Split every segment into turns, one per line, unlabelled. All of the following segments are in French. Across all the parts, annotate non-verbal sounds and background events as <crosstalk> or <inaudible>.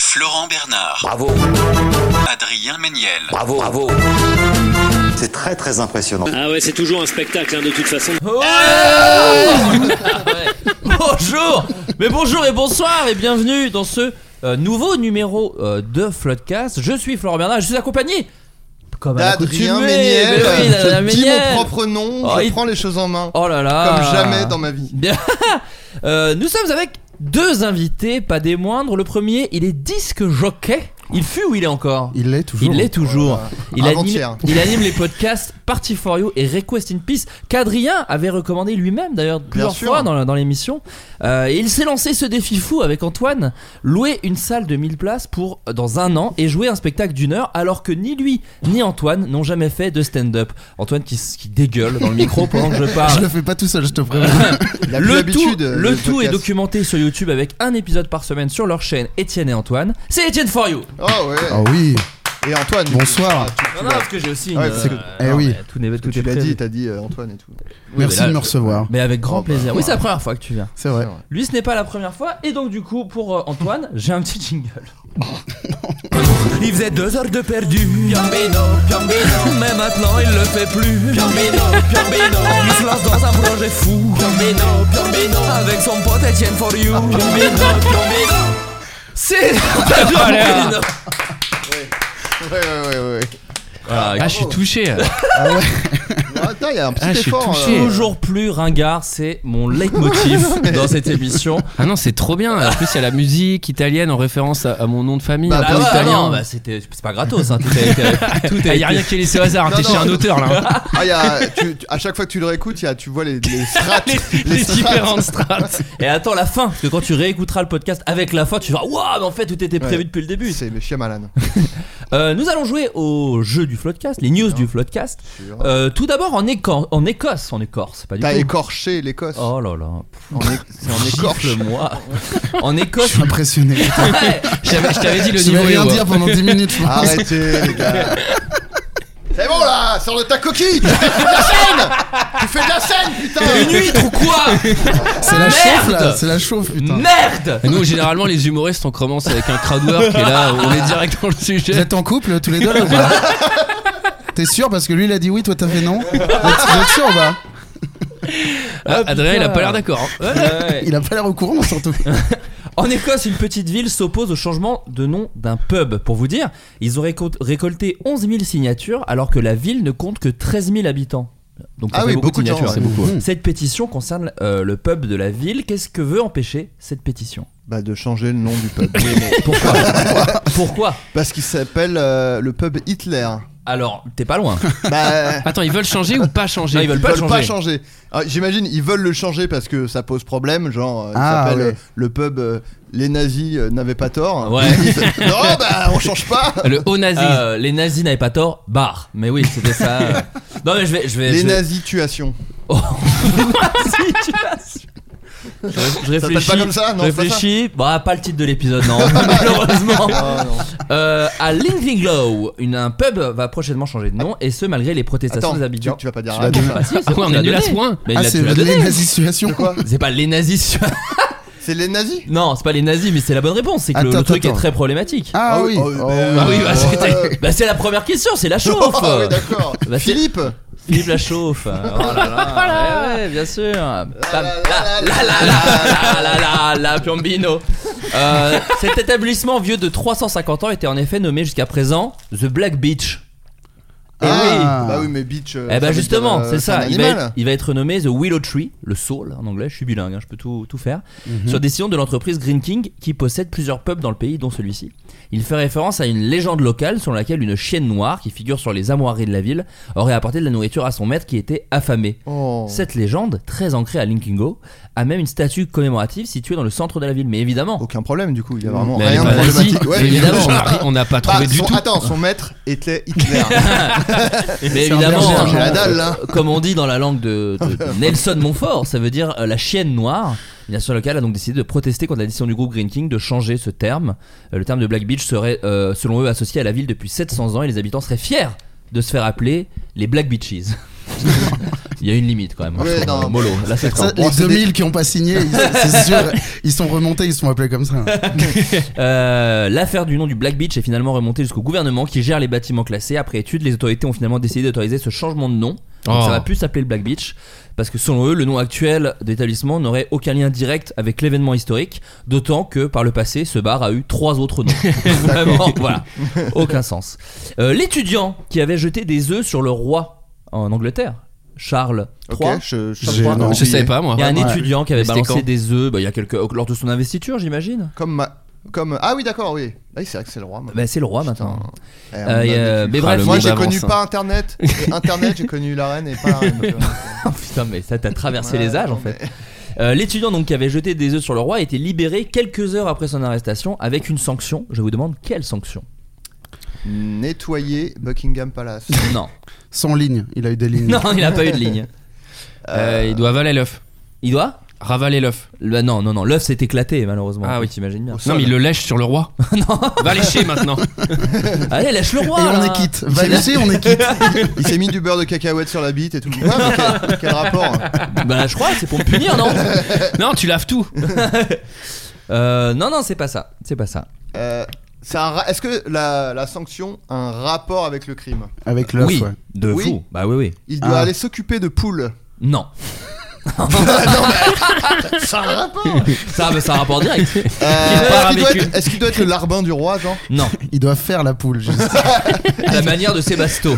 Florent Bernard,
Bravo,
Adrien Méniel,
bravo, bravo.
C'est très très impressionnant.
Ah ouais, c'est toujours un spectacle hein, de toute façon.
<laughs> Bonjour Mais bonjour et bonsoir et bienvenue dans ce euh, nouveau numéro euh, de Floodcast. Je suis Florent Bernard, je suis accompagné comme à
D'Adrien
l'accoutumée,
Méniel,
mais oui, d'Adrien
<laughs> je dis
Méniel.
mon propre nom,
Oh,
je
il-
prends les choses en main,
Oh là là
comme jamais dans ma vie.
Bien. <laughs> Euh, nous sommes avec deux invités, pas des moindres. Le premier, il est disque jockey. Il fut ou il est encore
Il l'est toujours.
Il l'est toujours. Il
Avant-hier.
anime, il anime les podcasts Party for You et Request in Peace qu'Adrien avait recommandé lui-même d'ailleurs plusieurs
sûr.
fois dans, la- dans l'émission. Euh, et il s'est lancé ce défi fou avec Antoine, louer une salle de 1000 places pour euh, dans un an et jouer un spectacle d'une heure alors que ni lui ni Antoine n'ont jamais fait de stand-up. Antoine qui, s- qui dégueule dans le micro pendant que je parle.
Je le fais pas tout seul, je te préviens.
Il a
Le
plus
tout,
l'habitude, euh,
le
de
tout est
podcast.
documenté sur YouTube avec un épisode par semaine sur leur chaîne Étienne et Antoine. C'est Étienne For You.
Oh ouais.
Ah oui.
Et Antoine.
Bonsoir.
Tu, tu
Non, non,
l'as-
parce que j'ai aussi une. euh,
Ouais, parce que-
eh oui.
mais Tout n'est
tu
tout est
l'as
prévu.
dit, t'as dit euh, Antoine et tout.
Oui,
Merci
mais là,
de me recevoir.
Mais avec grand
Oh, bah,
plaisir. Oui, c'est la
voilà.
première fois que tu viens.
C'est vrai.
Lui, ce n'est pas la première fois. Et donc, du coup, pour euh, <laughs> Antoine, j'ai un petit jingle. il faisait deux heures de perdu. Mais maintenant, il le fait plus. Il se lance dans un projet fou. Avec son pote Etienne For You. C'est Piombino.
Ouais, ouais, ouais, ouais.
Ah, je suis
touché.
Non, Attends, il y a un petit
Ah, je suis
effort.
touché.
euh,
toujours plus ringard. C'est mon <laughs> leitmotiv dans cette émission.
Ah non, c'est trop bien. En plus, il y a la musique italienne en référence à, à mon nom de famille.
Bah,
un peu
Ah,
bah,
ouais,
italien.
non, bah, c'était- c'est pas gratos. Hein, tout a été- <laughs> tout a
Ah, y a
été-
rien qui est laissé au hasard.
Non,
T'es
non.
chez un auteur là.
Ah, il y a, tu, tu- à chaque fois que tu le réécoutes, il y a, tu vois les,
<laughs>
les strates.
Les
strates.
différentes strates.
Et attends la fin, parce que quand tu réécouteras le podcast avec la fin, tu vas waouh, mais en fait tout était prévu
Ouais.
depuis le début.
C'est mes chiens malades.
Euh, nous allons jouer au jeu du Floodcast, les news du Floodcast. Euh, tout d'abord en, Éco- en Écosse, en Écorce, pas du
T'as
tout.
écorché l'Écosse.
Oh là là,
En é- C'est en écorche. <laughs>
moi. en
Je
Écosse, <laughs>
suis impressionné.
ouais.
J'avais- Je t'avais dit le Je vais niveau. rien est haut. dire pendant 10 minutes. je pense. <laughs>
Arrêtez, les gars. C'est bon là, sors de ta coquille. Tu fais de la scène. Tu fais de la scène, putain.
une huître ou quoi
C'est la
Ah, Merde
chauffe là. C'est la chauffe, putain.
Merde
Nous, généralement, les humoristes, on commence avec un crowdwork et là, on est direct dans le
Vous
sujet.
êtes en couple tous les deux là ou pas
<laughs>
T'es sûr parce que lui il a dit oui, toi t'as fait non Vous êtes- vous êtes sûr ou pas
Adrien, il a pas l'air d'accord.
Ouais.
Il a pas l'air au courant surtout.
En Écosse, une petite ville s'oppose au changement de nom d'un pub. Pour vous dire, ils ont récol- récolté 11 000 signatures alors que la ville ne compte que 13 000 habitants. Donc ça
Ah
fait
oui,
beaucoup,
beaucoup de gens,
signatures.
ouais. Hmm.
Mmh.
Cette pétition concerne euh, le pub de la ville. Qu'est-ce que veut empêcher cette pétition
Bah de changer le nom du pub. <laughs>
Pourquoi Pourquoi
Parce qu'il s'appelle euh, le pub Hitler.
Alors, t'es pas loin.
Bah
Attends, ils veulent changer ou pas changer
Non, ils veulent pas changer.
changer. Alors, J'imagine ils veulent le changer parce que ça pose problème, genre euh, il
Ah,
s'appelle
ouais.
euh, le pub euh, les nazis euh, n'avaient pas tort.
Ouais. <laughs>
Ils- non bah on change pas.
Le haut nazi.
Euh, les nazis n'avaient pas tort. Barre. Mais oui, c'était ça. euh.
<laughs>
Non mais je vais, je vais.
Les
je vais-
nazis tuations.
Oh. Si, tu as su. Je, Euh, je
pas
réfléchis.
comme ça Non,
je
c'est pas ça
réfléchis. Bah, pas le titre de l'épisode, non. <laughs> Malheureusement.
Ah, non.
Euh, à Linglinglow, une, un pub va prochainement changer de nom, et ce malgré les protestations
Attends,
des
tu,
habitants.
tu vas pas dire
vas
ah,
donner-
Bah si, c'est
Ah ouais,
bon,
on
tu
est
l'as
nul à ce
donné.
point.
Mais
Ah
là,
c'est
tu l'as
les
donné.
nazis situation
C'est pas les nazis. sur-
C'est les nazis
Non, c'est pas les nazis, mais c'est la bonne réponse. C'est que le-
Attends,
le truc
attends.
est très problématique.
Ah oui.
oh,
Oh,
ben,
Ah oui, bah,
oh,
c'était-
ouais.
bah, c'est la première question,
<laughs>
c'est la chauffe.
Ah oui, d'accord.
<laughs> Bah, c'est-
Philippe
Philippe la
<laughs>
chauffe. Oh là là. Ouais, ouais, bien sûr. Bam. La
la,
la la
la,
la la la la Piombino. Euh, Cet établissement vieux de 350 ans était en effet nommé jusqu'à présent The Black Beach. Eh
Ah.
Bah oui, mais bitch. euh,
Eh
ça
ben
veut
justement,
dire, euh,
c'est ça.
un
Il va,
animal.
être, il va être nommé The Willow Tree, le saule en anglais. Je suis bilingue, hein, je peux tout, tout faire.
Mhm.
Sur décision de l'entreprise Green King, qui possède plusieurs pubs dans le pays, dont celui-ci. Il fait référence à une légende locale selon laquelle une chienne noire qui figure sur les armoiries de la ville aurait apporté de la nourriture à son maître qui était affamé.
Oh.
Cette légende, très ancrée à Linkingo, a même une statue commémorative située dans le centre de la ville. Mais évidemment,
Aucun problème du coup, il y a vraiment
Mm. Mais elle est
rien de
pas
problématique.
nazie,
Ouais,
évidemment,
bien
on
sûr.
a- on n'a pas
Bah,
trouvé du
son-
tout. Ah
Attends, son maître
<laughs>
était Hitler.
Mais
un
évidemment,
berger,
j'ai la dalle, hein. là.
euh, comme on dit dans la langue de, de-
<laughs>
de Nelson Montfort, ça veut dire euh, la chienne noire. Une nation locale a donc décidé de protester contre la décision du groupe Green King de changer ce terme. Euh, le terme de Black Beach serait, euh, selon eux, associé à la ville depuis 700 ans et les habitants seraient fiers de se faire appeler les Black Beaches. <laughs> Il y a une limite quand même.
Ouais,
Je trouve,
non.
Mollo, là c'est
Ça,
fort.
les
c'est
2000 qui ont pas signé, ils-
<laughs>
c'est sûr, ils sont remontés, ils se sont appelés comme ça.
Euh, L'affaire du nom du Black Beach est finalement remontée jusqu'au gouvernement qui gère les bâtiments classés. Après étude, les autorités ont finalement décidé d'autoriser ce changement de nom. Donc
Oh.
ça va plus s'appeler le Black Beach parce que selon eux, le nom actuel de l'établissement n'aurait aucun lien direct avec l'événement historique, d'autant que par le passé, ce bar a eu trois autres noms.
<laughs>
<laughs> Vraiment, voilà, aucun sens. Euh, L'étudiant qui avait jeté des œufs sur le roi en Angleterre, Charles III.
Ok, je, je,
J'ai-
crois,
non,
non,
Je savais pas moi.
Il y a un
ouais.
étudiant qui avait
Mais c'était
balancé
quand
des œufs bah, il y a quelques... lors de son investiture, j'imagine.
Comme, ma- comme. Ah oui, d'accord, oui. Ah, oui, c'est vrai que c'est le roi. moi.
Bah, c'est le roi maintenant.
Eh, on
Euh,
a
et, euh,
vécu.
mais
Ah,
bref,
le
Moi,
monde
j'ai
avance,
connu
hein.
pas
<laughs>
Internet. Et Internet, j'ai connu la reine et pas la reine. euh,
Putain, mais ça t'a traversé les âges en fait.
Ouais,
Euh, L'étudiant donc qui avait jeté des œufs sur le roi a été libéré quelques heures après son arrestation avec une sanction. Je vous demande quelle sanction
mais- Nettoyer Buckingham Palace.
Non,
Sans ligne, il a eu des
<laughs>
lignes.
non, il a pas eu de ligne.
Euh, Il doit avaler l'œuf.
Il doit
Ravaler l'œuf.
Le- Non, non, non. L'œuf s'est éclaté malheureusement.
Ah oui.
t'imagines bien.
Non, mais il le lèche sur le roi.
<laughs> non.
Va lécher maintenant.
Allez, lâche le roi.
Et on
là.
est quitte. Va laisser, on est quitte.
Il s'est mis du beurre de cacahuète sur la bite et tout. Ouais, mais quel, quel rapport hein.
Bah, je crois, c'est pour me punir, non
Non, tu
<laughs>
laves tout.
Euh, Non, non, c'est pas ça. C'est pas ça.
Euh, c'est un ra- Est-ce que la, la sanction a un rapport avec le crime
Avec l'œuf,
oui,
ouais.
de
Oui.
fou. Bah oui, oui.
Il doit
Ah.
aller s'occuper de
Euh,
poules.
Non. <laughs>
Ça a un rapport
Ça, bah, ça a un rapport direct.
Euh,
<laughs> Il part
Est-ce qu'il doit,
avec
être- est-ce qu'il doit être le larbin du roi, genre
Non.
Il doit faire la poule. je sais.
À la manière de Sébasto.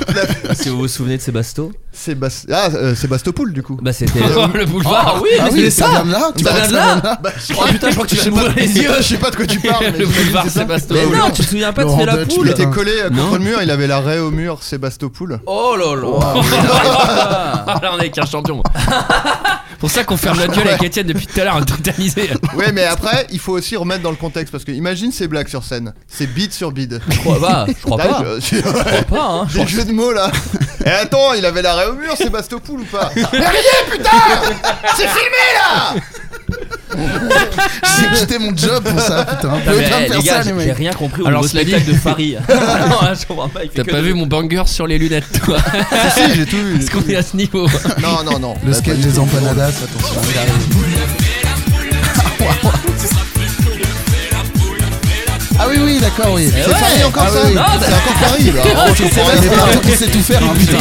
si vous vous souvenez de Sébasto,
Sébast- Ah, euh, Sébastopoul, du coup.
bah c'était.
Oh, le boulevard.
Ah oui,
Ah oui,
mais
mais
c'est-
ça vient de là. tu
Ça
vois,
vient de là
Bah,
Oh putain, je crois que tu vas m'ouvrir les yeux.
Ah, Je sais pas
<laughs>
de quoi tu parles. mais
Le
j'imagine,
boulevard
c'est ça
Sébastopoul.
Mais non, tu te souviens pas de
Laurent
la
Dutch,
Il
poule
putain.
était collé euh, contre
Non.
le mur, il avait l'arrêt au mur, Sébastopoul.
Oh là là
Ah, là, on est avec
<laughs>
un champion. Pour ça qu'on ferme notre gueule avec Étienne depuis tout à l'heure, totalisé.
Ouais, mais après, il faut aussi remettre dans le contexte parce que imagine ces blagues sur scène, c'est bide
<laughs>
sur bide.
Je crois pas, je crois pas,
Là, Bah, je- <laughs>
je crois pas, hein.
Des jeux de mots là Et attends, il avait l'arrêt au mur, Sébastopoul ou pas <laughs>
J'ai quitté mon job pour ça, putain.
Putain, mais
Faut pas me
les gars,
faire ça, les
j'ai j'ai
mecs.
rien compris au
Alors,
nouveau
cela dit-
spectacle de Farid. <laughs> non, hein, je Ah, comprends pas, il fait
T'as
que
pas
de-
vu mon banger sur les lunettes,
<laughs>
toi
Si, j'ai tout vu.
Est-ce qu'on est à ce niveau
Non, non, non.
Le sketch des empanadas, attention. <laughs> Ah oui, oui, d'accord, oui.
C'est Paris encore
Ah
ça
oui, oui.
Non, bah,
C'est encore Paris là
Non,
Oh,
c'est
je comprends
Il
rien.
est partout, il sait tout faire, hein, putain.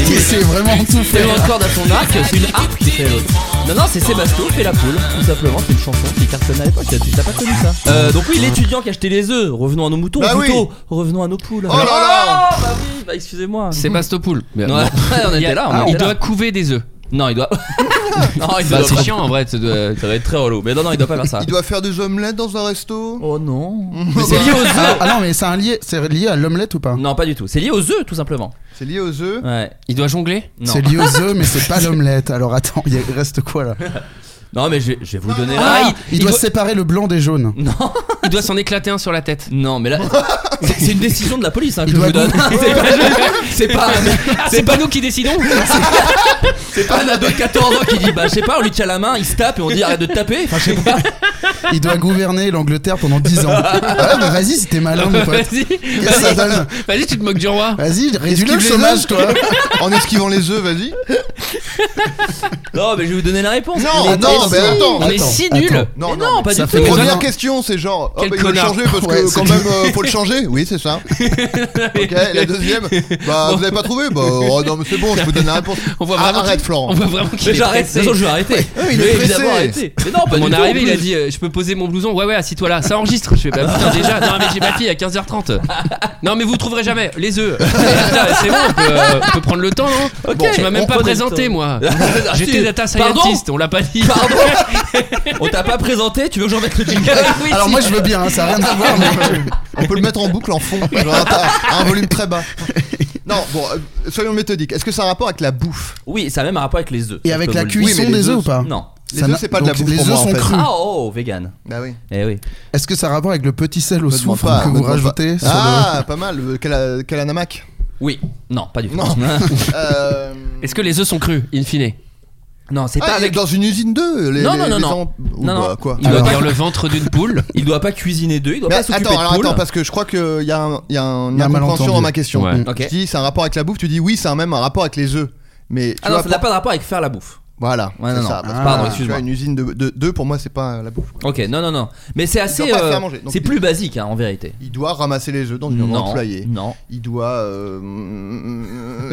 Il sait vraiment tout
C'est
faire.
le record à son arc, c'est une harpe qui fait l'autre. Non, non, c'est Sébasto, fait la poule. Tout simplement, c'est une chanson qui cartonne à l'époque. Tu t'as pas connu ça euh, Donc, oui, l'étudiant qui achetait les œufs. Revenons à nos moutons,
Bah oui.
plutôt. Revenons à nos poules.
Oh là là
Oh, Bah oui, bah excusez-moi.
Sébastopoul. Mais
Non,
bon.
ouais, on
Il y
était
a-
là, on
ah,
était
il
là.
doit couver des œufs.
Non, il doit. <laughs> non, il
Bah,
doit.
c'est chiant en vrai. Ça doit,
Ça va être très relou. Mais non, non, il doit pas faire ça.
Il doit faire des omelettes dans un resto
Oh non.
Mais c'est lié aux
Ah, ah non, mais c'est un lié, c'est lié à l'omelette ou pas
Non, pas du tout. C'est lié aux œufs, tout simplement.
C'est lié
<laughs>
aux œufs
Ouais.
Il doit jongler
Non.
C'est lié aux œufs, mais c'est pas l'omelette. Alors attends, il reste quoi là
Non, mais je vais, je vais vous le donner.
Ah,
là.
il-
Il, doit, séparer le blanc des jaunes.
Non,
il doit s'en éclater un sur la tête.
non, mais là, c'est c'est une décision de la police hein, que
Il
je
doit
vous donne. c'est pas, c'est pas,
Ah, c'est pas nous qui décidons
c'est pas un ado de 14 ans qui dit, bah, je sais pas, on lui tient la main, il se tape et on dit arrête de te taper. Enfin, je sais pas.
Il doit gouverner l'Angleterre pendant 10 ans. Ah, mais vas-y, si t'es malin, mon pote.
Vas-y,
Qu'est-ce que ça donne
vas-y, tu te moques du roi.
Vas-y, réduis le
Esquive les
chômage,
œufs.
toi.
En esquivant les œufs, vas-y
Non, mais je vais vous donner la réponse.
Non,
Il est-
non,
il
mais
est-
attends,
il est
attends,
si
attends.
nul.
Non,
Mais
non, mais
pas
ça
du
fait
tout.
raison.
Première question, c'est genre, oh,
Quel
bah, il faut le
connard.
changer parce
Ouais,
que
c'est
quand
clair.
même, euh, faut le changer. Oui, c'est ça. ok, et la deuxième, bah, vous avez pas trouvé Bah, oh, non, mais c'est bon, je vous donne la réponse.
On voit
Ah,
vraiment
Arrête,
qu'il-
Florent.
On voit vraiment qu'il
Mais
est
j'arrête, de toute
pressé.
façon, je vais arrêter.
il
Je
est
vais
pressé.
évidemment arrêter. Mais non, pas
Mon
du tout, en
arrivée, il a
plus.
dit euh, Je peux poser mon blouson Ouais, ouais, assis-toi là. Ça enregistre. Je fais Bah putain, déjà. Non, mais j'ai ma fille à
<laughs>
15h30. Non, mais vous trouverez jamais. Les œufs. <laughs> Putain, C'est bon, on peut, euh, on peut prendre le temps, non
Ok,
Tu m'as même
on
pas
prenait le
présenté,
temps.
moi.
<laughs> Ah,
J'étais
si.
data
Pardon
scientist, on l'a pas dit.
Pardon On t'a pas présenté, tu veux que j'en mette le jingle <laughs>
Oui,
Alors
si.
moi je veux bien, hein, ça a rien à voir. mais-
On peut le mettre en boucle en fond, genre, à un volume très bas. Non, bon, euh, soyons méthodiques. Est-ce que ça a un rapport avec la bouffe
Oui, ça a même un rapport avec les œufs.
Et
ça, je
avec
peux
la
vous le dire.
cuisson
Oui, mais les
des œufs
œufs,
ou pas
Non.
Les
Ça
œufs,
n'a-
c'est pas de la
donc,
bouffe
Les
pour
œufs
moi, en
sont
fait.
crus.
Ah oh, vegan.
Bah oui.
Eh oui.
Est-ce que ça a rapport avec le petit sel au
Me demande
soufre
pas,
que
me
vous
demande
rajoutez
pas.
sur le-
Ah, pas mal. euh, Quel, euh, quel anamac
Oui. Non, pas du <laughs> tout.
Non. Euh,
Est-ce que les œufs sont crus, in fine
non, c'est
ah,
pas avec.
dans une usine d'œufs les,
Non, non, non,
les
non.
en- ou
Non,
bah,
non.
quoi
Il doit
Alors,
pas-
dans le ventre d'une poule
Il doit pas cuisiner d'œufs, il doit
Mais
pas s'occuper
attends,
de
alors,
poules.
attends, parce que je crois qu'il y a un, il y a un,
Il y a un
incompréhension
malentendu.
dans ma question.
Ouais.
Mm.
Ok.
Je dis c'est un rapport avec la bouffe, tu dis oui, c'est un même un rapport avec les œufs. Mais tu
Ah
vois,
non, ça n'a
pour-
pas de rapport avec faire la bouffe.
Voilà,
Ouais, non,
c'est
non.
ça.
Ah,
Parce que,
pardon,
tu
excuse-moi.
vois, Une usine de- de- d'œufs, pour moi, c'est pas euh, la bouffe.
Ok, non, non, non. Mais c'est assez.
doit pas
euh,
faire manger, donc
c'est
il-
plus basique, hein, en vérité.
Il doit ramasser les œufs dans une
Non,
employée.
non.
Il doit euh,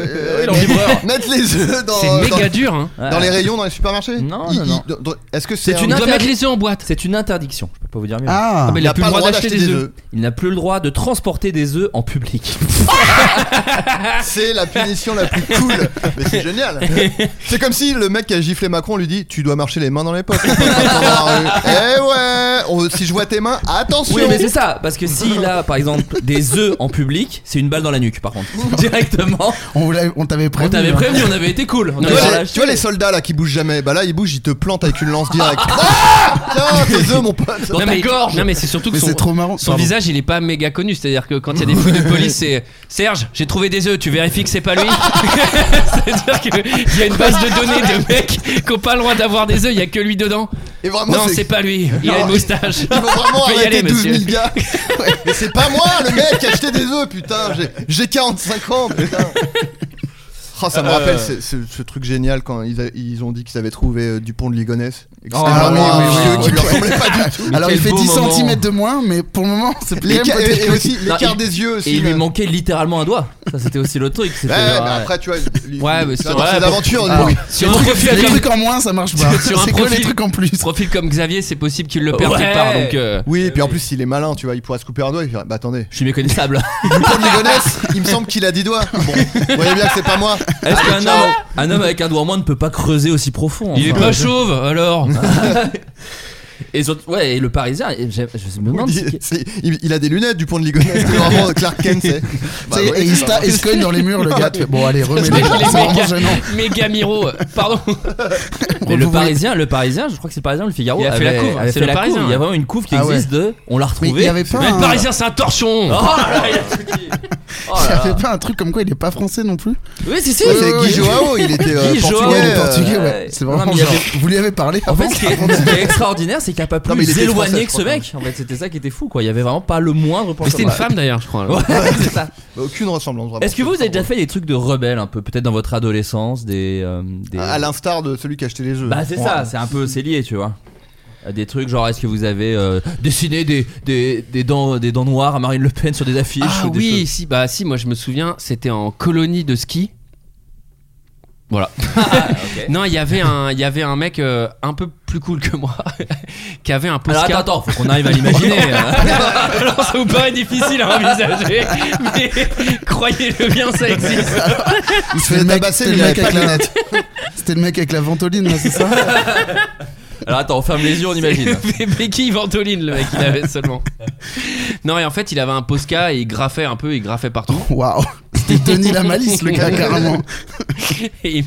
euh,
Oui,
<laughs>
dans le livreur.
mettre les œufs dans,
C'est
dans-
méga dur, hein
dans les rayons dans les supermarchés.
Non,
Il-
non,
il-
non.
dans- dans- Est-ce que
C'est
c'est
Tu
une
un-
dois
interdit-
mettre les œufs en boîte
C'est une interdiction, je peux pas vous dire mieux.
Ah,
Ah, mais il
Il
a
a
plus
pas
le droit d'acheter des œufs
Il n'a plus le droit de transporter des œufs en
<laughs>
public.
Ah, C'est la punition la plus cool. Mais c'est génial. C'est comme si le mec qui a giflé Macron lui dit Tu dois marcher les mains dans
<laughs>
les poches. Dans la rue. Eh ouais on- Si je vois tes mains, attention
Oui, mais c'est ça, parce que s'il a par exemple des œufs en public, c'est une balle dans la nuque par contre.
<laughs>
Directement,
on vous l'avait- on t'avait
on
prévenu.
t'avait
hein.
prévenu, on avait été cool. On
Tu
avait
vois,
pas
les,
lâché.
tu vois les soldats là qui bougent jamais, bah là ils bougent, ils te plantent avec une
<laughs>
lance directe. Ah Tiens, tes œufs mon pote.
non,
ta
mais,
gorge.
Bah, non mais c'est surtout que
Mais
son,
c'est trop marrant.
son
Pardon.
visage il est pas méga connu c'est à dire que quand il y a des fouilles de police c'est Serge j'ai trouvé des œufs tu vérifies que c'est pas lui <laughs> c'est à dire qu'il y a une base de données de mecs qui ont pas le droit d'avoir des œufs il y a que lui dedans
Et vraiment,
non c'est pas lui il a
Non. <laughs>
une moustache
Il faut vraiment
Faut y
arrêter
aller,
12 000
monsieur.
gars. Mais c'est pas moi le mec qui a acheté des œufs, putain. j'ai- J'ai 45 ans, putain. Oh, ça me rappelle ce, ce- ce truc génial quand ils, a- ils ont dit qu'ils avaient trouvé euh, Dupont de Ligonnès. Et que c'était
ah
vraiment
oui,
un
oui,
vieux
oui,
qui
oui.
leur ressemblait pas du tout.
Alors
quel
il fait
beau
10
moment.
cm de moins, mais pour le moment c'est
Les
quand
ca-
même
et,
peut-être-
et aussi l'écart
il-
des yeux aussi.
Et il lui
là.
manquait littéralement un doigt. Ça c'était aussi le truc. c'était-
Ouais, mais
ouais.
après, tu vois, lui-
Ouais, mais
lui-
c'est
dans
vrai,
ses
bon.
aventures,
Ah.
lui-
sur un profil
Les
comme,
trucs en moins ça marche pas.
Sur un
C'est quoi les
profil-
trucs en plus
profil comme Xavier c'est possible qu'il le perde
Ouais.
quelque part donc euh,
Oui, et puis en plus, il est malin, tu vois, il pourrait se couper un doigt et dire Bah attendez,
Je suis méconnaissable.
Dupont de Ligonnès, il me semble qu'il a 10 doigts. Bon, vous voyez bien que c'est pas moi.
Ah,
Est-ce qu'un homme, un homme avec un doigt en moins ne peut pas creuser aussi profond
il est
enfin
pas chauve alors
Et surtout- ouais, et le Parisien, et j'ai- je me demande.
Il,
si-
c'est- il- il a des lunettes du pont de Ligonnès, <laughs> c'est vraiment Clark Kent, c'est. Bah
Tu sais,
ouais,
et il se ta- il se cogne dans les murs le gars. tu fais, Bon allez remets-les. C'est vraiment gênant.
méga miro euh, pardon
Mais le
Vous voyez-
Parisien, le Parisien, je crois que c'est le Parisien, ou le Figaro.
Il a fait la
avait-
couve,
avait fait
c'est le
la couve.
Parisien.
Il y a vraiment une couve qui
Ah ouais.
existe de. On l'a
Mais
retrouvée.
il y avait pas.
mais le
un-
parisien c'est un torchon
Oh là là, il a tout dit. Oh
Il y
là là.
avait pas un truc comme quoi il est pas français non plus
Oui, si, si.
Ouais, c'est Guy Joao, il était euh,
Guy Joao,
portugais.
Ouais, il est
euh,
portugais, ouais.
ouais.
C'est
Non, mais
vraiment
il y
genre,
avait-
Vous lui avez parlé
En
avant
fait, ce qui est, ce qui est extraordinaire, c'est qu'il n'y a pas plus
Non, mais il était
éloigné
français,
que
je
ce
crois,
mec. En fait, c'était ça qui était fou, quoi. Il y avait vraiment pas le moindre point.
Mais c'était une
commun.
femme d'ailleurs je crois alors.
Ouais, c'est ça.
bah, aucune ressemblance. vraiment.
Est-ce que vous, vous avez déjà fait des trucs de rebelle un peu, peut-être dans votre adolescence, des. euh, des...
À l'instar de celui qui a acheté les jeux.
Bah c'est ça, c'est un peu c'est lié, tu vois. Des trucs genre est-ce que vous avez euh, dessiné des, des, des dents des dents noires à Marine Le Pen sur des affiches
Ah
ou des
oui,
choses-
si, bah si, moi je me souviens, c'était en colonie de ski. Voilà.
Ah,
<laughs> Non, il y avait un, il y avait un mec euh, un peu plus cool que moi <laughs> qui avait un
Alors
postcard.
attends,
<laughs>
attends, faut qu'on arrive à l'imaginer. hein.
Alors, ça vous paraît difficile à envisager, mais <laughs> croyez-le bien, ça existe.
Il se
fait tabasser, mais il avait pas de
la C'était le mec avec la ventoline, là, c'est ça
Alors attends, on ferme les yeux, on imagine.
<laughs> C'est Becky Ventoline, le mec, il avait seulement. Non, et en fait, il avait un posca et il graffait un peu, il
<laughs>
graffait partout.
<laughs> Waouh C'était Denis la malice, le gars, carrément.
Et,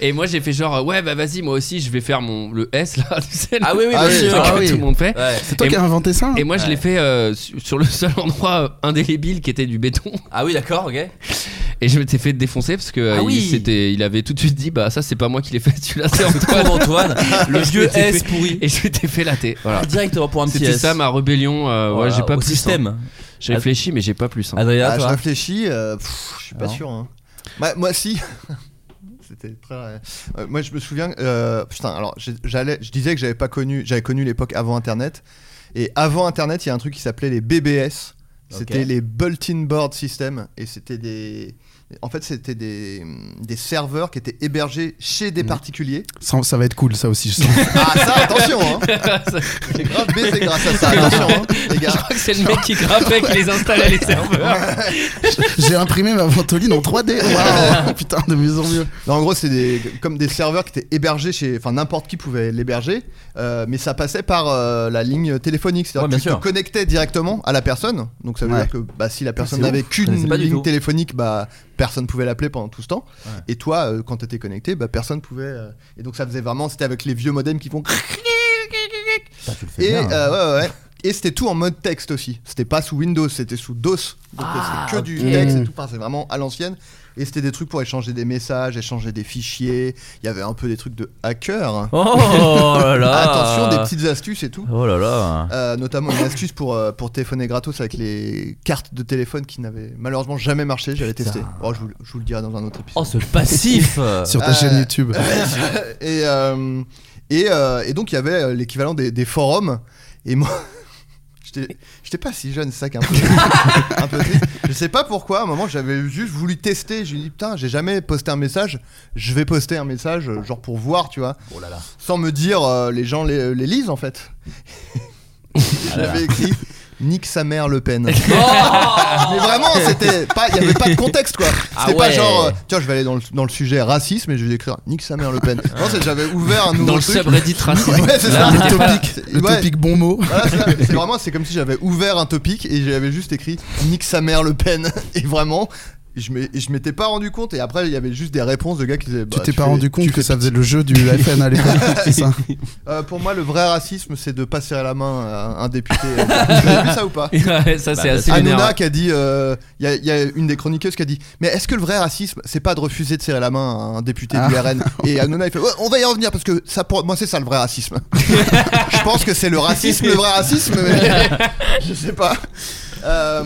et moi, j'ai fait genre, ouais, bah vas-y, moi aussi, je vais faire mon, le S là, tu sais,
Ah oui oui,
Ah
bien
oui,
sûr.
ah
que
oui.
tout le monde fait.
Ouais.
C'est toi
Et
qui as inventé ça
Et moi, je l'ai fait euh, su- sur le <laughs> seul endroit euh, indélébile qui était du béton. <laughs>
Ah oui, d'accord, OK.
Et je m'étais fait défoncer parce que euh,
Ah
il,
oui.
s'était- il avait tout de suite dit Bah, ça, c'est pas moi qui l'ai fait, <laughs> celui-là,
<laughs>
c'est Antoine.
Comme
<laughs>
Antoine, le
Et je
vieux
m'étais
S
fait-
pourri.
Et je m'étais fait latter. Voilà.
Directement pour un petit
C'était
S.
ça ma rébellion. euh,
Voilà,
ouais, j'ai pas
au
plus. hein.
système. Ah.
J'ai réfléchi, mais j'ai <laughs> pas plus. hein.
Adrien,
Ah, je
toi
réfléchis, euh, pff, je suis pas
Non.
sûr. hein. Bah, moi si. <laughs> C'était très. euh, moi, je me souviens. euh, putain, alors j'ai- j'allais, je disais que j'avais pas connu, j'avais connu l'époque avant Internet. Et avant Internet, il y a un truc qui s'appelait les BBS. C'était les bulletin board system, et c'était des. En fait, c'était des, des serveurs qui étaient hébergés chez des particuliers.
Ça, ça va être cool, ça aussi. je sens. <laughs>
Ah ça, attention hein.
Je
J'ai grave baisé grâce à ça, attention hein, les
<laughs>
gars.
crois que c'est le mec qui grimpait qui les installait les serveurs.
J'ai imprimé ma ventoline en 3D. Waouh, putain, de mieux en mieux.
Non, en gros, c'est des, comme des serveurs qui étaient hébergés chez. Enfin, n'importe qui pouvait l'héberger, euh, mais ça passait par euh, la ligne téléphonique.
Ouais,
C'est-à-dire
bien
que tu
sûr.
te connectais directement à la personne. Donc, ça veut
Ouais.
dire que bah, si la personne
c'est
n'avait
ouf. Je connaissais
qu'une
pas du
ligne
tout.
téléphonique, bah, personne pouvait l'appeler pendant tout ce temps.
Ouais.
Et toi, euh, quand t'étais connecté, bah, personne pouvait. euh, et donc, ça faisait vraiment. C'était avec les vieux modems qui font.
tu le fais
Et
bien. hein.
euh, ouais, ouais, ouais. Et c'était tout en mode texte aussi. C'était pas sous Windows, c'était sous DOS. Donc euh,
Ah,
c'était que
ok.
du texte et tout. Enfin, c'est vraiment à l'ancienne. Et c'était des trucs pour échanger des messages, échanger des fichiers. Il y avait un peu des trucs de hacker.
Oh là là
Attention, des petites astuces et tout.
Oh là là
Euh, notamment une astuce pour, euh, pour téléphoner gratos avec les cartes de téléphone qui n'avaient malheureusement jamais marché. J'avais testé. Oh, je, vous, le- je vous le dirai dans un autre épisode.
Oh ce passif
Sur ta
Euh,
chaîne YouTube.
<laughs> et, euh, et, euh, et donc il y avait euh, l'équivalent des, des forums. Et moi, <laughs> j'étais j'étais pas si jeune, c'est ça qui est un peu, un peu triste. Je sais pas pourquoi, à un moment j'avais juste voulu tester. J'ai dit putain, j'ai jamais posté un message. Je vais poster un message, euh, genre pour voir, tu vois.
Oh
Sans me dire, euh, les gens les, les lisent en
<laughs>
fait.
Ah
j'avais écrit. Nique sa mère Le
<laughs>
Pen.
Oh
<laughs> Mais vraiment, c'était pas, il y avait pas de contexte quoi. C'était
Ah
pas
ouais.
genre, euh, tiens, je vais aller dans le, dans le sujet racisme et je vais écrire nique sa mère Le Pen.
Ah.
Non, c'est- j'avais ouvert un nouveau
Dans le
truc.
<laughs>
subreddit raciste.
<laughs> Ouais, c'est ça.
Là, on était pas-
Le
euh, Ouais,
topic bon mot.
voilà,
<laughs>
c'est ça. c'est vraiment, c'est comme si j'avais ouvert un topic et j'avais juste écrit nique sa mère Le Pen. <laughs> Et vraiment. Je m'ai- je m'étais pas rendu compte et après il y avait juste des réponses de gars qui disaient
Tu
bah,
t'es pas
fais-
rendu compte
tu
que
fais-
ça faisait le jeu du FN à l'époque, c'est <laughs> ça
Euh, pour moi le vrai racisme c'est de passer à la main à un député
<laughs>
Vous avez vu ça ou pas
<laughs> Ouais, ça
bah,
c'est assez lunaire.
Hanouna qui a dit, il y, a- y a une des chroniqueuses qui a dit, mais est-ce que le vrai racisme, c'est pas de refuser de serrer la main à un député
Ah.
du
<laughs>
RN Et Hanouna il fait, Ouais, on va y revenir parce que ça, pour moi c'est ça le vrai
<laughs>
racisme. je pense que c'est le racisme, le vrai racisme,
<laughs>
mais je sais pas. Euh,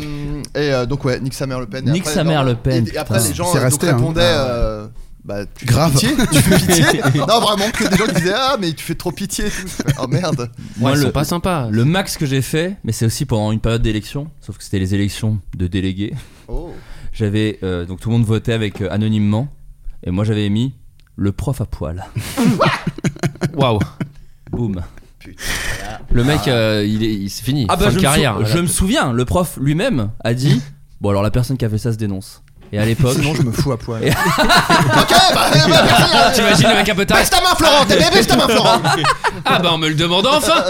et euh, donc ouais, nique sa mère Le Pen. Et
Nique
après,
sa
non,
mère Le Pen,
Et, et après
putain.
les gens
C'est
euh, donc,
resté, hein.
répondaient.
Ah ouais.
euh, bah, tu fais
Grave. <laughs>
pitié, tu fais pitié. non, vraiment, que des gens qui disaient Ah, mais tu fais trop pitié et tout. Oh merde.
<laughs>
Moi,
Moi, ils
le-
sont pas sympas.
Le max que j'ai fait, mais c'est aussi pendant une période d'élection, sauf que c'était les élections de délégués. <laughs>
Oh.
J'avais euh, donc tout le monde votait avec euh, anonymement, et moi j'avais mis le prof à
<laughs>
poil.
Waouh.
Boum.
Le mec, euh, il est, il- c'est fini.
Ah bah
fin
je,
de carrière.
me sou- je me souviens, le prof lui-même a
<laughs>
dit bon alors la personne qui a fait ça se dénonce. Et à l'époque, <laughs>
Sinon, je me fous à poil.
Et-
ok, bah, bah,
<laughs>
merci, hein.
Ah, T'imagines le mec un peu tard
Bah,
Baisse ta main, Florent
<laughs>
T'es bien, baisse ta main, Florent
Ah bah on me le demande enfin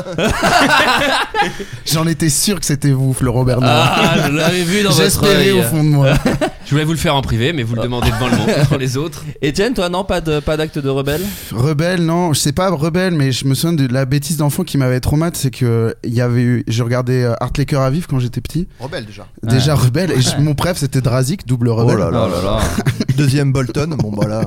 J'en étais sûr que c'était vous, Florent Bernard.
Ah, je l'avais vu dans votre
J'espérais
œil.
au fond Euh. de moi.
Je voulais vous le faire en privé, mais vous le demandez devant le monde, devant
<laughs>
les autres.
Etienne, toi non, pas de pas d'acte de rebelle.
Rebelle, non, je sais pas rebelle, mais je me souviens de la bêtise d'enfant qui m'avait traumatisé, c'est que euh, il y avait eu, je regardais euh, Art Laker à vif quand j'étais petit,
Rebelle déjà.
déjà rebelle, et je- mon préf c'était Drazik, double rebelle.
Oh là Deuxième Bolton, bon bah là.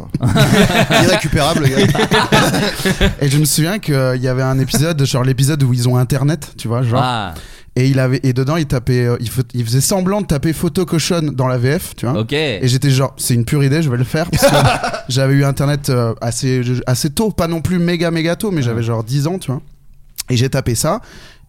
<laughs> Irrécupérable, le gars.
Et je me souviens qu'il y avait un épisode, genre l'épisode où ils ont internet, tu vois, genre,
Ah,
et il avait, et dedans il tapait, euh, il, faut- il faisait semblant de taper photo cochonne dans la VF, tu vois.
ok.
Et j'étais genre, c'est une pure idée, je vais le faire. Parce que <laughs> j'avais eu internet euh, assez, assez tôt, pas non plus méga méga tôt, mais j'avais genre 10 ans, tu vois. Et j'ai tapé ça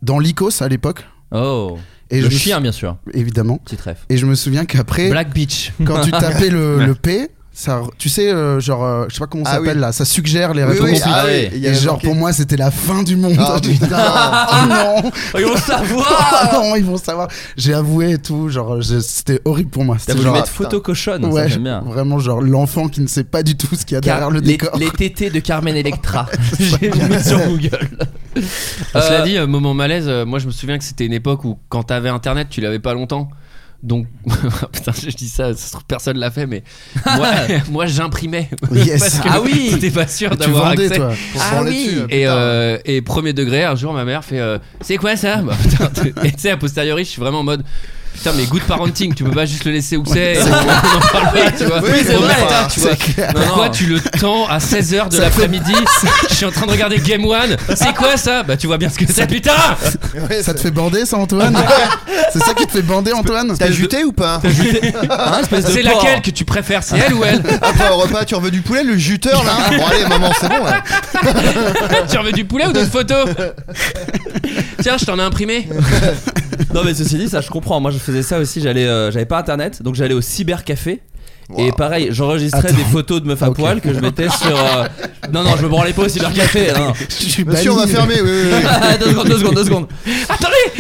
dans l'ICOS à l'époque.
Oh.
Et
le
je me
chien bien sûr.
sou- Évidemment.
Petit trèfle.
Et je me souviens qu'après,
Black Beach.
quand tu tapais le, le P, ça, re- tu sais, euh, genre, euh, je sais pas comment ça
Ah
s'appelle
oui.
là, ça suggère les
Oui,
réponses.
oui, ah oui,
Et
il y avait
genre,
marqué-
pour moi, c'était la fin du monde. <laughs>
Ah, <laughs> putain.
oh non!
Ils vont
<laughs> Ah
savoir.
non, ils vont savoir. J'ai avoué et tout. Genre, je- c'était horrible pour moi.
T'as
C'était
voulu
genre,
mettre photo cochonne, ça
ouais,
j'aime bien.
vraiment genre l'enfant qui ne sait pas du tout ce qu'il y a derrière
Car-
le
les,
décor.
les tétés de Carmen
<laughs>
Electra. J'ai mis sur Google.
Ah, Cela
Euh,
dit, euh, moment malaise, euh, moi je me souviens que c'était une époque où quand t'avais internet, tu l'avais pas longtemps. Donc, <laughs> putain, je dis ça, ça se trouve, personne l'a fait, mais
<laughs>
moi, <laughs> moi j'imprimais.
Yes.
Parce que
Ah
oui.
T'étais pas sûr
tu
d'avoir
vendais
accès.
toi.
Pour se branler dessus, euh,
Et,
putain.
euh, et <laughs> premier degré, un jour ma mère fait euh, C'est quoi ça Bah, putain, t'es- Et tu sais, a posteriori, je suis vraiment en mode Putain, mais good parenting, tu peux pas juste le laisser où c'est. et On en parle pas, tu vois.
Oui, c'est
Au
vrai. hein,
matin, tu vois. Pourquoi tu le tends à 16h de l'après-midi Je suis en train de regarder Game One. C'est quoi ça Bah, tu vois bien ce que c'est, <laughs> putain
Ça te fait bander ça Antoine C'est ça qui te fait bander Antoine
T'as juté ou pas
C'est laquelle que tu préfères C'est elle ou elle
Après au repas, tu veux du poulet, le juteur là <laughs> Bon allez maman, c'est bon hein. là.
Tu veux du poulet ou d'autres photos Tiens, je t'en ai imprimé.
Non mais ceci dit, ça je comprends. Moi je faisais ça aussi. J'allais, euh, j'avais pas internet, donc j'allais au cybercafé. Et pareil, j'enregistrais des photos de meufs à poil que je mettais sur. euh, Non non, je me branlais pas au cybercafé. hein.
<laughs>
Non.
Monsieur, on va fermer. Oui, oui, <laughs> oui.
deux secondes, deux secondes, deux secondes.
Attendez
<laughs>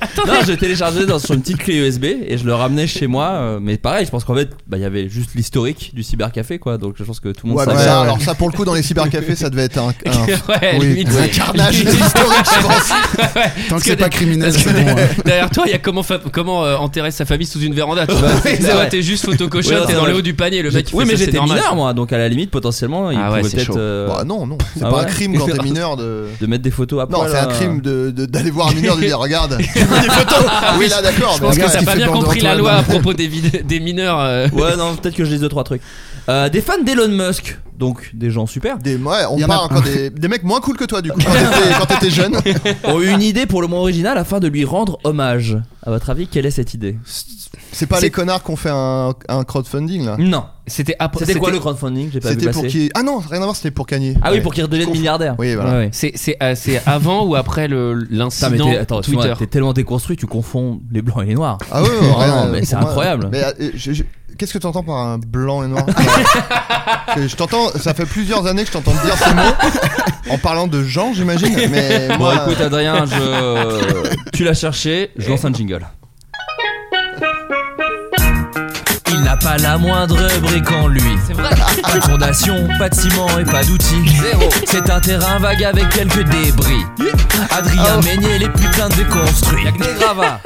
Attendez
Non, je téléchargeais dans, sur une petite clé USB et je le ramenais chez moi. euh, mais pareil, je pense qu'en fait, bah, il y avait juste l'historique du cybercafé quoi. Donc je pense que tout le monde
Ouais, mais
savait.
ça,
Ouais.
alors ça pour le coup dans les cybercafés, ça devait être <laughs> un, Ah, un-
<laughs> Ouais,
Oui,
limite.
un
carnage historique, je <laughs> pense.
Ouais.
Tant
Parce
que c'est
des-
pas criminel,
parce que
c'est bon, hein. ouais.
<laughs> Derrière toi, il y a comment, fa- comment euh, enterrer sa famille sous une véranda.
<laughs>
Tu vois,
c'est
Toi,
vrai.
t'es juste
Ouais,
photocoché,
non,
t'es
c'est
dans
vrai.
le haut du panier. Le mec, il fait
oui, mais
ça, c'est
j'étais
normal.
mineur moi, donc à la limite potentiellement, il
Ah ouais,
pouvait
c'est
peut-être
chaud.
euh,
Bah non, non, c'est
Ah
pas
ouais
un crime quand <laughs> t'es mineur de.
de mettre des photos à
Non,
poil,
c'est un
euh,
crime de- de- d'aller voir un mineur et de lui dire <laughs> regarde, tu veux des photos Oui, là d'accord.
pense
mais
que
après,
ça
T'as pas
fait
bien
bander
compris la
Antoine.
loi à propos des, vid- des mineurs. euh,
Ouais, non, peut-être que je lis deux trois trucs. Euh, des fans d'Elon Musk, donc des gens super,
Des, ouais,
Il y
on
en
parle
a-
encore
<laughs>
des, des mecs moins cool que toi du coup quand t'étais- quand t'étais jeune.
ont eu une idée pour le moins originale afin de lui rendre hommage. À votre avis, quelle est cette idée
C'est pas
C'est-
les connards qui ont fait un, un crowdfunding là.
Non.
C'était après.
C'était quoi le crowdfunding J'ai pas vu
C'était pour
passer.
qui Ah non, rien à voir, c'était pour gagner.
Ah oui, pour qu'il redevienne milliardaire.
Oui, voilà.
Ouais, ouais.
C'est c'est, euh, c'est avant ou après le-
Putain, mais
l'incident
t'es- attends, tu vois,
Twitter
t'es tellement déconstruit, tu confonds les blancs et les noirs.
Ah
<laughs>
ouais, ouais,
Oh, Non,
rien,
mais
pour
c'est
moi.
incroyable.
Mais euh, je- je- qu'est-ce que t'entends par un blanc et noir
<laughs>
Parce que Je t'entends, ça fait plusieurs années que je t'entends dire ces mots en parlant de gens,
<laughs>
j'imagine. Mais
Bon,
moi, euh,
écoute, Adrien, <laughs> je... tu l'as cherché, je lance un jingle. Il n'a pas la moindre brique en lui.
C'est vrai.
Pas de fondation, pas de ciment et pas d'outils. C'est un terrain vague avec quelques débris. Adrien
Oh.
Meunier, les putains de construits. Y'a que des gravats.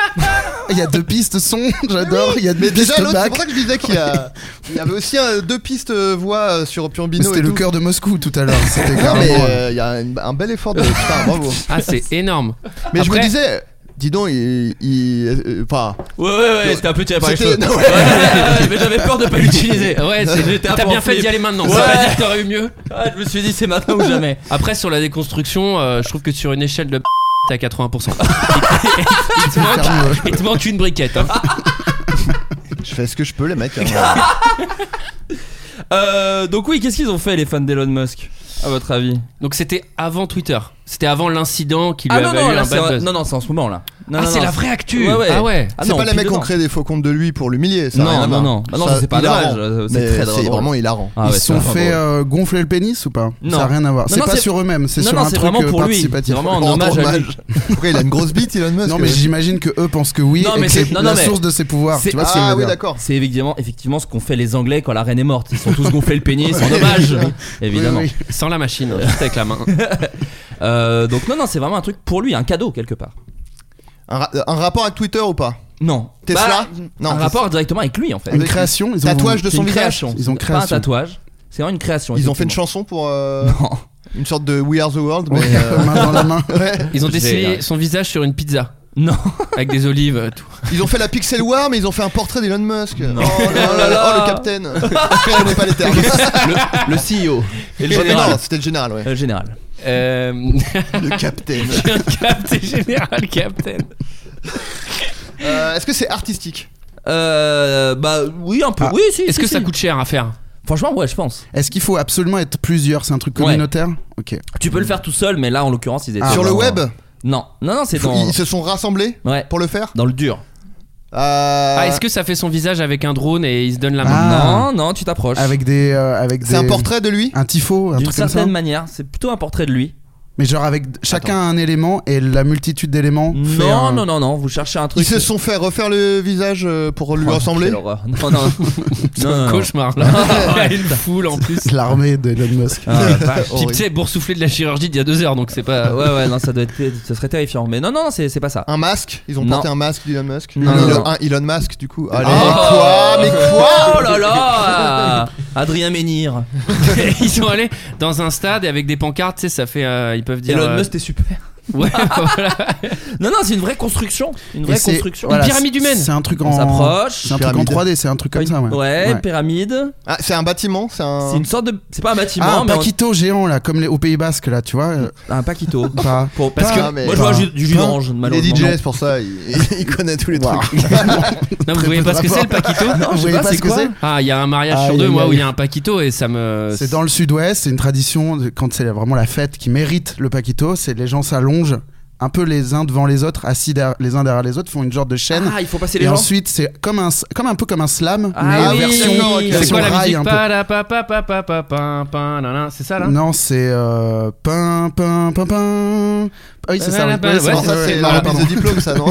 Il y a deux pistes son, j'adore. Il y a
mais
deux
déjà
pistes
l'autre, c'est
back.
pour ça que je disais qu'il y, a- il y avait aussi euh, deux pistes euh, voix euh, sur Piombino.
C'était
et
le
tout.
cœur de Moscou tout à l'heure. C'était
Non,
clairement.
mais
euh,
euh, il y a une- un bel effort de. Putain, bravo.
Ah, c'est
<laughs>
énorme.
Mais je me
Après-
disais, dis donc, il. il- euh, enfin,
Ouais, ouais, ouais, c'était un peu tiré par les
C'était-
cheveux.
non, <laughs> ouais.
ouais, mais j'avais peur de pas l'utiliser.
Ouais, c'est-
J'étais un
t'as
peu en
bien fait
flip.
d'y aller maintenant.
Ouais.
Ça veut dire que t'aurais eu mieux.
Ah, je me suis dit, c'est maintenant <laughs> ou jamais.
Après, sur la déconstruction, euh, je trouve que sur une échelle de t'es à 80%. <laughs> il, te manque, il te manque une briquette. hein.
je fais ce que je peux, les mecs. hein.
Euh, donc, oui, qu'est-ce qu'ils ont fait, les fans d'Elon Musk, à votre avis
Donc, c'était avant Twitter. C'était avant l'incident qui lui
Ah non,
avait
non,
eu
là,
un
c'est
bad
en-
buzz.
non, non, c'est en ce moment là. Non,
ah,
non,
c'est
non.
la vraie actu.
Ouais, ouais.
Ah ouais.
Ah
c'est
non,
pas les mecs qui
dedans.
ont créé des faux comptes de lui pour l'humilier, ça.
Non,
rien à
non,
voir.
non. Ah non, ça, c'est pas
hilarant.
dommage, euh, c'est
Mais
très drôle.
C'est vraiment hilarant.
Ah
<laughs>
ils
ouais,
se sont
c'est vraiment
fait
drôle.
euh, gonfler le pénis ou pas
Non.
Ça n'a rien à voir.
Non,
C'est
non,
pas
c'est-
sur eux-mêmes, c'est
Non,
sur
non,
un
c'est
truc
vraiment
euh,
pour lui. C'est
participatif.
vraiment
Pour
en hommage
rendre
à lui.
hommage. Après, il a une grosse bite, Elon Musk.
Non mais j'imagine que eux pensent que oui
Non,
et
mais
que
c'est-
c'est
non, non,
la
mais-
source de ses pouvoirs.
c'est-
Tu vois ce que je
Ah
veux
oui,
dire
d'accord.
C'est évidemment, effectivement ce qu'ont fait les Anglais quand la reine est morte. Ils sont tous gonflés le pénis en hommage, évidemment.
Oui,
Sans la machine, juste avec la main.
<laughs> Euh, donc non, non, c'est vraiment un truc pour lui, un cadeau quelque part.
Un, ra- un rapport avec Twitter ou pas
Non.
Tesla Non.
Bah, un rapport directement avec lui en fait.
Une
Avec-
création, ils ont
Tatouage de
C'est
son
une
visage.
création.
Ils ont
C'est Pas
création.
un tatouage. C'est vraiment une création.
Ils ont fait une
effectivement.
chanson pour euh,
Non.
une sorte de We Are the World, mais
Ouais,
euh,
main dans la main.
ouais.
Ils ont
J'ai-
dessiné son visage sur une pizza.
Non. <laughs>
Avec des olives, euh, tout.
ils ont fait la Pixel War, mais ils ont fait un portrait d'Elon Musk.
Non.
Oh là là là, oh, le Captain.
<laughs>
Je connais pas les termes.
Le, le CEO. Et le
Ouais, mais non,
général.
c'était le général, ouais.
Le général.
Euh...
Le Captain.
<laughs> Captain Général Captain.
Euh, Est-ce que c'est artistique
Euh, bah oui un peu.
Ah.
Oui si.
Est-ce
si,
que
si.
ça coûte cher à faire
Franchement ouais je pense.
Est-ce qu'il faut absolument être plusieurs C'est un truc communautaire Ok.
Tu peux le faire tout seul mais là en l'occurrence ils étaient
Ah,
Sur le
dans-
web
Non non non c'est
Faut-
dans
Ils se sont rassemblés
ouais
pour le faire
dans le dur.
Euh,
Ah, est-ce que ça fait son visage avec un drone et il se donne la main
Ah.
Non non tu t'approches.
Avec des euh, avec des.
C'est un portrait de lui
Un tifo, un
D'une
truc comme ça.
certaine manière c'est plutôt un portrait de lui.
Mais genre avec chacun un élément et la multitude d'éléments. fait
Non,
un-
non, non, non, vous cherchez un truc.
Ils se sont fait refaire le visage euh, pour lui
Oh,
ressembler
quelle horreur. <laughs> Non,
<laughs>
non,
C'est
non,
un
non. <laughs>
cauchemar <laughs> là. Une foule en plus.
C'est <laughs> L'armée d'Elon Musk.
Ah,
Puis tu sais, boursouflé de la chirurgie d'il y a <laughs> deux heures, donc c'est
Euh,
pas.
ouais, ouais, non, ça doit être, ça serait terrifiant. Mais non, non, non, c'est c'est pas ça.
Un masque Ils ont
Non.
porté un masque d'Elon Musk
Non,
Un
non,
Elon-
non. Ah,
Un Elon Musk du coup Allez, Ah,
Ah,
Oh.
mais quoi Mais quoi
<laughs> Oh là là, Adrien Menhir.
Ils sont allés dans un stade et avec des pancartes, tu sais, ça fait. euh, ils peuvent dire.
Elon
euh,
Musk, t'es super.
<laughs> Ouais, voilà.
<laughs> Non, non, c'est une vraie construction. Une vraie
Et c'est-
construction.
voilà,
Une pyramide humaine.
C'est un truc en.
On s'approche.
C'est un truc en
Pyramide.
3D, c'est un truc comme ça, ouais.
Ouais, pyramide.
Ah, c'est un bâtiment, c'est un.
C'est une sorte de. C'est pas un bâtiment,
Ah, un
mais on-
paquito géant là, comme les, au Pays Basque là, tu vois. <laughs> euh,
un paquito.
pas-
Pour-
Parce
pas-
que- mais-
moi je vois
pas-
ju- du jus
Plein.
d'orange,
Les
malheureusement.
DJs, pour ça, ils, ils connaissent tous les
Wow.
trucs.
Non, vous voyez pas ce que c'est
<laughs>
le paquito
Vous voyez pas ce que c'est
Ah, il y a un mariage
Aïe,
sur deux,
aïe,
moi, où
aïe.
il y a un paquito et ça me.
C'est dans le sud-ouest, c'est une tradition, de- quand c'est vraiment la fête qui mérite le paquito, c'est les gens s'allongent un peu les uns devant les autres, assis derrière- les uns derrière les autres, font une genre de chaîne.
Ah, il faut passer les
et
gens.
ensuite, c'est comme un, comme un peu comme un slam,
Ah
mais
oui,
version,
oui,
c'est
version
quoi la
rail
musique
un peu.
Pa, la, pa, pa, pa, pa, pa, pa, pa, na, na. C'est ça là
Non, c'est euh, pain, pain, pain, pain. Ah oui, c'est ça.
Ouais,
oui. Ouais,
ouais,
Non, ça,
ouais,
c'est
ouais,
la
ouais,
reprise
pardon.
de diplôme, ça, non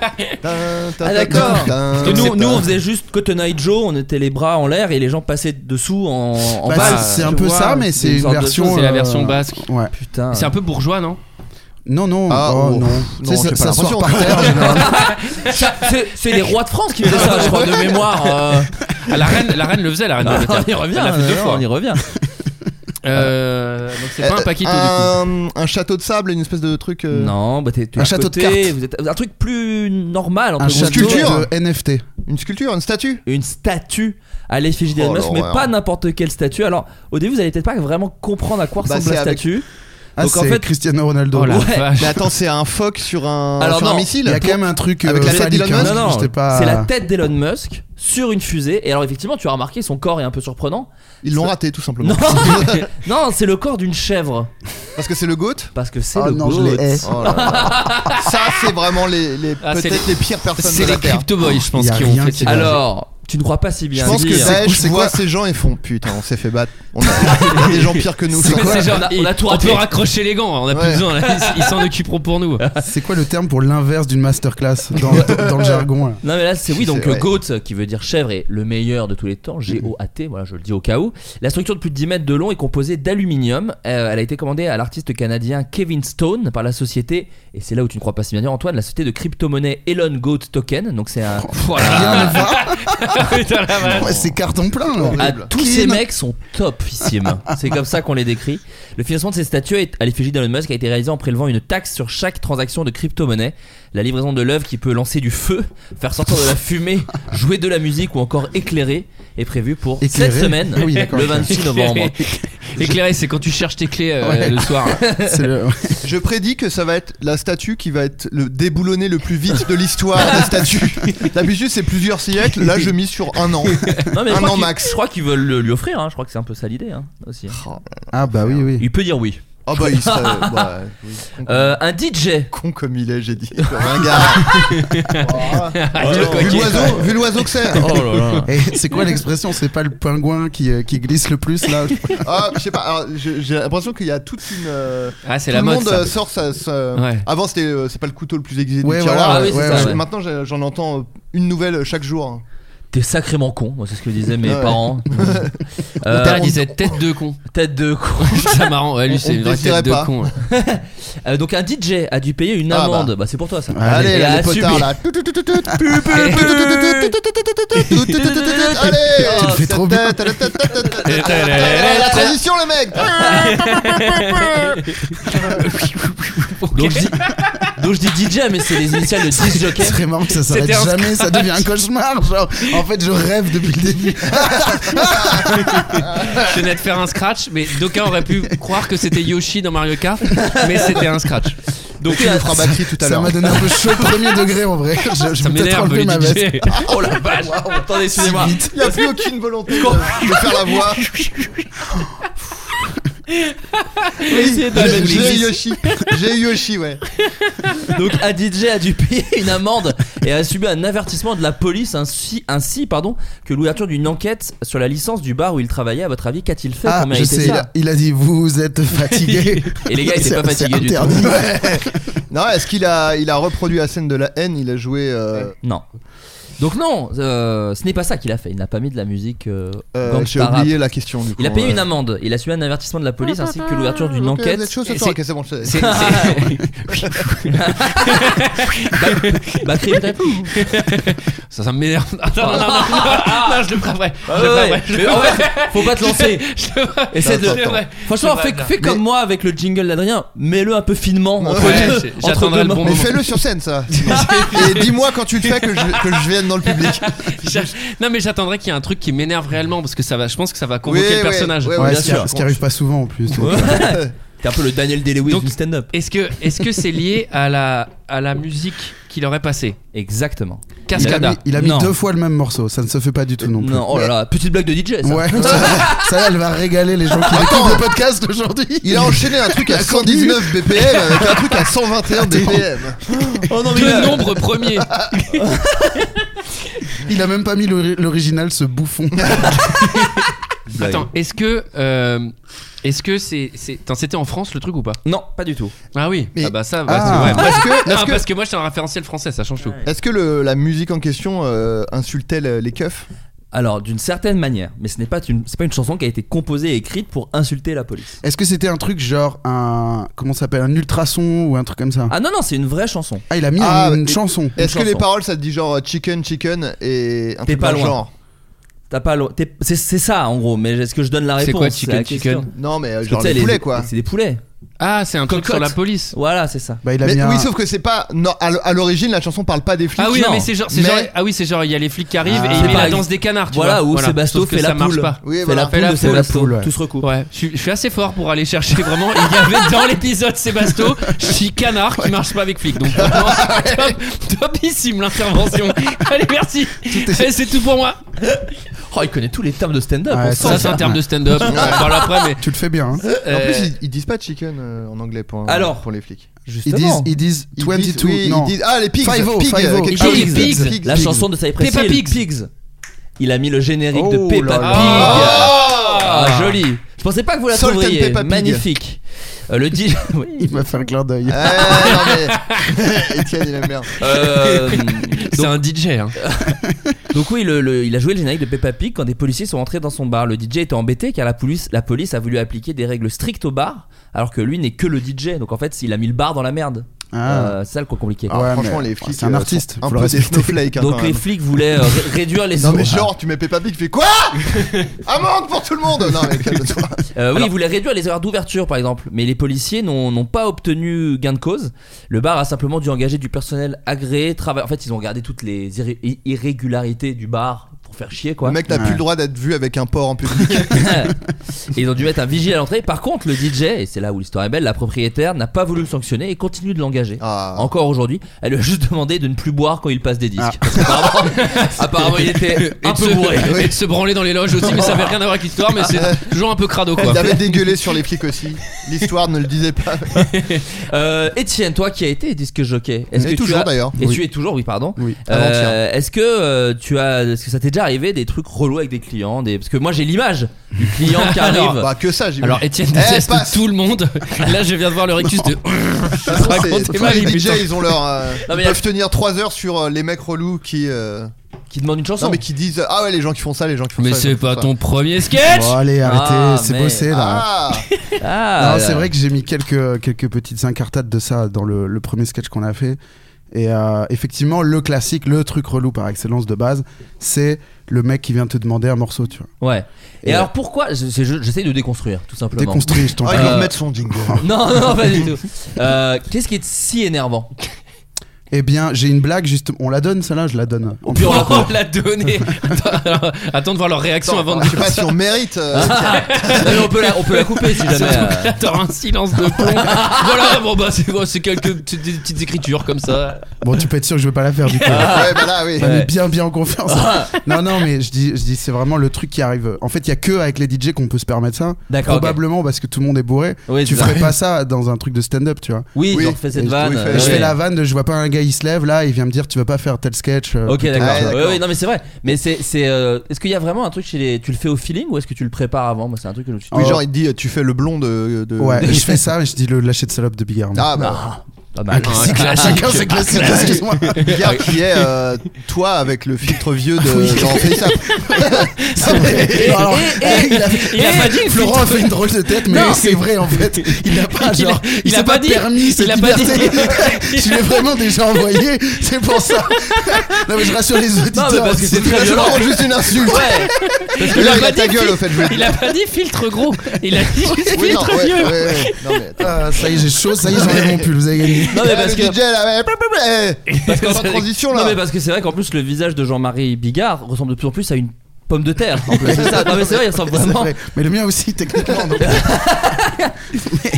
Tin, tin,
Ah,
tin,
d'accord.
Hein,
tin,
Parce que nous,
tin,
nous, on
tin.
faisait juste Cotton Eye Joe, on était les bras en l'air et les gens passaient dessous en, en
Bah,
valse,
c'est
tu
un peu
vois,
ça, mais c'est une
sorte de
version,
chose.
C'est la
euh,
version basque.
Ouais.
Putain.
C'est un peu bourgeois, non
Non, non,
Ah,
oh,
oh,
non.
pff,
Tu sais,
non, j'ai
ça,
pas
ça
l'impression.
sort par terre, généralement.
C'est- C'est les rois de France qui faisaient ça, je
<laughs>
crois, de mémoire. euh.
Ah, La reine, la reine le faisait, la reine. d'Angleterre.
on y revient,
Elle l'a fait deux
non,
fois.
on y revient.
Euh, donc c'est pas un
Euh,
paquito du coup.
un, un château de sable, une espèce de truc. euh,
Non, bah t'es tu es
Un
à
château de
côté,
cartes.
vous êtes- un truc plus normal entre
Un
grosses
château
guillemets.
sculpture.
de NFT.
Une sculpture, une statue
une statue à l'effigie d'Elon
Oh,
Musk, mais
l'horreur.
pas n'importe quelle statue. Alors, au début, vous allez peut-être pas vraiment comprendre à quoi
Bah,
ressemble
c'est
la
avec-
statue.
Ah,
Donc, en
c'est
fait-
Cristiano Ronaldo.
Oh la
Ouais.
vache.
Mais attends, c'est un phoque sur un,
Alors
sur un
non,
missile
Il y a quand même un truc
Avec
euh,
la tête
phallique,
d'Elon
hein,
Musk
Non, non,
je sais pas.
c'est la tête d'Elon Musk sur une fusée. Et alors, effectivement, tu as remarqué, son corps est un peu surprenant.
Ils l'ont raté, tout simplement.
Non, non c'est le corps d'une chèvre.
<laughs> Parce que c'est le goat
Parce que c'est
Ah
Oh
le
non, je les
goat.
hais.
Oh là là. Ça, c'est vraiment les, les-
Ah, c'est
peut-être les... pires personnes de
C'est
la
les
Terre.
crypto boys, je pense,
Y a
qui ont
rien
fait
qui
ça.
va.
Alors, tu ne crois pas si
Je
bien
pense que
dire.
Daesh
c'est
voit
quoi
ces gens et font Putain, on s'est fait battre. On
<laughs>
a, il y a des gens pires que nous.
C'est
quoi.
c'est genre,
On a- on a
il- on,
tout
peut
raté.
raccrocher les gants, on a plus
Ouais.
besoin, là, ils ils s'en occuperont pour nous.
C'est quoi le terme pour l'inverse d'une masterclass
<laughs>
dans, dans- dans le jargon là
Non mais là c'est oui
C'est-
donc
ouais.
goat qui veut dire chèvre est le meilleur de tous les temps G-O-A-T voilà je le dis au cas où la structure de plus de 10 mètres de long est composée d'aluminium Euh, elle a été commandée à l'artiste canadien Kevin Stone par la société et c'est là où tu ne crois pas si bien dire Antoine la société de crypto-monnaie Elon Goat Token donc c'est
Oh.
un
Rien à voir.
Putain, la vache.
Ouais, C'est carton plein. là.
Ah, bah. tous ces mecs sont topissimes. C'est comme ça qu'on les décrit. Le financement de ces statues est à l'effigie d'Elon Musk a été réalisé en prélevant une taxe sur chaque transaction de crypto-monnaie. La livraison de l'œuvre qui peut lancer du feu, faire sortir de la fumée, jouer de la musique ou encore éclairer est prévue pour
Éclairer
cette semaine,
Ah oui, d'accord.
le 26
<laughs>
novembre.
Éclairé, c'est quand tu cherches tes clés euh,
Ouais.
le soir. là.
C'est le-
Je prédis que ça va être la statue qui va être le déboulonnée le plus vite de l'histoire des statues. D'habitude, c'est plusieurs siècles. Là, je mise sur un an.
Non, mais je
Un
crois
an
qu'ils-
max.
Je crois qu'ils veulent le- lui offrir. hein. Je crois que c'est un peu ça l'idée hein, aussi.
Ah bah oui, oui.
<laughs> Il peut dire oui.
Oh bah, il serait. bah, oui, con,
Euh, un DJ.
con comme il est, j'ai dit. Ringard.
Ah,
Vu
le coquet.
le- vu l'oiseau, vu l'oiseau que c'est.
Oh là là.
Et c'est quoi l'expression C'est pas le pingouin qui, euh, qui glisse le plus là
Ah, je sais pas. alors, je- J'ai l'impression qu'il y a toute une. euh,
Ah, c'est
Tout
la
le
mode.
monde
ça.
euh, sort sa. sa-
Ouais.
Avant, c'était euh, c'est pas le couteau le plus aiguisé
Ouais,
du
voilà,
tiroir.
Ah oui, c'est
ouais,
ça,
ouais.
ouais.
Maintenant, j'ai- j'en entends euh, une nouvelle chaque jour.
T'es sacrément con. Moi, c'est ce que disaient mes
Ouais.
parents. Euh,
Putain, il disait tête de con.
tête de con.
C'est marrant, ouais, lui,
On
c'est une vraie
désirait
tête de
pas.
con. ouais.
Euh, donc un DJ a dû payer une
Ah,
amende.
bah.
bah, c'est pour toi ça.
Allez,
Et
là,
a
les
assumé.
potards là. Tout, tout, tout, tout, tout. Allez
Tu le
fais trop bien.
Allez La transition, le mec
Donc je, dis,
<laughs>
donc je dis DJ mais c'est les initiales de disc
C'est
jockey.
vraiment que ça s'arrête
C'était un
jamais, ça devient un cauchemar. Genre, en fait, je rêve depuis le début.
Je venais de faire un scratch, mais d'aucuns auraient pu croire que c'était Yoshi dans Mario Kart, mais c'était un scratch.
Donc, <laughs>
euh,
tu le feras batterie tout à
Ça
l'heure.
m'a donné un peu chaud premier degré en vrai. Je, je
Ça
vais peut-être
m'énerve,
enlever
les
ma veste.
DJ.
Oh la vache. <laughs> Attendez, excusez-moi.
Il n'y a plus aucune volonté de de faire la voix.
Essayez de
J'ai
mettre
j'ai
les-
Yoshi. J'ai Yoshi, ouais.
Donc un DJ a dû payer une amende et a subi un avertissement de la police ainsi, ainsi pardon, que l'ouverture d'une enquête sur la licence du bar où il travaillait. À votre avis, qu'a-t-il fait
Ah,
pour
je
mériter
sais, il
ça
a, il a dit vous êtes fatigué.
<laughs> Et les gars, ils étaient pas fatigués du tout.
Ouais.
Non, est-ce qu'il a, il a reproduit la scène de la haine Il a joué. euh,
Non. Donc non, euh, ce n'est pas ça qu'il a fait. Il n'a pas mis de la musique euh,
Euh,
gangsta
J'ai
rap.
oublié la question du coup.
Il a payé
ouais. Ah,
une amende. Il a subi un avertissement de la police ainsi que l'ouverture d'une
Ok,
enquête.
vous êtes chaud ce
Et
soir,
c'est-
ok, c'est bon, je sais.
C'est- c'est-
Bah, Batterie peut-être
<laughs> ça, ça m'énerve. Non, non, non, non, non, non, je le ferai après. Je
Ah ouais,
le ferai
ouais.
après, je le
Mais
ferai
en
<laughs> après.
fait, Faut pas te lancer.
<laughs> Je le ferai.
Essaie de-
Je le ferai.
Franchement,
Je le
fais,
ferai.
fais comme moi avec le jingle d'Adrien. Mets-le un peu finement. Entre
Ouais,
deux,
c'est-
entre
j'attendrai
deux
le bon
moments.
Mais
moment.
fais-le sur scène, ça. Et dis-moi quand tu le fais que je, que je vienne dans le public.
J'a- Non mais j'attendrai qu'il y ait un truc qui m'énerve réellement parce que ça va je pense que ça va convoquer
Oui,
le
oui,
personnage.
oui, oui.
Ouais,
bien
ce qui,
sûr.
ce qui arrive pas souvent en plus.
<laughs> T'es un peu le Daniel Day-Lewis
Donc-
du stand-up.
Est-ce que est-ce que c'est lié à la à la musique qu'il aurait passée
Exactement.
Il a
Cascada.
mis, il a mis
Non.
deux fois le même morceau, ça ne se fait pas du tout non plus.
Non, oh là là, petite blague de DJ ça.
Ouais, ça, ça, elle va régaler les gens qui écoutent le podcast aujourd'hui.
Il a enchaîné un truc à 119 BPM avec un truc à 121 BPM.
Oh non, mais il
Deux
a-
nombres premiers.
Il a même pas mis l'ori- l'original, ce bouffon.
Attends, est-ce que euh, est-ce que c'est c'est attends, c'était en France le truc ou pas
Non, pas du tout.
Ah oui.
Mais-
Ah bah ça bah,
Ah.
c'est- ouais, bah,
Est-ce que,
non,
est-ce que,
parce que moi j'étais un référentiel français, ça change tout.
est-ce que le- la musique en question euh, insultait le- les keufs
Alors, d'une certaine manière, mais ce n'est pas une, c'est pas une chanson qui a été composée et écrite pour insulter la police.
Est-ce que c'était un truc genre un. Comment ça s'appelle Un ultrason ou un truc comme ça
Ah non, non, c'est une vraie chanson.
Ah, il a mis
Ah,
une
et-
chanson.
Est-ce que
chanson.
les paroles ça te dit genre euh, chicken chicken et un
T'es
truc
pas
dans le
loin.
genre
T'as pas lo- t'es- c'est, c'est ça en gros, mais est-ce que je donne la réponse
C'est quoi,
la
Chicken
question.
Chicken
Non mais euh,
Parce que
genre
tu sais,
les poulets quoi.
C'est des poulets.
Ah, c'est un truc
Cocotte.
sur la police.
Voilà, c'est ça.
Bah, il a
Mais
mis
oui
un-
sauf que c'est pas non, à l- à l'origine la chanson parle pas des flics.
Ah oui,
non,
non, mais c'est genre, c'est
mais-
genre- ah oui, c'est genre, il y a les flics qui arrivent
Ah.
et
C'est
il met la
pareil.
danse des canards, tu
voilà
vois.
où Sébasto
Sauf que
fait
ça
la
marche
poule.
pas.
Oui,
fait
voilà.
la poule
Fait la
de
poule,
Sébasto.
ouais.
Tout se recoupe.
Ouais, je suis, je suis assez fort pour aller chercher vraiment. Il y avait dans l'épisode Sébasto, chi canard qui marche pas avec flic. Donc vraiment, top, topissime l'intervention. Allez, merci. Eh, C'est tout pour moi.
Oh, il connaît tous les termes de stand-up.
Ouais,
on sent.
Ça, c'est un terme de stand-up. On en parle après, mais.
Tu le fais bien. hein.
En
euh,
plus ils, ils disent pas chicken euh, en anglais pour,
Alors.
pour les flics.
Ils
Justement.
disent, ils disent
Ils
22.
disent- oui,
non.
ils disent- ah les pigs.
Five-o,
pigs,
five-o.
euh, quelque
Ils
chose.
disent pigs.
Pigs.
La chanson de Cypress
Peppa
Hill.
Pigs.
Il a mis le générique
Oh
de Peppa
là
Pig.
là.
Ah,
Ah,
joli. Je pensais pas que vous la
Salt and
trouveriez.
Peppa Pig.
Magnifique. Euh, le DJ. <laughs> Oui.
Il m'a fait un clin d'œil.
Ouais, Eh, non mais <laughs> Etienne il aime bien.
Euh,
C'est un DJ. Hein.
<laughs> Donc oui, le- le- il a joué le générique de Peppa Pig quand des policiers sont entrés dans son bar. Le DJ était embêté car la police, la police a voulu appliquer des règles strictes au bar, alors que lui n'est que le DJ. Donc en fait, il a mis le bar dans la merde.
Ah.
Euh, c'est ça le quoi compliqué.
Ah,
Ouais,
franchement,
mais
les flics,
c'est un
euh,
artiste,
sont
faut
Un
le
peu des
respecter.
snowflakes. hein, quand
Donc les
même.
flics voulaient euh, ré- réduire les
<laughs> Non mais
sous-
genre tu mets Peppa Pig, tu fais quoi Amende pour tout le monde Non mais calme-toi.
Euh, oui, ils voulaient réduire les heures d'ouverture par exemple, mais les policiers n'ont n'ont pas obtenu gain de cause. Le bar a simplement dû engager du personnel agréé, travail. En fait, ils ont regardé toutes les irré- i- irrégularités du bar pour faire chier quoi.
Le mec n'a plus le droit d'être vu avec un porc en public.
<laughs> Et ils ont dû mettre un vigile à l'entrée. Par contre, le DJ, et c'est là où l'histoire est belle, la propriétaire n'a pas voulu le sanctionner et continue de l'engager.
Ah.
Encore aujourd'hui, elle lui a juste demandé de ne plus boire quand il passe des disques. Parce qu'apparemment- <laughs> apparemment, il était
Et
un
de
peu
se-
bourré.
et de se branler dans les loges aussi, mais ça avait rien à voir avec l'histoire, mais
<laughs>
c'est toujours un peu crado quoi.
Il avait dégueulé sur les flics aussi. L'histoire ne le disait pas.
Euh, Étienne, toi qui as été disque jockey, est-ce
Et
que
toujours,
tu as...
d'ailleurs.
Et
Oui.
tu es toujours, oui, pardon.
Oui.
Euh,
Avant-hier.
est-ce que euh, tu as, est-ce que ça t'est déjà arrivé des trucs relous avec des clients, des... parce que moi j'ai l'image du client
<laughs>
qui arrive.
Bah que ça, j'ai
Alors Étienne déteste
passe. Oh,
tout
<laughs>
le monde. Là, je viens de voir le rectus de. raconte tes
les
malines,
DJ
putain.
ils ont leur euh,
Non, mais
ils
y a-
peuvent tenir 3 heures sur euh, les mecs relous qui euh,
qui demande une chanson.
non mais qui disent ah ouais les gens qui font ça les gens qui font
Mais
ça les
c'est
gens qui font
pas
ça.
ton premier sketch.
Bon, allez, arrêtez,
Ah,
c'est
mais-
bossé là.
ah
Ah,
non, c'est vrai que j'ai mis quelques, quelques petites incartades de ça dans le, le premier sketch qu'on a fait. Et euh, effectivement, le classique, le truc relou par excellence de base, c'est le mec qui vient te demander un morceau, tu vois.
Ouais. Et,
Et
alors pourquoi je- c'est- je- J'essaie de déconstruire, tout simplement.
Déconstruis, je t'en
Ah,
prie.
il
Euh,
doit remettre son jingle.
Non, non, pas du tout. Euh, Qu'est-ce qui est si énervant
Eh bien, j'ai une blague, juste. On la donne, celle-là, je la donne. En
Oh,
plus,
on <laughs> l'a donné. Attends, alors, attends de voir leur réaction avant de.
Je sais pas si on mérite
<laughs>
euh,
Ah.
Non, mais on, peut la, on peut la couper si jamais.
Surtout
euh,
que là, t'auras un silence de plomb.
<laughs>
voilà, bon bah c'est c'est quelques petites, des petites écritures comme ça.
Bon, tu peux être sûr que je vais pas la faire du coup.
<laughs> Ouais bah là oui.
On est bien, bien en confiance. <laughs> non, non, mais je dis, je dis c'est vraiment le truc qui arrive. En fait, il y a que avec les DJ qu'on peut se permettre ça.
D'accord, ok.
Probablement parce que tout le monde est bourré.
Oui,
tu
c'est
ferais
ça.
pas ça dans un truc de stand-up, tu vois.
Oui, euh,
Oui.
ils ont refait cette
Oui,
vanne.
je
Et je
Ouais.
fais la vanne de je vois pas un gars il se lève là, il vient me dire tu veux pas faire tel sketch. euh,
Ok,
plutôt-
d'accord.
Ouais,
Ouais,
d'accord.
ouais, non, mais c'est vrai. Mais c'est, c'est, euh, est-ce qu'il y a vraiment un truc chez les. Tu le fais au feeling ou est-ce que tu le prépares avant Moi, c'est un truc que je
Oh.
me suis <laughs>
euh, Oui genre il te dit tu fais le blond de, de...
Ouais, je fais ça et je dis le lâcher de salope de Bigard.
oh,
Ah bah
Pas
<laughs>
mal.
classique, chacun ses classiques,
<laughs>
excuse-moi.
Le gars qui est euh, toi avec le filtre vieux de dans
<laughs>
FaceApp.
<laughs>
Non, alors,
Eh,
<laughs> il a-
Il a pas dit le
Florent a fait une drôle de tête, mais
Non.
c'est vrai en fait. Il n'a pas,
Il a-
genre,
il a
s'est
pas dit-
permis
il
cette
a pas dit-
liberté. je l'ai vraiment déjà envoyé, c'est pour
<laughs>
ça. Non, mais je rassure les auditeurs.
Non, mais parce que c'est très
Je
violent.
leur rends juste une insulte.
Ouais. Parce que
Et
il,
là,
a
il
pas
a
dit
ta gueule
fil-
au fait. je vais-
il a pas dit filtre gros. Il a dit juste
Oui, non,
filtre
ouais,
vieux.
ouais, ouais. Non, mais attends.
Ah, ça y est, j'ai chaud, ça y est, j'enlève mon pull, vous avez gagné.
Non,
Ah,
mais parce
le
que.
DJ là, ouais.
Parce <laughs>
Sans
c'est-
transition,
Non
là.
mais parce que c'est vrai qu'en plus le visage de Jean-Marie Bigard ressemble de plus en plus à une pomme de terre. En plus. C'est ça. Non mais c'est vrai, il ressemble
<laughs> C'est
<laughs> vraiment.
vrai. Mais le mien aussi, techniquement.
<laughs>
donc. mais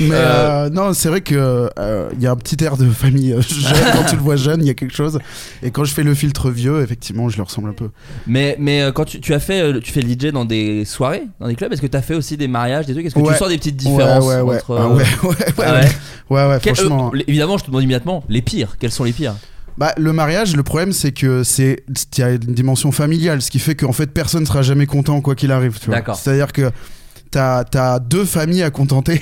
mais, euh, non, c'est vrai que euh, il y a un petit air de
<laughs>
famille euh, jeune. quand tu le vois jeune, il y a quelque chose. Et quand je fais le filtre vieux, effectivement, je le ressemble un peu.
Mais mais euh, quand tu, tu as fait euh, tu fais le DJ dans des soirées, dans des clubs, est-ce que t'as fait aussi des mariages, des trucs Est-ce que
Ouais.
tu sens des petites différences
ouais, ouais, ouais.
entre
Ah
euh,
ouais, <laughs> ouais, ouais,
ah
ouais.
ouais.
Ouais, ouais,
Quel-
franchement.
euh, évidemment, je te demande immédiatement les pires. Quels sont les pires
Bah, le mariage, le problème, c'est que c'est il y a une dimension familiale, ce qui fait qu'en fait, personne ne sera jamais content quoi qu'il arrive. tu vois.
D'accord.
C'est-à-dire que t'as as deux familles à contenter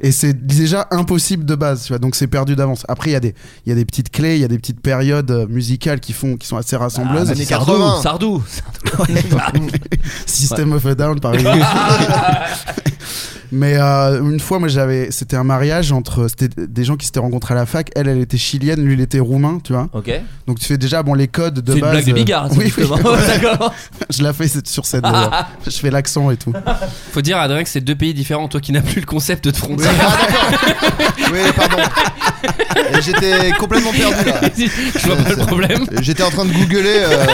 et c'est déjà impossible de base. Tu vois, donc c'est perdu d'avance. Après, il y a des il y a des petites clés, il y a des petites périodes euh, musicales qui font qui sont assez
Ah,
rassembleuses.
années
Sardou,
80.
Sardou.
<laughs> System of a Down, par exemple. Mais euh, une fois, moi, j'avais, c'était un mariage entre, c'était des gens qui s'étaient rencontrés à la fac. Elle, elle était chilienne, lui, il était roumain, tu vois.
<laughs> Ok. C'est
Donc tu fais déjà bon les codes de
une
base.
blague de
euh,
Bigard. ça,
<laughs> Oui, oui.
justement. <laughs> D'accord.
je la fais c'est sur scène. d'ailleurs.
<laughs>
je fais l'accent et tout.
Euh.
Faut dire, Adrien, que c'est deux pays différents. Toi qui n'as plus le concept de frontière. <laughs>
Oui, pardon. Et J'étais complètement perdu là.
Je vois pas le problème.
J'étais en train de googler. euh,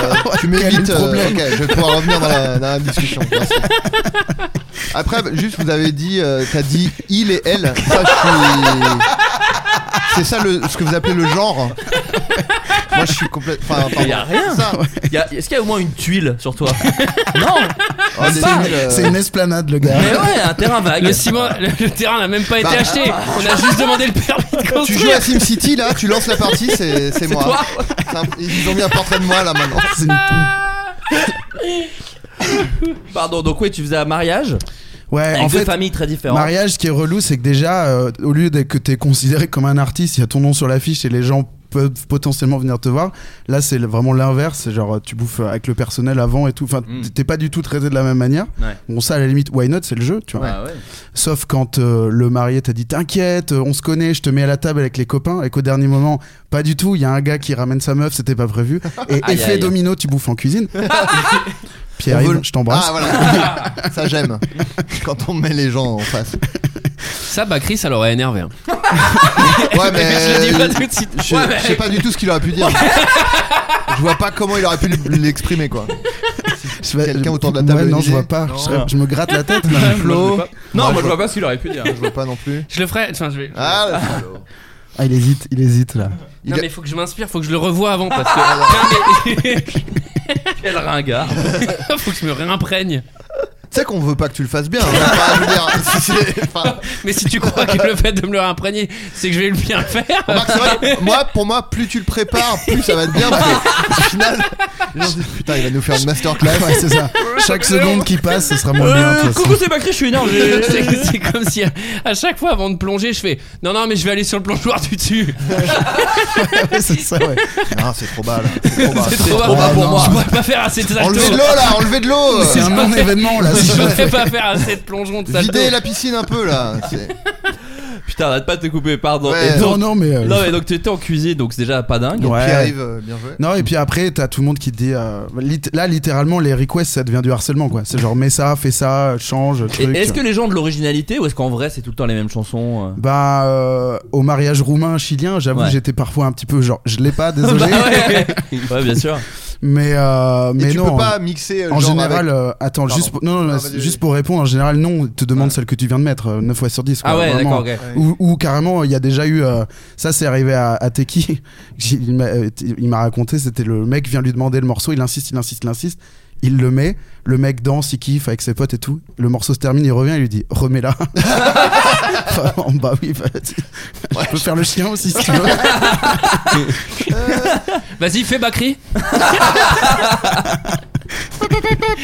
tu
quel est
m'évites.
le
euh,
problème
ok, je vais pouvoir revenir dans la, dans la discussion. Merci. Après, juste, vous avez dit, euh, t'as dit il et elle. Ça, je suis. C'est ça le, ce que vous appelez le genre. Moi, je suis complètement. Enfin, pardon.
Il y a rien.
Ça,
Il y a- Est-ce qu'il y a au moins une tuile sur
<laughs>
toi
on est nul, euh,
C'est une esplanade, le gars.
Mais Eh ouais, un terrain vague.
Le ciment, le, le terrain n'a même pas été
Bah.
acheté. On a juste demandé le permis de
Tu joues
construire.
à SimCity là, tu lances la partie, c'est c'est moi.
toi.
C'est un- Ils ont mis un portrait de moi là maintenant.
C'est une-
Pardon. Donc oui, tu faisais un mariage
Ouais,
avec
Eh, en
deux
fait.
familles très différentes.
Mariage, ce qui est relou, c'est que déjà, euh, au lieu d'être que t'es considéré comme un artiste, il y a ton nom sur l'affiche et les gens peuvent potentiellement venir te voir. Là, c'est le- vraiment l'inverse. C'est genre, tu bouffes avec le personnel avant et tout. Enfin,
Mm.
t'es pas du tout traité de la même manière.
Ouais. Ah
Bon, ça, à la limite, why not C'est le jeu, tu vois.
Ouais, ouais.
Sauf quand euh, le marié t'a dit t'inquiète, euh, on se connaît, je te mets à la table avec les copains, et qu'au dernier moment, pas du tout, il y a un gars qui ramène sa meuf, c'était
<laughs>
pas prévu, et
Aïe, aïe.
effet
Ah,
domino, tu bouffes
<laughs>
en cuisine.
On
Pierre,
veut le-
je t'embrasse.
Ah
<laughs>
voilà. ça j'aime. Quand on met les gens en face.
Ça, bah, Chris, ça l'aurait énervé. hein.
Ouais mais. euh,
Je le dis pas tout de suite.
Je,
Ouais,
je
mais-
sais pas du tout ce qu'il aurait pu dire. Je vois pas comment il aurait pu l'exprimer quoi.
Je vais-
Quelqu'un autour de la table,
Ouais, non,
Olivier
je vois pas, je, serais- je me gratte
<laughs>
la tête. là.
Flo.
Non,
Moi,
moi
je
je Ah, vois pas ce qu'il aurait pu dire.
Je vois pas non plus.
Je le ferai. Enfin, je vais.
Ah le Flo.
Ah, il hésite, il
<laughs>
hésite là.
Non,
Il a-
mais faut que je m'inspire, faut que je le revoie avant
<laughs>
parce que. Non, mais-
Quel <laughs> ringard.
<laughs> faut que je me réimprègne.
Tu sais qu'on veut pas que tu le fasses bien. hein, on va pas le dire. <laughs> Si c'est- enfin,
Mais si tu crois que le fait de me le réimprégner, c'est que je vais le bien faire.
remarque, c'est vrai que moi, pour moi, plus tu le prépares, plus ça va être bien. Parce que, au final, les gens se disent, putain, il va nous faire une masterclass.
Ouais, c'est ça. Chaque seconde qui passe, ce sera moins bien. de toute façon.
coucou, Oh, c'est Macri, je suis énorme.
C'est- c'est c'est comme si à, à chaque fois avant de plonger, je fais non, non, mais je vais aller sur le plongeoir du dessus.
Ouais, c'est ça, ouais.
Non, Ah, c'est trop bas là. C'est trop bas.
C'est trop bas,
trop bas pour
Non,
moi.
Je pourrais pas faire assez de salto.
Enlevez de l'eau là, enlevez de l'eau.
Ah, C'est un non-événement là. si
<laughs> Je
je le
pourrais
fais.
pas faire assez de plongeon de salto.
Videz la piscine un peu
<laughs>
là. C'est-
Putain, arrête pas de te couper, pardon.
Ouais.
Et
Non,
donc,
non, mais. euh,
non, mais donc t'étais en cuisine, donc c'est déjà pas dingue.
Ouais.
Qui arrive, euh, bien joué.
Non, et puis après, t'as tout le monde qui te dit. euh, lit- là, littéralement, les requests, ça devient du harcèlement, quoi. C'est genre, mets ça, fais ça, change,
Et
truc.
Est-ce que les gens ont de l'originalité ou est-ce qu'en vrai c'est tout le temps les mêmes chansons euh
Bah, euh, au mariage roumain-chilien, j'avoue,
Ouais.
j'étais parfois un petit peu genre, je l'ai
<laughs>
pas, désolé.
Bah ouais. ouais, bien sûr.
Mais, euh,
Et
mais
tu
non.
peux pas mixer euh,
en
genre <laughs>
général,
avec-
euh, attends, juste pour, non, non,
Ah,
c'est
vas-y,
juste
vas-y.
pour répondre, en général, non, ils te demande celle que tu viens de mettre, euh, 9 fois sur 10. Quoi,
Ah ouais,
vraiment.
d'accord, ok.
Ou, ou carrément, il y a déjà eu. euh, ça, c'est arrivé à, à Teki. <laughs> Il m'a euh, il m'a raconté, c'était le mec vient lui demander le morceau, il insiste, il insiste, il insiste. Il le met, le mec danse, il kiffe avec ses potes et tout. Le morceau se termine, il revient, il lui dit remets-la. <laughs> Vraiment, bah oui, vas-y. je peux faire le chien aussi si tu veux.
Vas-y, fais Bakri.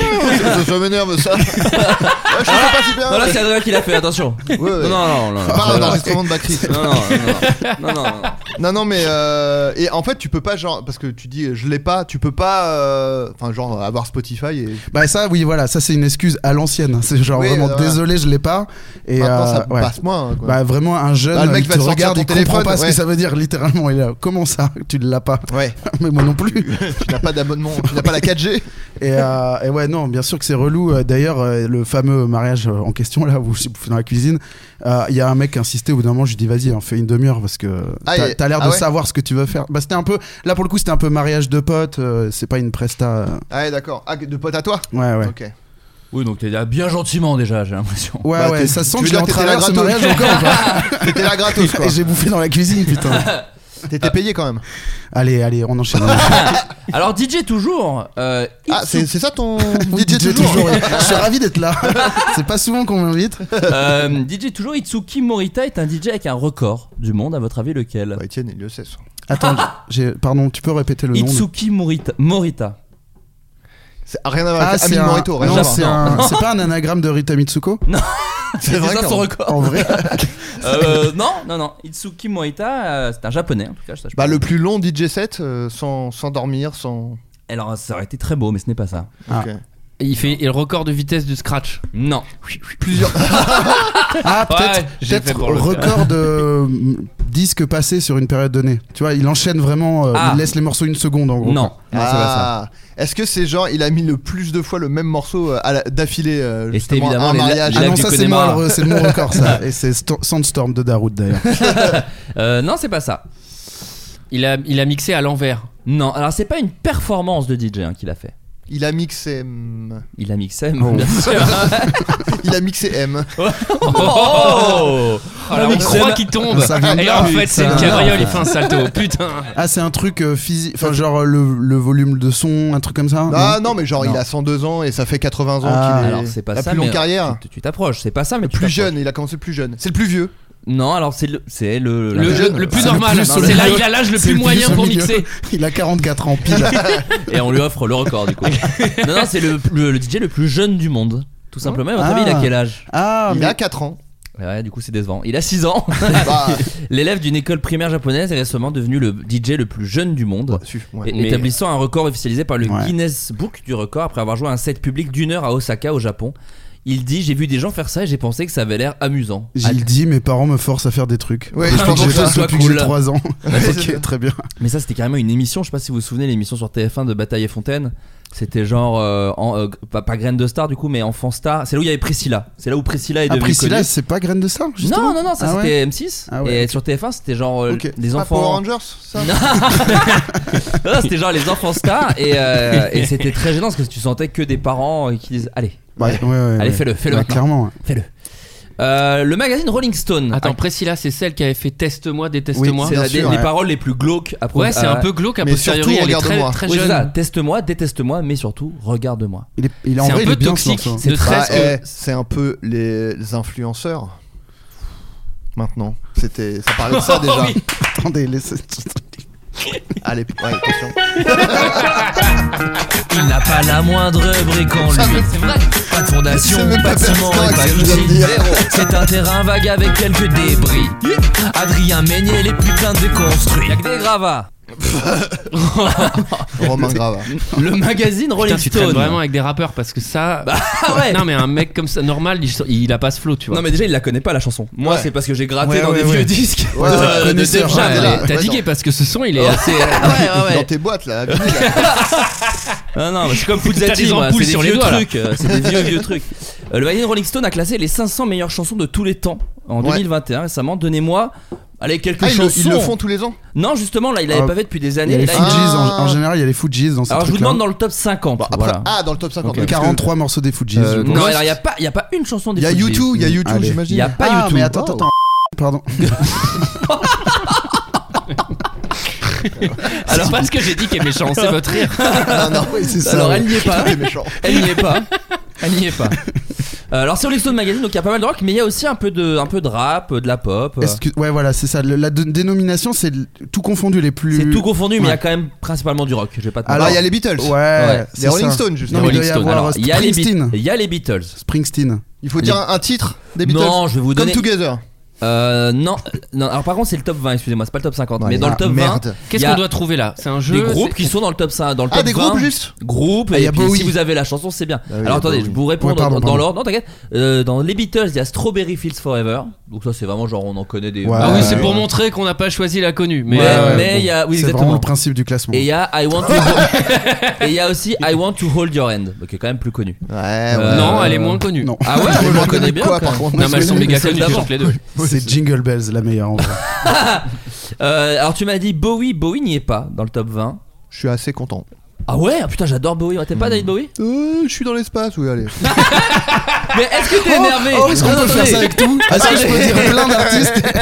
euh,
ça m'énerve
<laughs>
ça. Ouais, je sais pas si bien.
Non, là, c'est Adrien qui l'a fait, attention.
Ouais, ouais.
Non, non, non, non.
C'est pas un enregistrement de Bakri. ça.
Non, non, non, non, non, non, non.
Non, non, mais euh, et en fait, tu peux pas genre parce que tu dis euh, je l'ai pas, tu peux pas, euh, enfin genre avoir Spotify et
Bah ça, oui, voilà, ça c'est une excuse à l'ancienne. C'est genre
Oui,
vraiment
voilà.
désolé, je l'ai pas. Et
maintenant ça
euh, ouais.
passe moins. hein, Quoi.
Bah vraiment un jeune
Bah, le mec
il
va
te
te sortir
regarde,
ton
il comprend
téléphone,
pas ce que
ouais.
ça veut dire littéralement. Il est là, comment ça, tu ne l'as pas <laughs>
ouais.
Mais moi
<laughs>
non plus.
tu n'as pas d'abonnement, tu n'as pas la 4G.
Et, euh, et ouais, non, bien sûr que c'est relou. Euh, D'ailleurs, euh, le fameux mariage euh, en question, là, où je suis dans la cuisine, euh, il y a un mec qui insistait. Au bout d'un moment, je lui dis, vas-y, on fait une demi-heure parce que
Ah,
t'as
et-
t'as l'air
ah
de
ouais
savoir ce que tu veux faire. Bah, c'était un peu, là, pour le coup, c'était un peu mariage de potes. euh, c'est pas une presta. euh,
Ah ouais, d'accord. Ah de pote à toi.
Ouais, ouais.
Ok.
Oui, donc t'es là bien gentiment déjà, j'ai l'impression.
Ouais,
Bah,
ouais,
t'es-
ça sent
tu
que
veux
je
dire
l'ai en
que t'étais là
travers ce
gratos
mariage encore ou pas
T'étais là gratos <laughs> quoi.
<laughs> Et j'ai bouffé dans la
<laughs>
cuisine, putain.
T'étais payé quand même.
allez, allez, on enchaîne.
Alors, DJ toujours. Euh,
Ah c'est c'est ça ton
<laughs> Oui,
DJ toujours.
je suis ravi d'être là. <laughs> c'est pas souvent qu'on m'invite.
euh, DJ toujours Itsuki Morita est un DJ avec un record du monde, à votre avis lequel
Bah, Etienne, il le sait. ça.
Attends, j'ai- pardon, tu peux répéter le nom de-
Itsuki Morita. Morita.
C'est rien à voir
Ah,
avec Ami
c'est un...
Morito. rien à
non,
voir.
c'est un- c'est pas un anagramme de Rita Mitsuko
C'est vrai
ça
qu'en-
son record.
En vrai
Euh, <laughs> non, non, non. Itsuki Morita, euh, c'est un japonais en tout cas, je sache
Bah
pas.
le plus long DJ set euh, sans, sans dormir, sans.
Alors, ça aurait été très beau, mais ce n'est pas ça.
Ah.
Ok.
Il fait le record de vitesse du scratch.
Non.
Plusieurs.
Ah,
Ouais,
peut-être
j'ai
peut-être
fait pour le
record de euh, disques passés sur une période donnée. Tu vois, il enchaîne vraiment, euh,
Ah.
il laisse les morceaux une seconde en gros.
Non.
quoi.
Non, c'est pas ça.
Ah. Est-ce que c'est genre il a mis le plus de fois le même morceau euh, à la- d'affilée euh,
Et c'était
justement, à
évidemment
un
les-
mariage
les-
Ah
Là,
non,
tu
ça c'est
connais
moi,
Mara.
le re- c'est mon record ça. Et c'est Sto- Sandstorm de Darude d'ailleurs.
Euh, non, c'est pas ça.
Il a, il a mixé à l'envers.
Non, alors c'est pas une performance de DJ hein, qu'il a fait.
Il a mixé M.
Il a mixé, mais <laughs>
Oh.
bien sûr.
Il a mixé
<laughs>
M.
Oh.
Oh, Alors, on
mixé,
croit
Ah, là.
qu'il tombe.
Ça vient
Et
de
en
là,
fait, c'est une
putain.
cabriole, il fait un salto. Putain.
Ah, c'est un truc euh, physique, enfin genre euh, le, le volume de son, un truc comme ça
Ah
non
non mais genre
Non.
il a 102 ans et ça fait 80 ans
Ah.
qu'il est
Alors, c'est pas
la
ça,
plus
mais- euh,
longue carrière.
Tu- Tu t'approches, c'est pas ça, mais tu
Plus
t'approches.
jeune, il a commencé plus jeune. C'est le plus vieux.
Non, alors c'est le, c'est le,
Le,
la-
jeune,
le plus
c'est le
normal.
plus
C'est
au
là,
milieu.
il a l'âge le
C'est
plus moyen
au
pour
milieu.
mixer.
Il a 44 ans pile.
et on lui offre le record
<laughs>
du coup. non, non, c'est le, le- le DJ le plus jeune du monde, tout simplement. Et à votre
Ah.
avis, il a quel âge
Ah,
il
mais
a 4 ans.
Ouais, du coup, c'est décevant. Il a 6
<laughs>
ans.
bah,
L'élève d'une école primaire japonaise est récemment devenu le DJ le plus jeune du monde.
su, ouais.
é- Établissant un record officialisé par le
Ouais.
Guinness Book du record après avoir joué un set public d'une heure à Osaka au Japon. Il dit J'ai vu des gens faire ça et j'ai pensé que ça avait l'air amusant.
j'ai le dit, mes parents me forcent à faire des trucs.
Ouais,
Depuis
je
que
pense
j'ai-
que ce
soit
depuis que
cool.
j'ai
<laughs>
3 ans.
c'est ça.
Ok, très bien.
Mais ça, c'était carrément une émission. Je sais pas si vous vous souvenez l'émission sur TF1 de Bataille et Fontaine. C'était genre euh, en- euh, pas, pas graine de star du coup, mais enfant star. C'est là où il y avait Priscilla. C'est là où Priscilla est
Ah,
devenue
Priscilla,
connue.
c'est pas graine de ça
Non, non, non, ça
Ah ouais
c'était M6.
Ah ouais,
et
ok.
sur TF1, c'était genre euh,
Ok.
les
Ah,
enfants. <laughs>
Power Rangers, ça.
Non. Non, c'était genre les enfants stars et,
<laughs>
euh, et c'était très gênant parce que tu sentais que des parents euh, qui disent allez Allez, fais-le, fais-le maintenant.
Clairement. ouais.
fais-le Euh, le magazine Rolling Stone
Attends, Priscilla, c'est celle qui avait fait Teste-moi,
Ah,
déteste-moi.
c'est
bien
la- des-
sûr,
les
ouais.
paroles les plus glauques à propos-
ouais, c'est
à-
un peu glauque à
Mais
posteriori.
surtout,
Elle est très,
regarde-moi.
très
oui, c'est ça.
jeune.
teste-moi déteste-moi mais surtout regarde-moi
Il est, il est en
C'est un
vrai, il
peu
est bien,
toxique.
ce morceau.
C'est
Bah,
presque.
eh, c'est un peu les, les influenceurs. Maintenant, c'était ça parlait de ça déjà.
oui.
Attendez, laissez-
Allez, ouais, attention.
il n'a pas la moindre brique en
Ça,
lui
mais
c'est vrai pas de fondation
C'est même
pas
pas
de ciment
pertinent
et pas
ce que
de
je viens de
gîte.
dire.
Zéro. c'est un terrain vague avec quelques débris Adrien Meunier les putains déconstruits y'a que des gravats
Romain Grava.
le magazine Rolling
Putain, tu traînes
Stone
vraiment avec des rappeurs parce que ça.
ah ouais
Non, mais un mec comme ça, normal, il, il a pas ce flow, tu vois.
Non mais déjà il la connaît pas la chanson. Moi
Ouais.
c'est parce que j'ai gratté
Ouais,
dans des
ouais,
vieux
ouais.
disques
Ouais,
de-
ouais,
de
connaisseur,
Def Jam.
Ah,
ouais, là.
mais T'as
Ouais,
digué
non.
parce que ce son,
euh,
il est assez.
Ah ouais,
Dans tes boîtes là. la vie, là.
Ah non, mais je suis comme
T'as des
Puzzati, moi,
ampoules
c'est des
sur les
vieux
doigts, là.
trucs, euh, c'est des vieux vieux trucs. Euh, le magazine Rolling Stone a classé les 500 meilleures chansons de tous les temps en
Ouais.
2021 récemment. Donnez-moi allez quelques
Ah, ils, le,
chansons.
ils le font tous les ans.
Non, justement là, il l'avait
Ah.
pas fait depuis des
Il y a
années.
les
et là, il-
Fujis, en,
Ah.
en général, il y a les Fujis dans ce
Alors je vous
truc-là.
demande dans le top 50.
Bon, après-
voilà.
Ah, dans le top 50.
Le
parce que-
43 morceaux des Fujis.
Euh,
je pense.
non, alors il y a pas il y a pas une chanson des
Il y a
Fugees.
YouTube, il y a YouTube,
Allez.
j'imagine.
Il y a pas
ah,
YouTube.
mais attends, attends, attends. Pardon.
Alors, <laughs> pas <laughs> ce que j'ai dit qui est méchant, c'est votre rire.
Ah, <laughs> non, oui, c'est
ça.
<laughs>
Alors elle n'y est pas.
T'es méchant.
Elle n'y est pas. Elle n'y est pas. Euh, alors c'est au Lexstone Magazine, donc il y a pas mal de rock, mais il y a aussi un peu de, un peu de rap, euh, de la pop. euh.
Est-ce que- ouais, voilà, c'est ça. Le- la dé- dénomination, c'est l- tout confondu les plus.
C'est tout confondu, mais il y a
Ouais.
quand même principalement du rock. Je vais pas te
Alors,
Alors,
mentir.
il y a les Beatles.
Ouais, c'est
Les Rolling
ça.
Stones, juste.
Non,
Les
mais il doit y
Rolling Stones.
avoir
euh,
Alors, il y a les Beat-
Springsteen.
il y a les Beatles.
Springsteen.
Il faut dire un, un titre des Beatles.
Non, je vais vous
Come
donner.
Together.
Euh, non, non. Alors par contre, c'est le top 20. Excusez-moi, c'est pas le top 50, mais dans le
Ah,
top 20,
merde.
Qu'est-ce
Il y a
qu'on doit trouver là C'est un jeu.
des
c'est-
groupes qui sont dans le top 5, dans le top
Ah, des
20,
groupes juste
Groupes,
Ah, il y
et
a Bah
puis
Bowie.
si vous avez la chanson, c'est bien.
oui, il y a
Alors attendez,
Bowie.
je vous réponds
Ouais, pardon,
dans- dans
pardon.
l'ordre. Non, t'inquiète. Euh, dans les Beatles, il y a Strawberry Fields Forever. Donc ça, c'est vraiment genre on en connaît des.
Ouais.
Ah oui, c'est
Ouais.
pour montrer qu'on n'a pas choisi la connue. Mais
Mais
Ah ouais,
mais
bon.
il y a oui
c'est vraiment
exactement.
le principe du classement.
Et il y a I want to Hold-
<laughs>
<laughs> et il y a aussi I want to hold your hand, donc qui est quand même plus connu.
Ouais,
Euh,
non, elle est moins connue.
non.
Ah ouais, je
Moi,
<laughs>
la
je
connais
connais
bien.
quoi,
quand
par
même.
contre
Non, mais elles sont
Mais
méga
c'est
connues,
d'avant.
toutes les deux.
C'est Jingle Bells la meilleure
<laughs>
en vrai.
Euh, alors tu m'as dit Bowie, Bowie n'y est pas dans le top 20.
Je suis assez content.
Ah ouais, ah putain, j'adore Bowie. Ouais, T'aimes
Hmm.
pas David Bowie
Euh, je suis dans l'espace, oui, allez.
Mais est-ce que t'es énervé
oh, est-ce qu'on peut faire ça avec
tout
Est-ce
Ah,
que je peux dire
<laughs>
plein d'artistes
<laughs>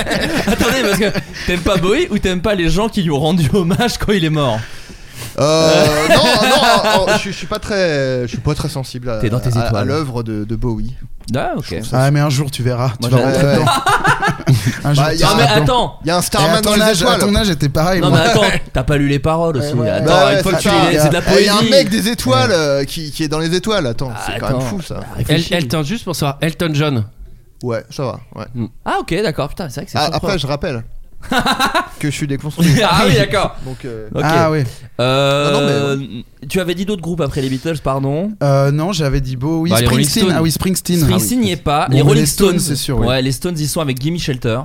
Attendez, parce que t'aimes pas Bowie ou t'aimes pas les gens qui lui ont rendu hommage quand il est mort
Euh, non, non, oh, je, suis- je suis pas très, je suis pas très sensible à,
T'es dans tes
à- à
étoiles.
l'œuvre de, de Bowie.
Ah, ok.
Ah, mais un jour tu verras. Tu
Moi,
vas
j'ai-
rentrer
Ouais,
dedans. Un jour.
Bah, il y
tu
a-
Non,
seras
mais
dedans.
attends
Il y a un
Et à
Starman dans
ton
les
âge, à
étoiles.
ton âge, j'étais pareil.
Non, mais
moi.
attends, t'as pas lu les paroles aussi.
ouais.
Attends,
Bah ouais,
il faut
c'est
que tu
ça.
les- C'est de la
Et Il y a un
poésie.
mec des étoiles euh, qui, qui est dans les étoiles. Attends, c'est quand même
Attends.
fou ça.
El- Elton, juste pour savoir, Elton John.
Ouais, ça va. Ouais.
Ah, ok, d'accord. Putain, c'est vrai que c'est.
Ah,
surprenant.
après, je rappelle que je suis déconstruit.
Ah
<laughs>
oui, d'accord.
Donc, euh,
Ok.
Ah oui.
Euh, Tu avais dit d'autres groupes après les Beatles, pardon.
Euh, non, j'avais dit Beau. Oui,
Bah, les Rolling
Springsteen.
Stones.
Ah oui, Springsteen.
Springsteen n'y est pas.
Bon,
les
mais
Rolling
les Stones,
Stones,
c'est sûr, oui.
Ouais, les Stones, ils sont avec Gimme Shelter.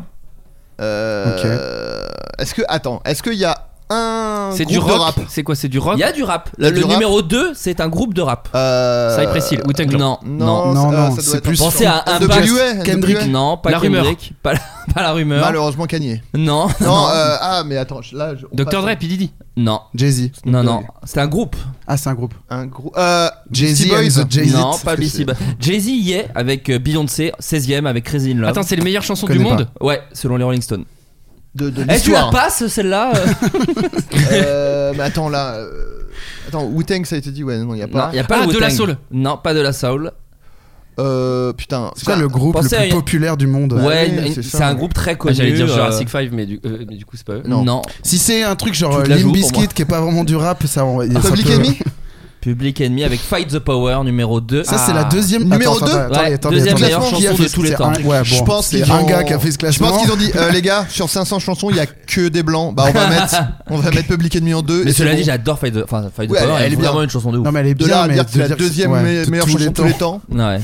euh, est-ce que attends, est-ce qu'il y a un
C'est
groupe
du
de
rock.
rap
C'est quoi C'est du rock
Il y a du rap.
Il y a
Le,
du
le
rap
numéro 2, c'est un groupe de rap.
euh,
Cypress Hill, Wu Tang Clan.
non, non.
Non,
Non,
ça-
non,
ça doit
c'est
être
plus-
un-
Pensez à un
NWA,
Kendrick.
NWA.
Non, pas
La
Kendrick, Pas, la, <laughs> pas la rumeur.
Malheureusement Kanye.
Non, <laughs>
Non, euh, ah mais attends, je- là je- on
Dr.
passe
Dre, P. Diddy.
non,
Jay-Z.
non, non. C'est un groupe.
Ah, c'est un groupe.
un gros euh
Jay-Z
Beastie
and
Boys.
the Jay-Z.
non, pas
que
Beastie
c'est
Boys. Jay-Z y est avec euh, Beyoncé, 16ème avec Crazy in Love.
Attends, c'est les meilleures chansons du
Connais
monde
ouais, selon les Rolling Stones.
de, de
Est-ce que Eh, tu la
l'histoire.
passes celle-là euh
Euh, mais attends là, euh, attends Wu Tang ça a été dit ouais non il y
<laughs>
a
Non,
pas.
y a pas
Ah,
le
de la
Wu-Tang.
soul.
Non, pas de la soul.
Euh, putain.
C'est quoi le groupe le
Pensez à
plus
une-
populaire du monde
Ouais,
oui,
une-
c'est
c'est
ça.
un groupe très
Ah,
connu.
J'allais dire
euh,
Jurassic 5, mais du, euh, mais du coup, c'est pas eux.
Non.
Si c'est un truc genre
Tu te la joues
Limp
pour moi.
Bizkit qui est pas vraiment du rap, ça. on- ça
Public
peut-
Enemy
Public Enemy avec Fight the Power numéro Ah. 2.
Ça, c'est la deuxième.
Numéro
attends,
deux
attends,
Ouais,
attends,
deuxième
attends,
meilleure
attends. Qui a
chanson
fait
de tous
ce-
les
c'est
temps.
un- Ouais,
Je
bon,
pense
c'est
qu'ils
un
ont-
gars qui a fait ce classement.
Je pense qu'ils ont dit euh, les gars sur 500 chansons il y a que des blancs. Bah
<laughs>
on va mettre on va mettre Public Enemy en deux.
Mais
et c'est
cela
bon.
dit, j'adore Fight the, enfin, Fight the
Ouais,
Power.
elle- elle est
vraiment
bien.
une chanson de ouf.
Non, mais elle est
de là
bien,
à
mais
dire que c'est
de
la
dire que
deuxième
ouais,
me-
de
meilleure
tous
chanson
les
de tous les
temps.
<laughs>
temps.
Ouais.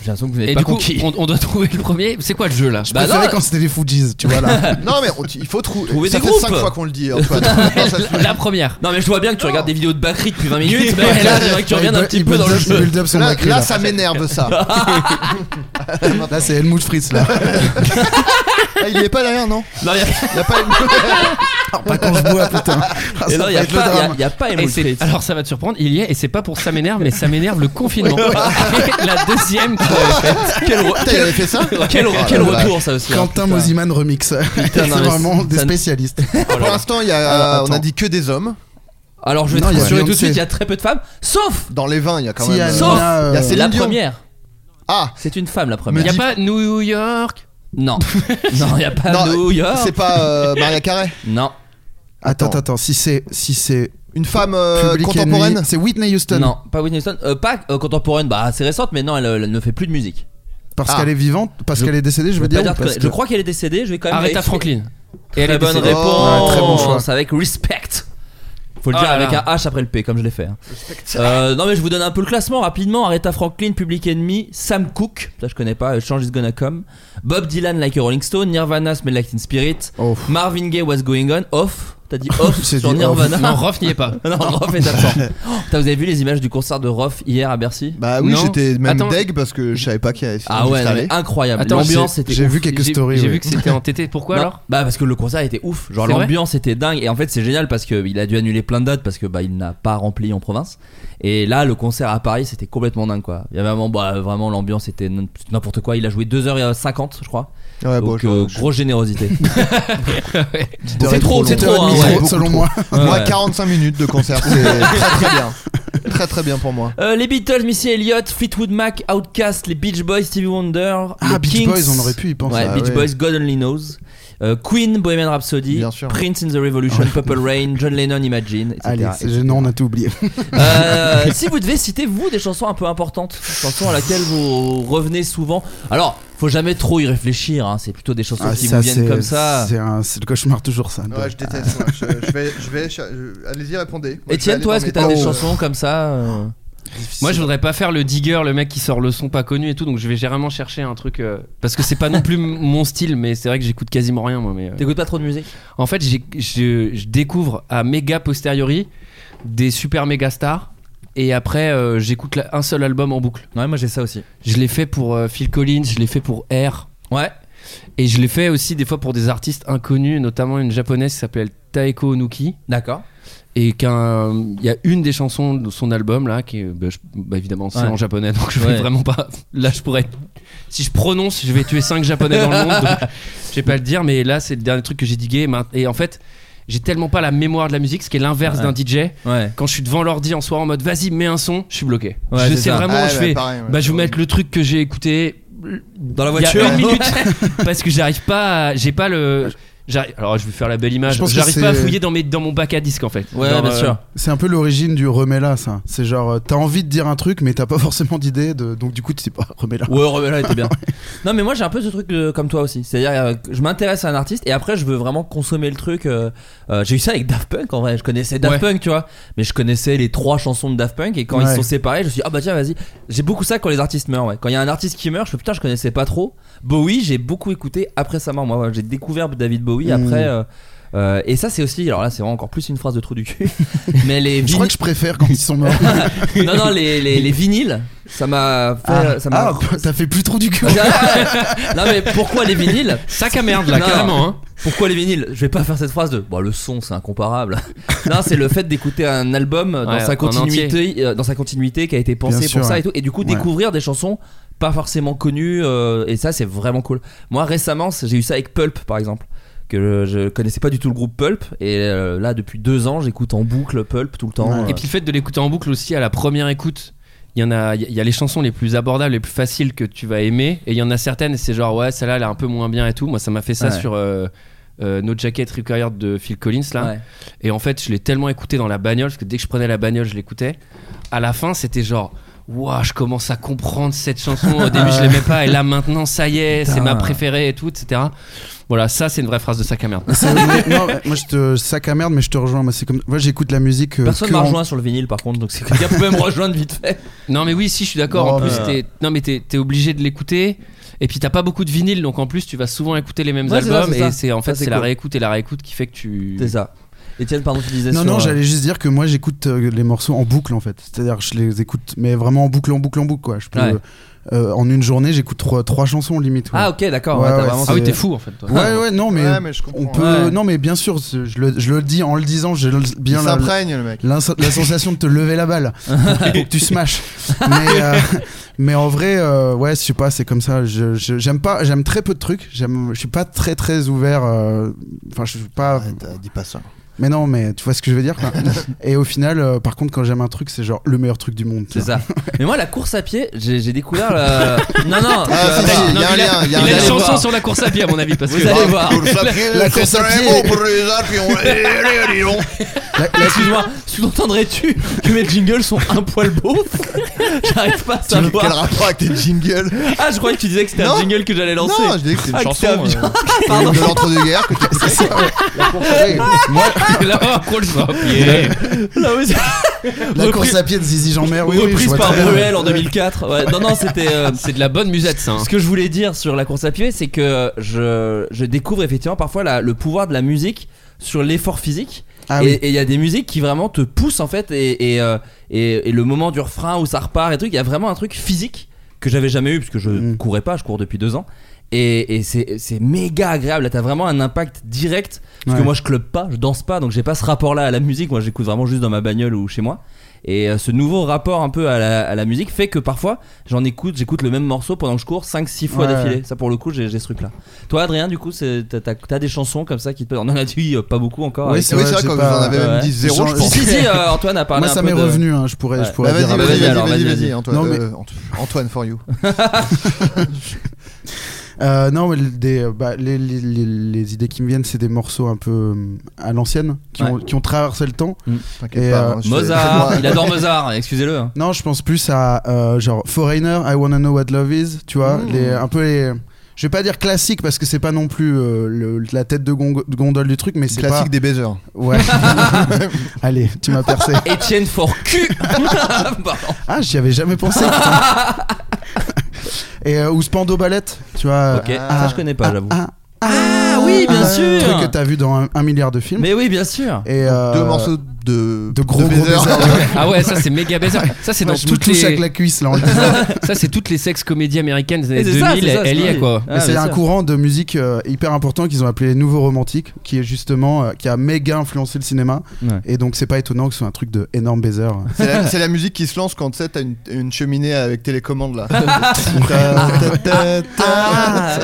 J'ai l'impression que vous n'êtes
Et
pas
du coup,
conquis.
on, on doit trouver le premier. C'est quoi le jeu là
Je
Bah
préférais
non.
quand c'était les Fujis, tu vois là.
Non mais on- il faut trou-
Trouver
Ça
des
fait
groupes.
5 fois qu'on le
<laughs>
dit. Antoine. Non, ça se-
La première.
Non mais je vois bien que tu regardes des vidéos de Bakri depuis 20 <laughs> minutes, mais là j'aimerais que tu
Ouais,
reviennes un
il
petit
build
peu dans
up-
le
il
jeu.
build up son
Là,
acry,
là,
là.
ça m'énerve
<laughs>
ça.
Là, c'est Helmut Fritz là.
Ah, il y est pas derrière non
Non, <laughs> y a-
Il y a pas une-
Alors, pas quand je bois, putain. Ah,
et
ça
non,
peut
y a
être le
pas- y a-
drame.
y a pas
Et
Emily
c'est-
Fritz. <laughs>
alors ça va te surprendre, il y est et c'est pas pour ça m'énerve, mais ça m'énerve le confinement. <laughs> Et la deuxième
Ah,
qu'il avait faite.
Quel re-
Putain, il avait fait ça
quel re-
Oh la
quel
vache.
retour ça aussi. hein,
Quentin
putain.
Mosiman remix. C'est
non, mais
vraiment
c'est-
des
ça ne-
spécialistes.
Ah, Pour l'instant, il y
Ah,
a- euh,
Alors,
on a
attends.
dit que des hommes.
Alors je vais te
Non, y a
rassurer tout de
Beyoncé.
suite, il y a très peu de femmes, sauf
Dans les 20, il y a quand
Si,
même.
il y a
euh,
Sauf-
Nina, euh,
il y a Céline
la
Dion.
première.
Ah
C'est une femme la
Il
première.
y a pas New York
Non, non, il y a pas
Non,
New York.
C'est pas euh, Maria Carré
Non,
Attends, attends, attends, si c'est si c'est
Une femme euh,
Public Enemy,
contemporaine
c'est Whitney Houston.
non, pas Whitney Houston. Euh, pas euh, contemporaine, bah c'est récente, mais non, elle, elle ne fait plus de musique.
Parce
Ah.
qu'elle est vivante, parce
Je-
qu'elle est décédée, je veux
Pas
dire.
dire
ou
que-
parce
Je
que-
crois qu'elle est décédée. Je vais quand même.
Arrêta
vérifier.
Franklin.
Et elle est bonne
décédée.
réponse.
Ouais,
très bon choix.
Avec respect. Faut le
Ah
dire
là
avec
là.
un H après le P, comme je l'ai fait. hein. Euh, non, mais je vous donne un peu le classement rapidement. Aretha Franklin, Public Enemy, Sam Cooke, ça je connais pas, euh, Change is Gonna Come, Bob Dylan, Like a Rolling Stone, Nirvana, Smell Like Teen Spirit,
Oh, pff.
Marvin Gaye, What's Going On, Off. T'as dit Off
C'est
sur
dit Off.
Nirvana. <laughs>
Non, Roth n'y est pas.
Non, Rof est absent. Oh, putain, vous avez vu les images du concert de Rof hier à Bercy
Bah oui,
Non.
j'étais même
Attends.
deg parce que je savais pas qu'il y avait.
Ah ouais, non, mais incroyable.
Attends,
L'ambiance
c'est-
était
J'ai
ouf.
vu quelques
J'ai-
stories.
J'ai
ouais.
vu que c'était entêté. Pourquoi
Non, <laughs>
alors
Bah parce que le concert était ouf. Genre
C'est vrai
l'ambiance était dingue et en fait c'est génial parce que il a dû annuler plein de dates parce que bah il n'a pas rempli en province. Et là le concert à Paris c'était complètement dingue quoi. Il y avait vraiment bah vraiment l'ambiance était n- n'importe quoi. Il a joué 2h50 je crois.
Ouais, bon,
Donc
je-
euh,
je-
grosse générosité. <laughs>
Deux heures
c'est
et
trop,
demie,
c'est
deux heures
trop,
et
hein,
demie,
ouais.
selon moi.
Moi,
Ouais. <laughs>
45 minutes de concert, c'est très très bien. très très bien pour moi.
Euh, les Beatles, Missy Elliott, Fleetwood Mac, Outcast, les Beach Boys, Stevie Wonder,
Ah,
les
Beach
Kings.
Boys, on aurait pu y penser.
Ouais,
Ah,
Beach
ouais.
Boys, God Only Knows, euh, Queen, Bohemian Rhapsody,
Bien sûr.
Prince in the
<laughs>
Revolution, Purple Rain, John Lennon, Imagine, etc.
Allez, c'est
etc.
gênant, on a tout oublié.
<laughs>
Euh, si vous devez citer vous des chansons un peu importantes, chansons à laquelle vous revenez souvent. Alors, faut jamais trop y réfléchir. hein, C'est plutôt des chansons
Ah,
qui
ça,
vous viennent
c'est-
comme ça.
C'est un- c'est le cauchemar toujours ça.
Ouais, je déteste. ouais. Je, je vais, je vais, je- allez-y, répondez. Moi, je vais
Étienne,
aller
toi,
dans
est-ce que
mes
t'as des
Oh.
temps.
chansons comme ça euh,
Moi, je voudrais pas faire le digger, le mec qui sort le son pas connu et tout, donc je vais généralement chercher un truc. euh, parce que c'est pas non plus m- mon style, mais c'est vrai que j'écoute quasiment rien, moi. Mais, euh,
T'écoutes pas trop de musique
En fait, j'ai- je, je découvre à méga posteriori des super méga stars. Et après, euh, j'écoute la- un seul album en boucle.
Ouais, moi j'ai ça aussi.
Je l'ai fait pour euh, Phil Collins, je l'ai fait pour Air.
Ouais.
Et je l'ai fait aussi des fois pour des artistes inconnus, notamment une japonaise qui s'appelle Taeko Onuki.
D'accord.
Et qu'un- il y a une des chansons de son album là, qui est, bah, je- bah, évidemment c'est
Ouais.
en japonais, donc je
Ouais.
vais vraiment pas. Là, je pourrais. Si je prononce, je vais tuer 5 japonais dans le monde. Donc, je vais pas le dire, mais là, c'est le dernier truc que j'ai digué. Et ma- Et en fait, j'ai tellement pas la mémoire de la musique, ce qui est l'inverse
Ouais.
d'un DJ.
Ouais.
Quand je suis devant l'ordi en soirée en mode vas-y, mets un son, je suis bloqué.
Ouais,
je
c'est
sais
ça.
vraiment,
Ah,
je
bah,
fais.
pareil, ouais.
Bah, je vais mettre le truc que j'ai écouté
Dans la
il y
voiture.
a une minute <laughs> parce que j'arrive pas à- j'ai pas le j'arrive- alors je vais faire la belle image
Je pense que
j'arrive pas à
c'est-
fouiller dans mes dans mon bac à disque en fait
Ouais, bah,
Dans,
bien
euh,
sûr.
C'est un peu l'origine du remets-là, ça. C'est genre, euh, t'as envie de dire un truc, mais t'as pas <laughs> forcément d'idée, de... donc du coup, tu sais pas, <laughs> remets-là.
Ouais, remets là, était
<laughs>
bien. non, mais moi j'ai un peu ce truc euh, comme toi aussi. C'est-à-dire, euh, que je m'intéresse à un artiste et après je veux vraiment consommer le truc. euh, euh, j'ai eu ça avec Daft Punk en vrai. Je connaissais Daft Punk, tu vois, mais je connaissais les trois chansons de Daft Punk et quand ils
Ouais.
se sont séparés, je me suis dit, ah bah tiens, vas-y. J'ai beaucoup ça quand les artistes meurent, ouais. Quand il y a un artiste qui meurt, je fais putain, je connaissais pas trop. Bowie, j'ai beaucoup écouté après sa mort. Moi, ouais, j'ai découvert David Bowie
Mm.
après. euh, euh, et ça, c'est aussi, alors là, c'est vraiment encore plus une phrase de trou du
<laughs>
cul. mais les
Je
vinyles-
crois que je préfère quand ils sont morts.
non, non, les,
<laughs>
les, les vinyles, ça m'a fait. <laughs> ça m'a
Ah, p- t'as fait plus trop
<laughs>
du cul.
non mais pourquoi les vinyles
sac à merde là
Non.
carrément hein.
Pourquoi les vinyles Je vais pas faire cette phrase de bon le son c'est incomparable. <laughs> non c'est le fait d'écouter un album dans
Ouais,
sa
en
continuité euh, dans sa continuité qui a été pensé
Bien
pour
sûr,
ça
ouais.
et tout et du coup
Ouais.
découvrir des chansons pas forcément connues euh, et ça c'est vraiment cool. Moi récemment c'est- j'ai eu ça avec Pulp par exemple que je, je connaissais pas du tout le groupe Pulp et euh, là depuis deux ans j'écoute en boucle Pulp tout le temps. euh,
Ouais.
et puis le fait de l'écouter en boucle aussi à la première écoute il y en a il y a les chansons les plus abordables les plus faciles que tu vas aimer et il y en a certaines c'est genre ouais celle-là elle est un peu moins bien et tout moi ça m'a fait ça
Ouais.
sur euh, euh, No Jacket Required de Phil Collins là
Ouais.
Et en fait, je l'ai tellement écouté dans la bagnole, parce que dès que je prenais la bagnole, je l'écoutais. À la fin, c'était genre, waouh, je commence à comprendre cette chanson.
<laughs>
Au début, je l'aimais pas, et là maintenant, ça y est, c'est
Putain.
ma préférée et tout, etc. Voilà, ça, c'est une vraie phrase de sac à merde.
C'est- non, moi, je te sac à merde, mais je te rejoins. Moi, c'est comme, moi, j'écoute la musique. euh,
Personne
que
m'a
en-
rejoint sur le vinyle par contre donc
<laughs>
c'est <laughs> quelqu'un peut me rejoindre vite fait.
Non, mais oui, si, je suis d'accord.
Non,
en plus,
mais-
t'es- non, mais t'es, t'es obligé de l'écouter. Et puis, t'as pas beaucoup de vinyle, donc en plus, tu vas souvent écouter les mêmes
Ouais, c'est ça,
albums.
c'est ça.
et c'est en fait,
Ça, c'est
c'est, la
cool.
réécoute et la réécoute qui fait que tu.
C'est ça. Étienne pardon tu disais
Non,
sur,
non,
euh,
j'allais juste dire que moi, j'écoute euh, les morceaux en boucle, en fait. C'est-à-dire, que je les écoute, mais vraiment en boucle, en boucle, en boucle, quoi. Je peux,
Ouais.
euh, euh, en une journée, j'écoute trois, trois chansons, limite. ouais.
Ah ok d'accord
Ouais,
ouais, t'as
ouais,
vraiment
Ah oui,
c'est-
t'es fou en fait, toi.
ouais, ouais, non, mais.
Ouais, mais je comprends.
On peut,
Ouais.
non mais bien sûr, c'est- je le, je le dis en le disant, j'ai le- bien
Il
la,
s'imprègne, le mec.
L'ins- la sensation de te lever la balle pour que tu smashes. Mais, euh, mais en vrai, euh, ouais, je sais pas, c'est comme ça. Je- je- J'aime pas, j'aime très peu de trucs. J'aime, je suis pas très très ouvert. euh, Enfin, je suis pas.
dis pas ça.
Mais non, mais tu vois ce que je veux dire. quoi. Et au final, euh, par contre, quand j'aime un truc, c'est genre le meilleur truc du monde. tu
C'est
<laughs>
vois.
ça. Mais moi, la course à pied, j'ai j'ai découvert. la- Non, non.
Ah,
euh,
si, si, il y a un
il
lien, il y
Il
a un
a
allez
une
lien.
chanson
voir.
sur la course à pied, à mon avis, parce
Vous
que.
allez voir.
Pour le sacré,
la
c'est
course à
très
pied.
bon pour les arts qui ont- Eh, eh, dis donc.
La- la-
Excuse-moi, sous-entendrais-tu que mes jingles sont un poil
<laughs>
beau J'arrive pas à
Tu veux Quel
savoir.
rapport avec tes jingles
Ah, je croyais que tu disais que c'était un
Non.
jingle que j'allais lancer.
Non, je dis que c'est une
Ah, que
chanson
c'est un vieux-
euh, de l'entre-deux-guerres que tu c'est ça.
Là, on le sent. Yeah.
<laughs> Non, mais c'est-
la
Repris-
course à pied de Zizi Jean-Mer, oui, oui, je
Reprise
vois
par
très bien.
Bruel en 2004. Ouais, Non, non, c'était.
<laughs>
euh,
C'est de la bonne musette, ça. hein.
Ce que je voulais dire sur la course à pied, c'est que je, je découvre effectivement parfois la- le pouvoir de la musique sur l'effort physique.
Ah
et
oui.
et il y a des musiques qui vraiment te poussent en fait. Et, et, euh, et- et le moment du refrain où ça repart et truc, il y a vraiment un truc physique que j'avais jamais eu parce que je
Mm.
courais pas, je cours depuis deux ans. Et, et c'est c'est méga agréable. Là, t'as vraiment un impact direct. Parce
Ouais.
que moi, je club pas, je danse pas, donc j'ai pas ce rapport-là à la musique. Moi, j'écoute vraiment juste dans ma bagnole ou chez moi. Et euh, ce nouveau rapport un peu à la, à la musique fait que parfois j'en écoute, j'écoute le même morceau pendant que je cours 5-6 fois
Ouais.
d'affilée. Ça pour le coup, j'ai j'ai ce truc là. Toi, Adrien, du coup, c'est- t'as- t'as t'as des chansons comme ça qui te. On en a dit euh, pas beaucoup encore.
Oui,
Avec-
c'est
C'est vrai,
vrai,
c'est
j'ai
vrai, quand
pas-
j'en avais même
Ouais.
dit zéro, je
Genre,
pense.
Si, si, euh, Antoine a parlé
Moi,
un
ça
peu
m'est
de-
revenu, hein, je pourrais,
Ouais.
je pourrais
Bah, vas-y,
dire.
Ah, bah,
vas-y,
un peu.
vas-y,
vas-y, alors,
vas-y,
vas-y,
vas-y,
vas-y.
Antoine.
Non, mais-
Euh, Ant- Antoine for you.
Euh, non, mais des, euh, bah, les, les- les- les idées qui me viennent, c'est des morceaux un peu euh, à l'ancienne, qui,
Ouais. Mm.
ont, qui ont traversé le temps.
T'inquiète
Et,
pas.
euh,
hein, je-
Mozart,
fais-moi-
il adore Mozart, excusez-le. hein.
Non, je pense plus à euh, genre Foreigner, I Wanna Know What Love Is, tu
Mm.
vois, les, un peu les. Je vais pas dire classique parce que c'est pas non plus euh, le- la tête de gon- de gondole du truc, mais c'est pas.
Classique des baisers. <laughs>
Ouais. <laughs> Allez, tu m'as percé.
Étienne
<laughs>
Forcu Pardon.
Ah, j'y avais jamais
<laughs>
pensé. putain. Et euh, ou Spando Ballet, tu vois. euh,
Ok, ça je connais pas, j'avoue.
Ah,
Ah oui, bien sûr.
Truc que t'as vu dans un, un milliard de films.
Mais oui, bien sûr.
Ah,
Et euh,
Deux morceaux de
de gros, gros
baisers.
<laughs> baisers, ouais.
Ah ouais, ça c'est méga baiser. Ça c'est
Moi,
dans
je me
toutes
touche
les.
avec la cuisse là. en le disant.
<laughs> Ça c'est toutes les sexes comédies américaines des
Et
années
c'est ça,
2000.
c'est ça,
elle y
c'est
est
ça.
quoi.
Ah,
Mais c'est
bien
un
sûr.
courant de musique euh, hyper important qu'ils ont appelé les nouveaux romantiques, qui est justement euh, qui a méga influencé le cinéma.
Ouais.
Et donc c'est pas étonnant que ce soit un truc de énorme baiser.
C'est la, c'est la musique qui se lance quand tu sais, t'as une, une cheminée avec télécommande là. Ta- ta- ta- ta-
Ah,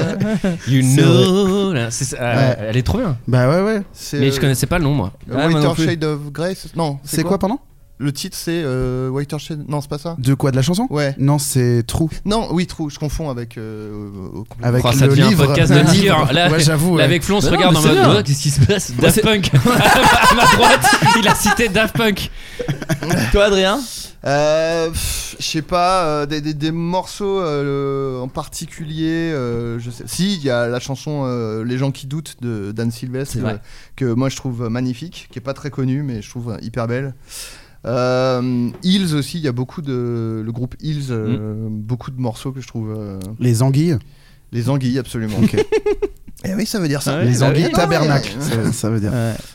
You
C'est
know. là, c'est ça, euh,
Ouais.
Elle est trop bien.
Bah ouais ouais.
C'est,
Mais
euh,
je connaissais pas le nom moi.
euh,
Ah, moi non
Whiter
plus.
Shade of Grey. c'est- Non,
C'est quoi, pendant
Le titre c'est euh, Whiter Shade. Non, c'est pas ça.
De quoi de la chanson
Ouais.
Non c'est Trou
Non, oui, true. Je confonds avec. euh, euh, au-
avec
Oh, ça
le
devient un
livre.
podcast
<laughs>
de
Le
tigre.
livre.
Là-
ouais j'avoue. ouais.
Avec Flon, on se
Bah non,
regarde
mais
en
c'est
mode
bien.
oh, qu'est-ce qui se passe Daft
c'est-
Punk <laughs> à ma droite, il a cité Daft Punk.
Toi, Adrien
Euh, pff, je sais pas, euh, des, des- des morceaux euh, en particulier, euh, je sais. Si, il y a la chanson euh, Les gens qui doutent de Dan Sylvestre,
C'est vrai.
euh, que moi je trouve magnifique, qui est pas très connue, mais je trouve euh, hyper belle. Euh, Hills aussi, il y a beaucoup de. Le groupe Hills, euh,
Mm.
beaucoup de morceaux que je trouve. euh,
les anguilles.
les anguilles, absolument. <laughs> Et Eh oui, ça veut dire ça.
Ouais,
les
bah
anguilles
oui.
tabernacle. ça, ça veut dire.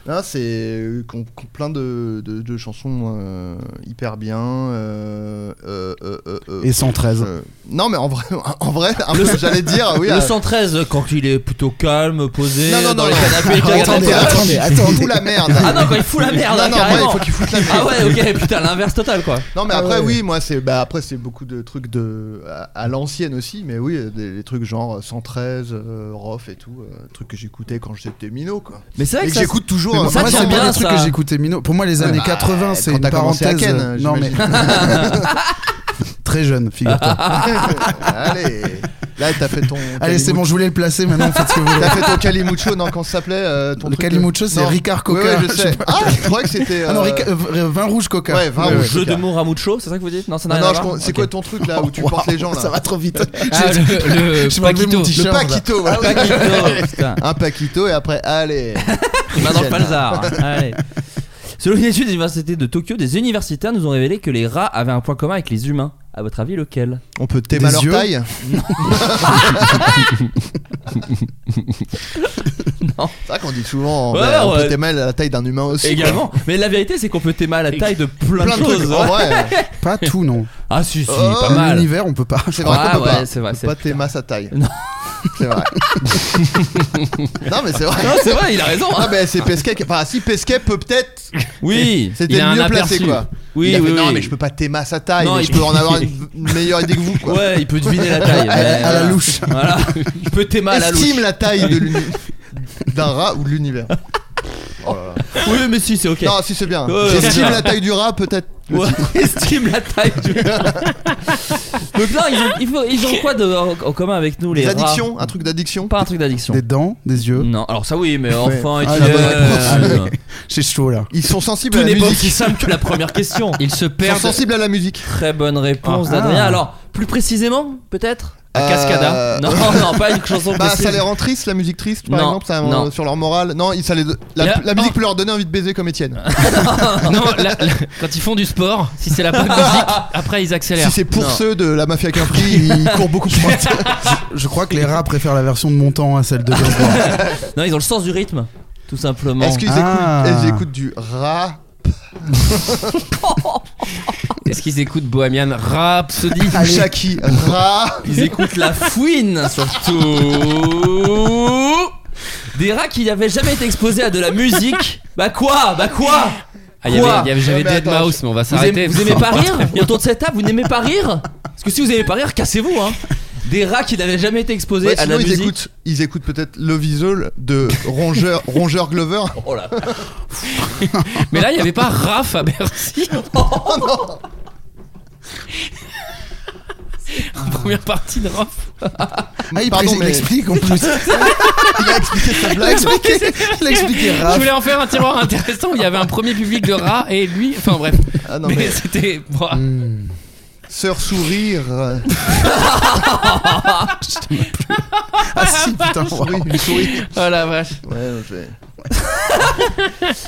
Là, c'est euh, qu'on- qu'on- plein de, de- de chansons euh, hyper bien. euh, euh, euh, euh, euh,
Et 113.
euh, non, mais en vrai, en vrai un peu, j'allais dire, oui.
Le
euh,
113, quand il est plutôt calme, posé,
Non, non,
dans
non,
les
non.
canapés, il regarde la
attendez,
télé.
attendez, attendez.
Attendez.
la merde.
Ah non, quand il fout la merde,
Non,
hein,
non, moi,
carrément.
il faut qu'il foute la merde.
Ah ouais, ok, putain, l'inverse total quoi.
Non, mais
Ah
après,
ouais.
oui, moi, c'est bah, après, c'est beaucoup de trucs de à, à l'ancienne aussi, mais oui, des, des trucs genre 113, euh, Rof et tout, euh, trucs que j'écoutais quand j'étais minot, quoi.
Mais c'est vrai
Et
que
que
ça-
j'écoute toujours.
Mais
hein,
moi,
ça
moi,
tient
c'est
bien,
pas des trucs
ça.
que j'écoutais Minot. Pour moi, les années
bah,
80, c'est
quand
une
t'as commencé à
parenthèse.
Ken,
euh, non, mais
j'imagine.
<laughs> très jeune,
<laughs>
figure-toi.
Allez, là, t'as fait ton.
<laughs> Allez, c'est bon, je voulais le placer maintenant. Faites ce que vous voulez.
T'as fait ton Calimucho, non, quand ça s'appelait euh, ton
Le
truc de-
Calimucho, c'est
Non.
Ricard
Ouais,
Coca.
ouais, je sais. Ah, je croyais que c'était.
Ah non,
<laughs> euh,
Rica- euh, vin rouge coca.
Ouais, vin
Un
Ouais, ouais,
jeu
c'est
de
clair.
mots ramucho, c'est ça que vous dites Non, ça n'a
Non,
rien
non,
à
je
voir.
con- c'est
Ok.
quoi ton truc là où tu portes les gens là
Ça va
<laughs>
trop vite.
Ah,
J'ai-
le, le
je m'enlevais mon
Paquito.
t-shirt.
Le
Charles.
Paquito, voilà.
Paquito, Oh, putain.
<laughs> Un Paquito et après, allez.
Il va Bah, dans le <laughs> Palzar. Allez. Selon une étude de l'université de Tokyo, des universitaires nous ont révélé que les rats avaient un point commun avec les humains. À votre avis, lequel
On peut
Des
téma leur
yeux. <laughs>
taille
Non.
C'est vrai qu'on dit souvent,
Ouais,
bah, on
ouais.
peut téma la taille d'un humain aussi.
Également. <laughs> Mais la vérité, c'est qu'on peut t'aimer à la taille de plein,
Plein de
choses. hein.
trucs, en vrai. <laughs>
Pas tout, non.
Ah si, si,
Oh.
pas
Dans
mal.
L'univers, on peut pas.
C'est vrai
Ah
qu'on peut
ouais,
pas.
c'est vrai.
On peut
c'est-
pas téma sa taille.
Non. <laughs>
C'est vrai. non, mais c'est vrai.
Non, c'est vrai, il a raison. hein.
Ah, mais c'est Pesquet qui. Enfin, si Pesquet peut peut-être.
Oui,
C'était
Il a
le
un
mieux
aperçu.
placé, quoi.
oui,
Il a
oui,
fait, Non,
oui.
mais je peux pas téma sa taille,
Non,
mais
il-
je peux
<laughs>
en avoir une une meilleure idée que vous, quoi.
Ouais, il peut deviner
<laughs>
la taille.
À- à la
Ah,
louche.
Voilà. Je peux t'aimer à la louche.
Estime la taille de
<laughs>
l'uni- d'un rat ou de l'univers. Oh là là.
Oui, mais si, c'est ok.
Non, si c'est bien.
Ouais, ouais, c'est
Estime
bien.
la taille du rat, peut-être. le
Ouais,
<laughs> titre.
estime la taille
<laughs>
du <laughs> Donc là, ils ont, ils font- ils ont quoi de, en, en commun avec nous, les
Des
rats
addictions, un truc d'addiction.
Pas un truc d'addiction.
Des dents, des yeux.
Non, alors ça oui, mais
Ouais.
enfin,
Ah,
tu-
la bonne
euh,
réponse. J'ai
<laughs>
chaud là.
Ils sont sensibles
tout
à la
n'est pas
musique.
aussi simple que la première <laughs> question.
Il se
Ils sont
perd.
sensibles à
<laughs>
la musique.
Très bonne réponse
Ah.
d'Adrien. Alors, plus précisément, peut-être À
Euh,
<laughs>
Cascada. Non, non, pas une chanson
Bah,
précise.
ça les rend tristes, la musique triste, par
Non,
exemple, ça, euh,
non.
sur leur morale. Non, ils- ça les- la,
Là-
la musique peut leur donner envie de baiser comme Étienne.
Non, la- la- quand ils font du sport, si c'est la bonne musique, après ils accélèrent.
Si c'est pour
Non.
ceux de la mafia qu'un <laughs> prix, ils courent beaucoup
<laughs>
plus vite.
Je crois que les rats préfèrent la version de Montant à celle de Gainsbourg.
Non, ils ont le sens du rythme, tout simplement.
Est-ce qu'ils
Ah.
écoutent, est-ce qu'ils écoutent du rat
Est-ce qu'ils écoutent Bohemian Rhapsody
Shaki, rat
Ils écoutent la fouine, surtout. Des rats qui n'avaient jamais été exposés à de la musique. Bah quoi Bah quoi
Ah, il y avait-
Quoi
il y avait- J'avais
Non, mais
Dead
attends,
Mouse, mais on va
Vous aimez,
s'arrêter.
vous aimez
<laughs>
pas rire autour de cette table Vous n'aimez pas rire Parce que si vous aimez pas rire, cassez-vous hein. Des rats qui n'avaient jamais été exposés
Ouais,
à
sinon
la
ils
musique.
écoutent, ils écoutent peut-être Lovisol de <laughs> Rongeur, Rongeur Glover.
Oh là.
Mais là, il n'y avait pas Raph
<laughs>
à Bercy. Première partie de Raph.
<laughs> Ah, il,
Pardon,
pré- il
mais-
explique en
<laughs>
plus.
Il a expliqué sa blague.
il explique
Je
grave.
voulais en faire un tiroir intéressant où il y avait un premier public de rats et lui. Enfin bref.
Ah non
mais
mais
c'était. bon,
sœur sourire. euh,
Ah si, putain.
Oui,
wow.
une souris.
Oh la vache.
Ouais, c'est-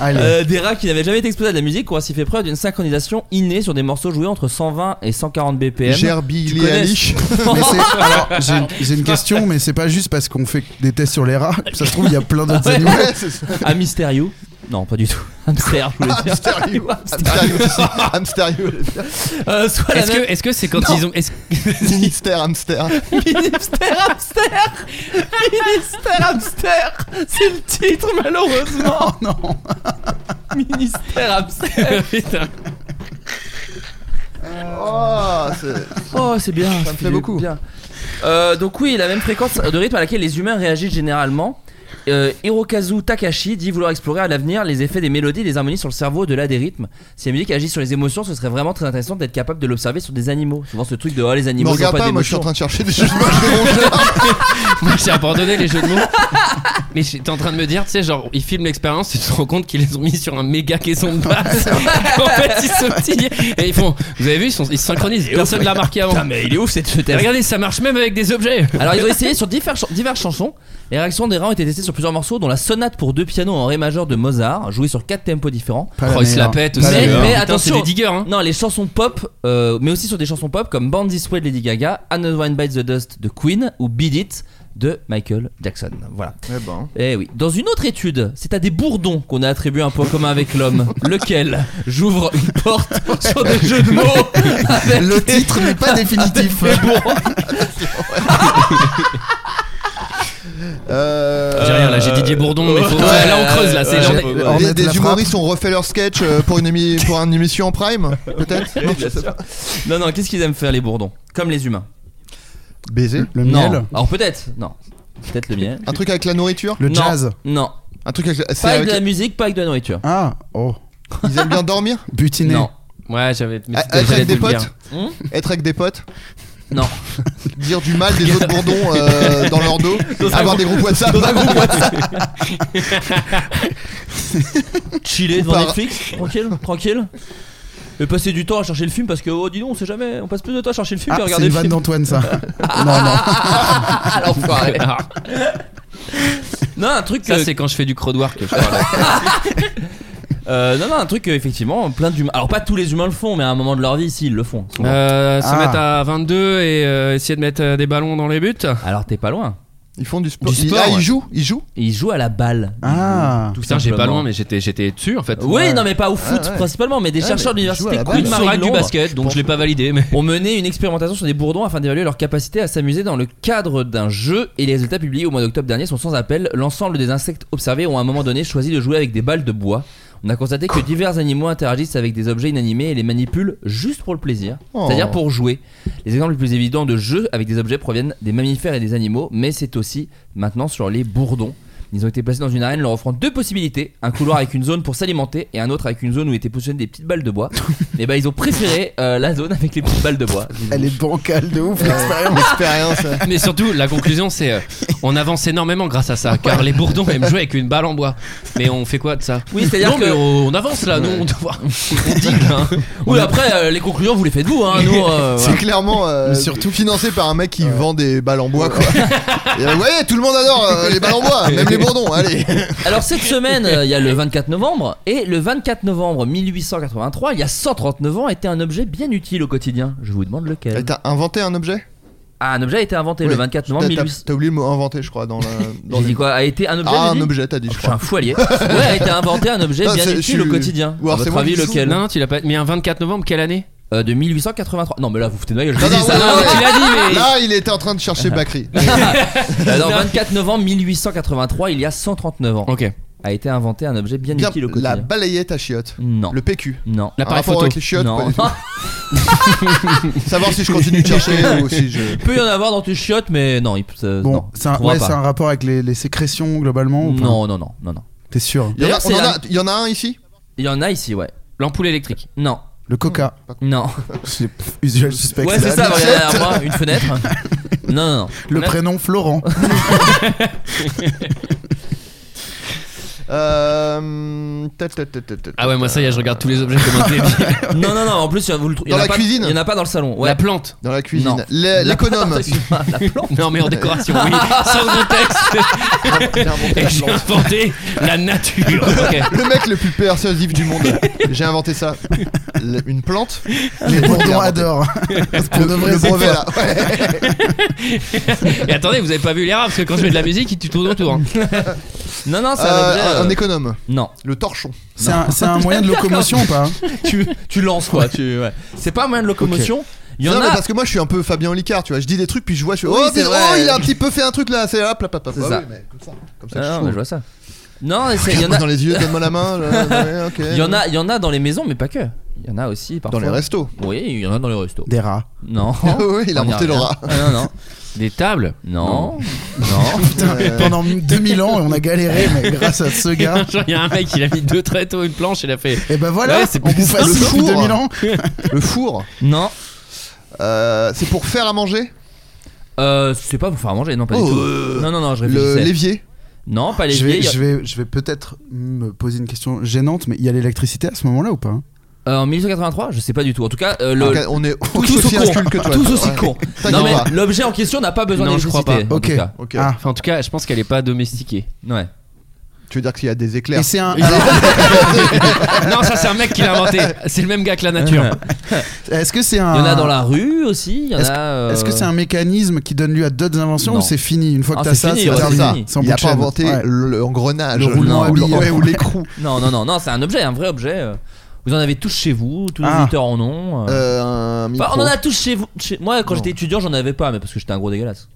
Allez.
Euh, des rats qui n'avaient jamais été exposés à la musique ont ainsi fait preuve d'une synchronisation innée sur des morceaux joués entre 120 et 140 BPM.
Gerbi
Tu
Billy
connais-
Eilish.
<laughs>
Mais c'est- alors, j'ai une- j'ai une question, mais c'est pas juste parce qu'on fait des tests sur les rats. Ça se trouve, il y a plein
<laughs>
d'autres
Ouais. Oh,
<laughs>
animaux.
Ouais, c'est ça.
<laughs> à Mysterio Non, pas du tout. Hamster, je voulais dire. <laughs>
Hamsterio. <laughs>
Ouais,
Hamsterio aussi. Hamsterio. <laughs>
Euh, soit la
Est-ce
même-
que c'est -ce c'est quand ils ont. est-ce-
Ministère hamster.
Ministère hamster Ministère hamster C'est le titre malheureusement Non Ministère hamster
Putain.
Oh, c'est-
Oh c'est bien Ça
me plaît beaucoup.
donc oui la même fréquence de rythme à laquelle les humains réagissent généralement Euh, Hirokazu Takashi dit vouloir explorer à l'avenir les effets des mélodies et des harmonies sur le cerveau au-delà des rythmes. Si la musique agit sur les émotions, ce serait vraiment très intéressant d'être capable de l'observer sur des animaux. Souvent ce truc de oh les
Me
animaux ils ont
regarde
pas,
pas, moi je suis
d'émotions.
en train de chercher des jugements de Rongeur.
Moi j'ai abandonné les jeux de mots. Mais j'étais en train de me dire, tu sais, genre, ils filment l'expérience, tu te rends compte qu'ils les ont mis sur un méga caisson
<laughs>
de basse. en fait, ils sautillent. Et ils font, vous avez vu, ils, sont- ils se synchronisent. Personne ne l'a remarqué avant.
Putain, mais il est ouf cette Ah, ce
Et
test.
regardez, ça marche même avec des objets.
Alors ils ont essayé sur divers chan- diverses chansons. Les réactions des rats ont été testées sur plusieurs morceaux, dont la sonate pour deux pianos en ré majeur de Mozart, jouée sur quatre tempos différents.
Pas la
Oh, ils se la
meilleure.
pètent
Pas
aussi.
la
Mais-
meilleure.
mais
Putain,
attention.
c'est des diggers, hein.
Non, les chansons pop, euh, mais aussi sur des chansons pop comme Born This Way de Lady Gaga, Another One Bites the Dust de Queen ou Beat It de Michael Jackson. Voilà.
<laughs> Eh ben,
Eh oui. Dans une autre étude, c'est à des bourdons qu'on a attribué un point commun avec
<laughs>
l'homme. Lequel J'ouvre une porte sur des jeux de mots.
<laughs>
<laughs> avec-
Le titre n'est pas définitif.
euh,
J'ai rien là, j'ai Didier Bourdon,
Euh,
mais faut-
Ouais,
là on creuse là, c'est
ouais,
là,
ouais,
on-
ouais.
Des,
Ornette
des
la
humoristes ont refait leur sketch euh, pour une, émi- pour une émission
<laughs>
en prime, peut-être Non, je sais pas.
Non, non, qu'est-ce qu'ils aiment faire les bourdons Comme les humains.
Baiser
Le
non.
miel,
Alors peut-être, non. Peut-être le miel.
Un truc avec la nourriture
le
Non,
jazz.
Non.
Un truc avec, c'est
Pas avec
avec
de la musique, pas avec de la nourriture.
Ah, oh.
Ils aiment
<laughs>
bien dormir
Butiné.
Non.
Ouais, j'avais. mais
Ah,
c'était-
Être
j'allais
avec
te
des
le dire.
potes
Hmm
Être avec des potes
Non.
<laughs> Dire du mal
<laughs>
des autres bourdons euh, dans leur dos
Dans un
Avoir des groupes WhatsApp
Chiller
Ou
devant
par-
Netflix, tranquille, tranquille. Et passer du temps à chercher le film parce que, oh, dis donc, on sait jamais, on passe plus de temps à chercher le film
Ah,
qu'à
c'est
regarder
une
le
vanne
film. <laughs>
d'Antoine, ça. non, non.
Ah, l'enfoiré.
Ah,
Non, un truc.
Ça,
euh,
c'est quand je fais du crowdwork. je
<laughs>
crois, là.
euh, non, non, un truc, euh, effectivement, plein d'humains. Alors, pas tous les humains le font, mais à un moment de leur vie, si, ils le font. souvent.
Euh, Se
Ah.
mettre à 22 et euh, essayer de mettre euh, des ballons dans les buts.
Alors, t'es pas loin.
Ils font du sport.
Du
Ils-
sport,
ah,
ouais.
ils jouent
<laughs>
Ils jouent
Ils jouent à la balle.
Ah.
Tout
Putain, j'ai pas
simplement.
loin, mais j'étais j'étais dessus en fait.
Oui, non, mais pas au foot
ouais.
principalement, mais des
Ouais,
chercheurs de
mais ils jouent
l'université
à la balle.
Une
Ils
Queen Marie
soirée du
Londres
basket, donc je l'ai pas validé, <laughs> mais.
ont mené une expérimentation sur des bourdons afin d'évaluer leur capacité à s'amuser dans le cadre d'un jeu et les résultats publiés au mois d'octobre dernier sont sans appel. L'ensemble des insectes observés ont à un moment donné choisi de jouer avec des balles de bois. On a constaté que divers animaux interagissent avec des objets inanimés et les manipulent juste pour le plaisir,
Oh.
c'est-à-dire pour jouer. Les exemples les plus évidents de jeux avec des objets proviennent des mammifères et des animaux, mais c'est aussi maintenant sur les bourdons. Ils ont été placés dans une arène leur offrant deux possibilités un couloir avec une zone pour s'alimenter et un autre avec une zone où étaient positionnées des petites balles de
<laughs>
bois. et bah ils ont préféré euh, la zone avec les petites balles de bois.
Elle est bancale de ouf, l'expérience.
Expérience. ouais.
Mais surtout, la conclusion, c'est euh, on avance énormément grâce à ça, car les bourdons aiment <laughs> jouer avec une balle en bois. Mais on fait quoi de ça
Oui, c'est-à-dire
Non,
que-
mais on, on avance là, nous, on doit. On digue, hein.
Oui après euh, les conclusions vous les faites vous hein, nous.
<laughs>
euh,
C'est
voilà.
clairement euh,
surtout-
financé par un mec qui vend des balles en
<laughs>
bois. Quoi. Et, euh, ouais, tout le monde adore euh, les balles en bois, même les bourdons. Allez.
Alors cette semaine euh, il y a le 24 novembre et le 24 novembre 1883 il y a 139 ans était un objet bien utile au quotidien. Je vous demande
Et
lequel.
T'as inventé un objet
Ah un objet a été inventé
Oui.
le 24 novembre
T'as- t'as-
1800.
T'as oublié le mot inventé, je crois, dans la.
<laughs>
Dans
J'ai
les-
dit quoi a été un objet.
Ah,
j'ai
un
dit
objet, t'as dit, je
Je suis
crois.
un
<laughs>
foilier. Ouais, a été inventé un objet
Non,
bien
c'est- je
utile
suis-
au quotidien.
Ou alors
à
c'est
votre
moi
avis,
qui suis
lequel
Non, tu l'as pas. Mais un 24 novembre, quelle année
Euh, De 1883. Non, mais là, vous foutez de ma gueule. Je
Non,
l'ai
non,
dit, ça.
ouais,
Non, mais
ouais.
tu l'as dit, mais. Ah,
Là, il était en train de chercher Bakri.
Alors, 24 novembre 1883, il y a 139 ans.
Ok.
a été inventé un objet bien,
Bien,
utile au quotidien
la balayette à chiottes.
Non.
Le PQ.
Non.
Un
L'appareil
rapport
photo.
avec les chiottes, pas
non.
du tout. Savoir si je continue de chercher ou si je.
<laughs> Il peut y en avoir dans tes chiottes, mais non, il peut- ça-
Bon,
non,
c'est
on
un,
trouvera
ouais,
pas.
c'est un rapport avec les, les sécrétions globalement ou pas
Non, non, non, non, non.
T'es sûr
Il y, en a,
D'ailleurs,
on en
c'est
a- il y en a un ici
Il y en a ici, ouais.
L'ampoule électrique.
Non,
Le coca.
non.
C'est pff, usual suspect.
Ouais, c'est ça, regardez derrière moi, une fenêtre.
<laughs>
Non, non, non.
Le prénom
<laughs>
Florent.
Euh, ta- ta- ta- ta- ta-
Ah ouais, moi ça y est, je regarde tous les objets comme un débile.
Non, non, non, en plus, vous le trouvez.
Dans la cuisine
Il y en a pas dans le salon. Ouais.
La plante.
Dans la
Non.
cuisine. L'é- L'économe. <laughs>
La- excuse-moi, la plante.
Non mais en décoration, oui. <laughs> Sans contexte. Et j'ai
Le
inventé la nature. Ok.
mec le plus persuasif du monde. J'ai inventé ça. Le- Une plante. J'ai
Les bourdons
inventé.
adorent. Pour de
Le,
vrai,
le
c'est
brevet
toi.
là. Ouais.
Et attendez, vous avez pas vu les rats parce que quand je mets de la musique, tu tournes autour. hein.
Non, non, c'est un
Euh,
objet.
un-
euh,
un économe.
Non,
Le torchon.
C'est un, c'est un
<laughs>
moyen de locomotion ou pas
tu, tu lances quoi. Tu, ouais. C'est pas un moyen de locomotion. Il y en
non, mais
a.
parce que moi je suis un peu Fabien Licard, tu vois. Je dis des trucs puis je vois, je suis.
Oui,
oh,
c'est
mais-
vrai.
oh, il a un petit peu fait un truc là. C'est hop, hop, hop, hop.
C'est
Ah
ça.
oui, mais comme ça. Comme ça. que je
Ah, non,
trouve.
mais je vois ça. Non, c'est- il y en
Regarde-moi
a.
dans les yeux, donne-moi la
<laughs>
main. là, ouais, ok.
Il y en a, il y en a dans les maisons, mais pas que. Il y en a aussi
Dans
parfois.
les restos.
Oui, il y en a dans les restos.
Des rats.
Non.
<laughs> Oui, il a
On y
inventé le
revient.
rat.
Ah,
<laughs>
non, non,
Des tables.
non, non.
Putain, pendant 2000 ans, on a galéré, mais grâce à ce gars.
<laughs> Genre, il y a un mec, il a mis deux tréteaux, une planche, il a fait.
Et ben voilà,
Ouais, c'est
on bouffe
simple.
assis depuis
Le four.
2000 ans.
Le four.
Non,
Euh, c'est pour faire à manger
euh, c'est pas pour faire à manger, non, pas
Oh,
du tout.
euh,
Non, non, non, je
Le-
réfléchissais.
L'évier
Non, pas les
Je vais,
vieilles.
je vais, je vais peut-être me poser une question gênante, mais il y a l'électricité à ce moment-là ou pas
Euh, en 1883, je sais pas du tout. En tout cas, euh, le.
Ok, On est
tous
aussi
aussi
inculte que
con.
toi.
Tous aussi
Ouais.
con.
T'inquiète
Non mais
pas.
l'objet en question n'a pas besoin
Non, je crois
d'électricité.
pas.
en
Ok.
tout cas.
Ok.
Ah.
Enfin, en tout cas, je pense qu'elle est pas domestiquée.
Ouais.
Tu veux dire qu'il y a des éclairs
Et c'est un. alors,
non, ça, c'est un mec qui l'a inventé. C'est le même gars que la nature.
<laughs> Est-ce que c'est un.
Il y en a dans la rue aussi. Il y en
Est-ce
a. euh,
Est-ce que c'est un mécanisme qui donne lieu à d'autres inventions
Non.
ou c'est fini Une fois que
Ah,
t'as
c'est
ça,
fini,
c'est
ouais,
terminé.
c'est
fini.
C'est en
Il
bout
a
de
pas
chaîne.
inventé
Ouais.
l'engrenage.
Le roulement à
ou
billes.
ouais, ou l'écrou.
Non, non, non, non, c'est un objet, un vrai objet. euh. Vous en avez tous chez vous, tous les
Ah.
auditeurs en ont. euh.
Euh, un
Enfin,
micro.
on en a tous chez vous. chez- Moi, quand
Non.
j'étais étudiant, j'en avais pas, mais parce que j'étais un gros dégueulasse.